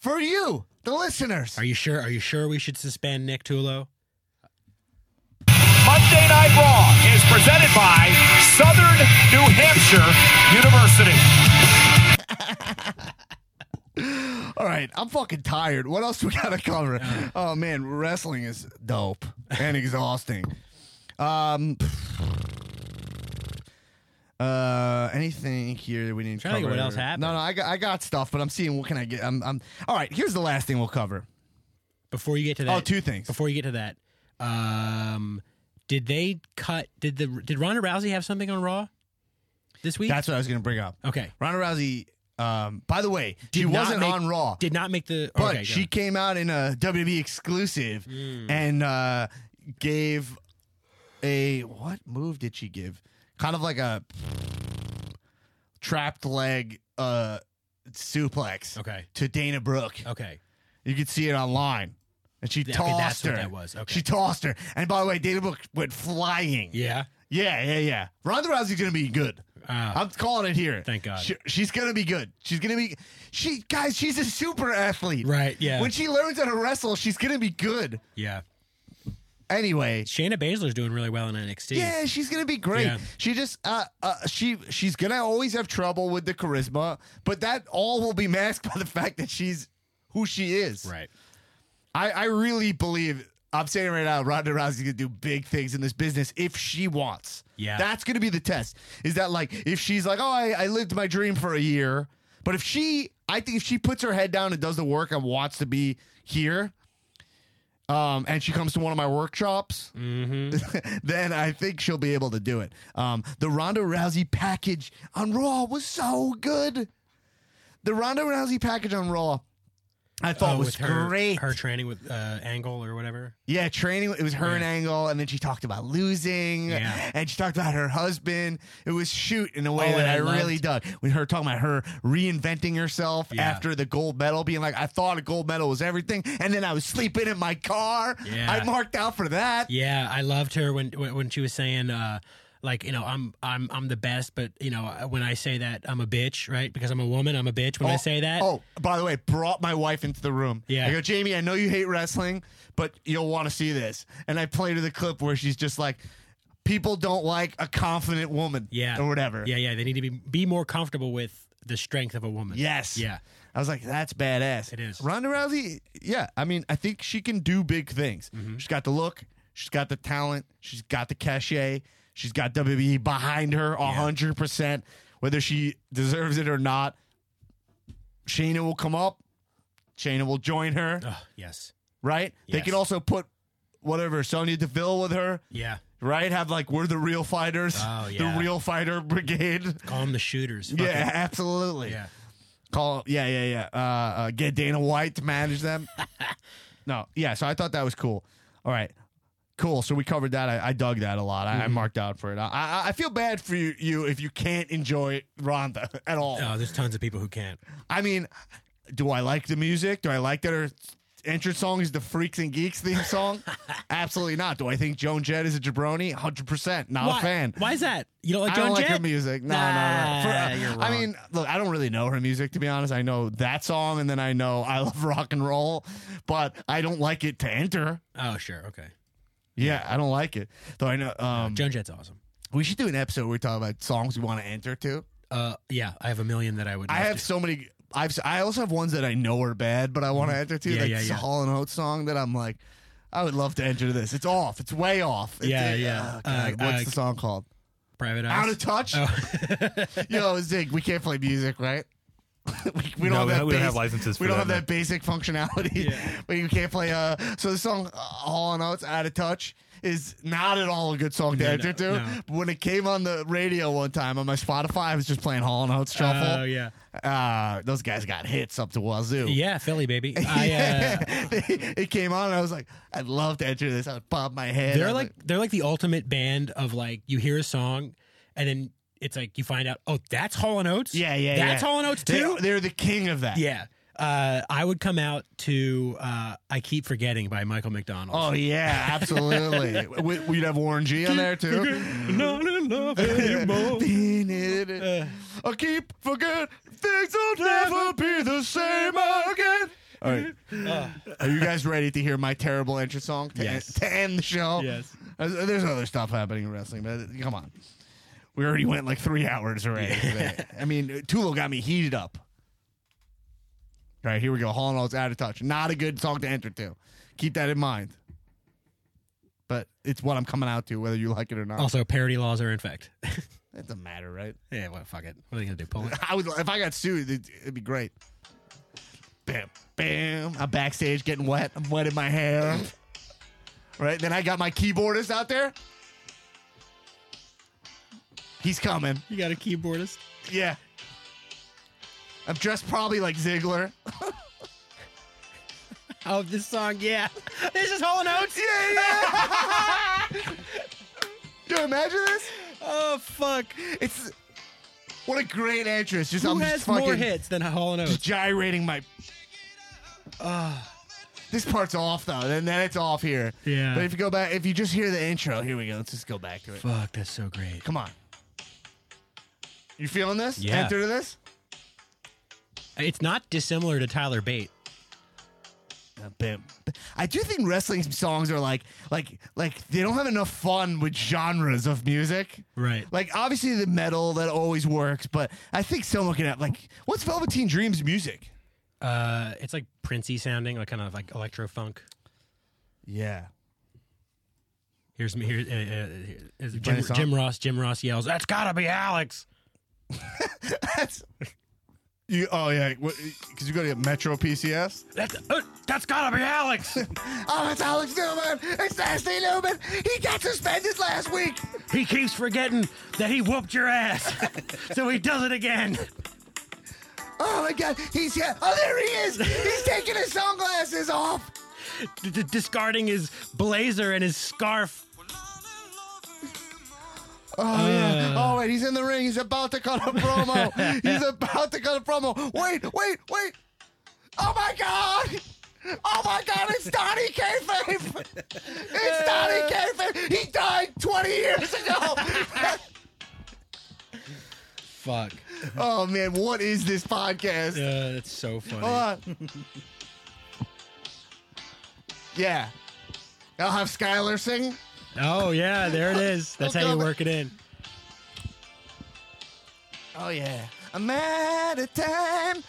S1: for you, the listeners.
S3: Are you sure? Are you sure we should suspend Nick Tulo?
S11: Monday Night Raw is presented by Southern New Hampshire University.
S1: All right, I'm fucking tired. What else we got to cover? Oh, man, wrestling is dope and exhausting. Um, uh, anything here that we need to
S3: Trying to
S1: cover?
S3: think what else happened.
S1: No, no, I got, I got stuff, but I'm seeing what can I get. I'm, I'm, all right, here's the last thing we'll cover.
S3: Before you get to that,
S1: Oh, two things.
S3: Before you get to that, um, did they cut? Did the did Ronda Rousey have something on Raw this week?
S1: That's what I was going to bring up.
S3: okay.
S1: Ronda Rousey. Um, by the way, she
S3: Did not
S1: wasn't
S3: make-
S1: on Raw,
S3: Did not make the.
S1: but
S3: Oh, okay, Hmm. go.
S1: she came out in a WWE exclusive and uh, gave a what move did she give? Kind of like a trapped leg uh, suplex
S3: Okay.
S1: to Dana Brooke.
S3: Okay.
S1: You could see it online, and she
S3: Okay,
S1: tossed
S3: that's
S1: her.
S3: what that was. Okay.
S1: She tossed her, and by the way, Dana Brooke went flying.
S3: Yeah.
S1: Yeah, yeah, yeah. Ronda Rousey's gonna be good.
S3: Ah.
S1: I'm calling it here.
S3: Thank God.
S1: She- she's gonna be good. She's gonna be. She guys, she's a super athlete.
S3: Right. Yeah.
S1: When she learns how to wrestle, she's gonna be good.
S3: yeah.
S1: Anyway.
S3: Shayna Baszler's doing really well in NXT.
S1: Yeah, she's gonna be great.
S3: Yeah.
S1: She just uh, uh she she's gonna always have trouble with the charisma, but that all will be masked by the fact that she's who she is.
S3: Right.
S1: I, I really believe I'm saying right now, Ronda Rousey's gonna do big things in this business if she wants.
S3: Yeah.
S1: that's gonna be the test. Is that like if she's like, oh, I, I lived my dream for a year, but if she, I think if she puts her head down and does the work and wants to be here, um, and she comes to one of my workshops, then I think she'll be able to do it. Um, the Ronda Rousey package on Raw was so good. The Ronda Rousey package on Raw I thought
S3: Oh,
S1: was
S3: with her,
S1: great.
S3: Her training with uh, Angle or whatever.
S1: Yeah, training. It was her and
S3: Yeah.
S1: Angle, and then she talked about losing,
S3: Yeah.
S1: and she talked about her husband. It was shoot in a way
S3: Oh,
S1: that
S3: and
S1: I,
S3: I
S1: really dug. With her talking about her reinventing herself
S3: Yeah.
S1: after the gold medal, being like, "I thought a gold medal was everything, and then I was sleeping in my car.
S3: Yeah.
S1: I marked out for that."
S3: Yeah, I loved her when when when she was saying uh like you know I'm I'm I'm the best, but you know when I say that I'm a bitch, right? Because I'm a woman, I'm a bitch when I
S1: Oh,
S3: say that.
S1: Oh, by the way, brought my wife into the room.
S3: Yeah.
S1: I go, Jamie, I know you hate wrestling, but you'll want to see this. And I played her the clip where she's just like, people don't like a confident woman.
S3: yeah,
S1: Or whatever.
S3: Yeah, yeah, they need to be be more comfortable with the strength of a woman.
S1: Yes.
S3: Yeah.
S1: I was like, that's badass. It
S3: is.
S1: Ronda Rousey, yeah. I mean, I think she can do big things.
S3: Mm-hmm.
S1: She's got the look, she's got the talent, she's got the cachet, she's got WWE behind her 100%. Whether she deserves it or not, Shayna will come up, Shayna will join her,
S3: Yes.
S1: right? They
S3: yes.
S1: can also put whatever, Sonya Deville with her.
S3: Yeah.
S1: Right? Have like, we're the real fighters,
S3: Oh, yeah.
S1: the real fighter brigade.
S3: Call them the shooters. Fuck
S1: Yeah,
S3: it.
S1: absolutely.
S3: Yeah.
S1: Call, yeah, yeah, yeah. Uh, uh, get Dana White to manage them. no, yeah. So I thought that was cool. All right, cool. So we covered that. I, I dug that a lot. I, I
S3: Mhm.
S1: marked out for it. I, I, I feel bad for you, you if you can't enjoy Rhonda at all.
S3: Oh, there's tons of people who can't.
S1: I mean, do I like the music? Do I like that her entrance song is the Freaks and Geeks theme song? Absolutely not. Do I think Joan Jett is a jabroni? Hundred percent. Not
S3: Why-
S1: a fan.
S3: Why is that? You don't like
S1: I
S3: Joan
S1: don't like
S3: Jett?
S1: her music. No, no, no. For-
S3: Nah, you're
S1: I
S3: wrong.
S1: mean, look, I don't really know her music to be honest. I know that song, and then I know I love rock and roll, but I don't like it to enter.
S3: Oh, sure. Okay.
S1: Yeah, I don't like it. Though I know um,
S3: Joan Jett's awesome.
S1: We should do an episode where we talk about songs we want to enter to.
S3: Uh, yeah, I have a million that I would.
S1: I have so many. I've I also have ones that I know are bad, but I want to enter to.
S3: Mm-hmm. Yeah,
S1: like
S3: yeah,
S1: it's
S3: yeah.
S1: a Hall and Oates song that I'm like, I would love to enter this. It's off. It's way off. It's-
S3: Yeah,
S1: uh,
S3: yeah.
S1: God,
S3: Uh,
S1: what's
S3: uh,
S1: the song called?
S3: private eyes.
S1: Out of touch.
S4: Oh.
S1: Yo, Zig, we can't play music, right? we, we don't
S4: No,
S1: have
S4: we
S1: that.
S4: don't- we don't
S1: bas-
S4: have licenses
S1: We
S4: for
S1: don't
S4: that,
S1: have
S4: no.
S1: that basic functionality. but you can't play. Uh, so the song uh, "All in Oats" "Out of Touch" is not at all a good song to
S3: No,
S1: enter
S3: no,
S1: to.
S3: no.
S1: But when it came on the radio one time on my Spotify, I was just playing "Hall and Oats" shuffle.
S3: Oh, yeah.
S1: Uh, those guys got hits up to wazoo.
S3: Yeah, Philly baby. I, uh,
S1: it came on, and I was like, "I'd love to enter this." I would bob my head.
S3: they're
S1: I'm
S3: like they're like the ultimate band of like you hear a song and then it's like you find out oh that's Hall and Oates
S1: yeah, yeah,
S3: that's
S1: yeah.
S3: Hall and Oates too
S1: They're, they're the king of that.
S3: yeah. Uh, I would come out to uh, "I Keep Forgetting" by Michael McDonald.
S1: Oh yeah, absolutely. we, we'd have Warren G on there too.
S3: Oh, Not in love anymore.
S1: I keep forget things will never be the same again. All right, are you guys ready to hear my terrible entrance song to,
S3: Yes.
S1: to end the show?
S3: Yes.
S1: Uh, There's other stuff happening in wrestling, but come on. We already went like three hours already. today. I mean, Tulo got me heated up. All right, here we go. Hall and Oates out of touch. Not a good song to enter to. Keep that in mind. But it's what I'm coming out to, whether you like it or not.
S3: Also, parody laws are in fact.
S1: It doesn't matter, right?
S3: yeah, well, fuck it. What are they gonna do? Pull it?
S1: I would if I got sued, it'd, it'd be great. Bam, bam. I'm backstage getting wet. I'm wetting my hair. Right then, I got my keyboardist out there. He's coming.
S3: You got a keyboardist?
S1: Yeah. I'm dressed probably like Ziggler.
S3: Oh, this song, yeah. This is Hall and Oates.
S1: Yeah, yeah. Do you imagine this?
S3: Oh fuck!
S1: It's what a great entrance. Just
S3: Who
S1: I'm
S3: has
S1: just fucking
S3: more hits than Hall and
S1: just
S3: Oates?
S1: gyrating my. This part's off though, and then it's off here.
S3: Yeah.
S1: But if you go back, if you just hear the intro, here we go. Let's just go back to it.
S3: Fuck, that's so great.
S1: Come on. You feeling this?
S3: Yeah.
S1: Enter to this.
S3: It's not dissimilar to Tyler Bate.
S1: Uh, Bam. I do think wrestling songs are like, like, like they don't have enough fun with genres of music.
S3: Right.
S1: Like obviously the metal that always works, but I think someone can have like, what's Velveteen Dream's music?
S3: Uh, it's like Princey sounding, like kind of like electro funk.
S1: Yeah.
S3: Here's me. Here, uh, uh, uh,
S1: play
S3: Jim,
S1: a song?
S3: Jim Ross. Jim Ross yells, "That's gotta be Alex."
S1: That's. You, oh yeah, because you go to Metro PCS.
S3: That's uh, that's gotta be Alex.
S1: Oh, it's Alex Newman. It's Nasty Newman. He got suspended last week.
S3: he keeps forgetting that he whooped your ass, so he does it again.
S1: Oh my God, he's here. Oh, there he is. He's taking his sunglasses off.
S3: D- d- discarding his blazer and his scarf.
S1: Oh
S3: Uh.
S1: yeah. All right, he's in the ring. He's about to cut a promo. he's about to cut a promo. Wait, wait, wait. Oh my God. Oh my God, it's Donnie Kayfabe. It's Donnie Kayfabe. He died 20 years ago.
S3: Fuck.
S1: oh man, what is this podcast?
S3: Yeah, that's so funny.
S1: Hold on. yeah. I'll have Skylar sing.
S3: Oh yeah, there it is. That's how you work it in.
S1: Oh yeah. I'm out of time.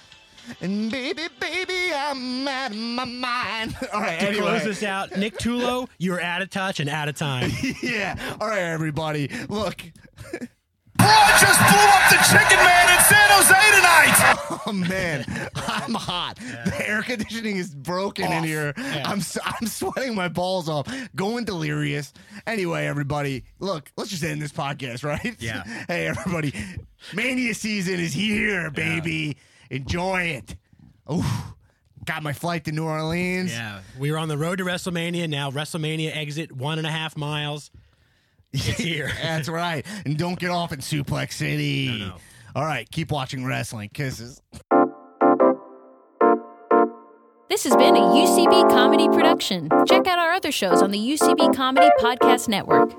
S1: And baby, baby, I'm out of my mind. All right,
S3: to
S1: anyway.
S3: close this out, Nick Tulo, you're out of touch and out of time.
S1: yeah. All right, everybody. Look.
S11: Broad just blew up the Chicken Man in San Jose tonight.
S1: Oh man, I'm hot. The air conditioning is broken in here. I'm s- I'm sweating my balls off, going delirious. Anyway, everybody, look, let's just end this podcast, right?
S3: Yeah.
S1: hey, everybody, mania season is here, baby. Enjoy it. Ooh, got my flight to New Orleans.
S3: Yeah, we were on the road to WrestleMania. Now WrestleMania exit one and a half miles. It's here.
S1: That's right. And don't get off in Suplex City. All right, keep watching wrestling. Kisses.
S12: This has been a UCB comedy production. Check out our other shows on the UCB Comedy Podcast Network.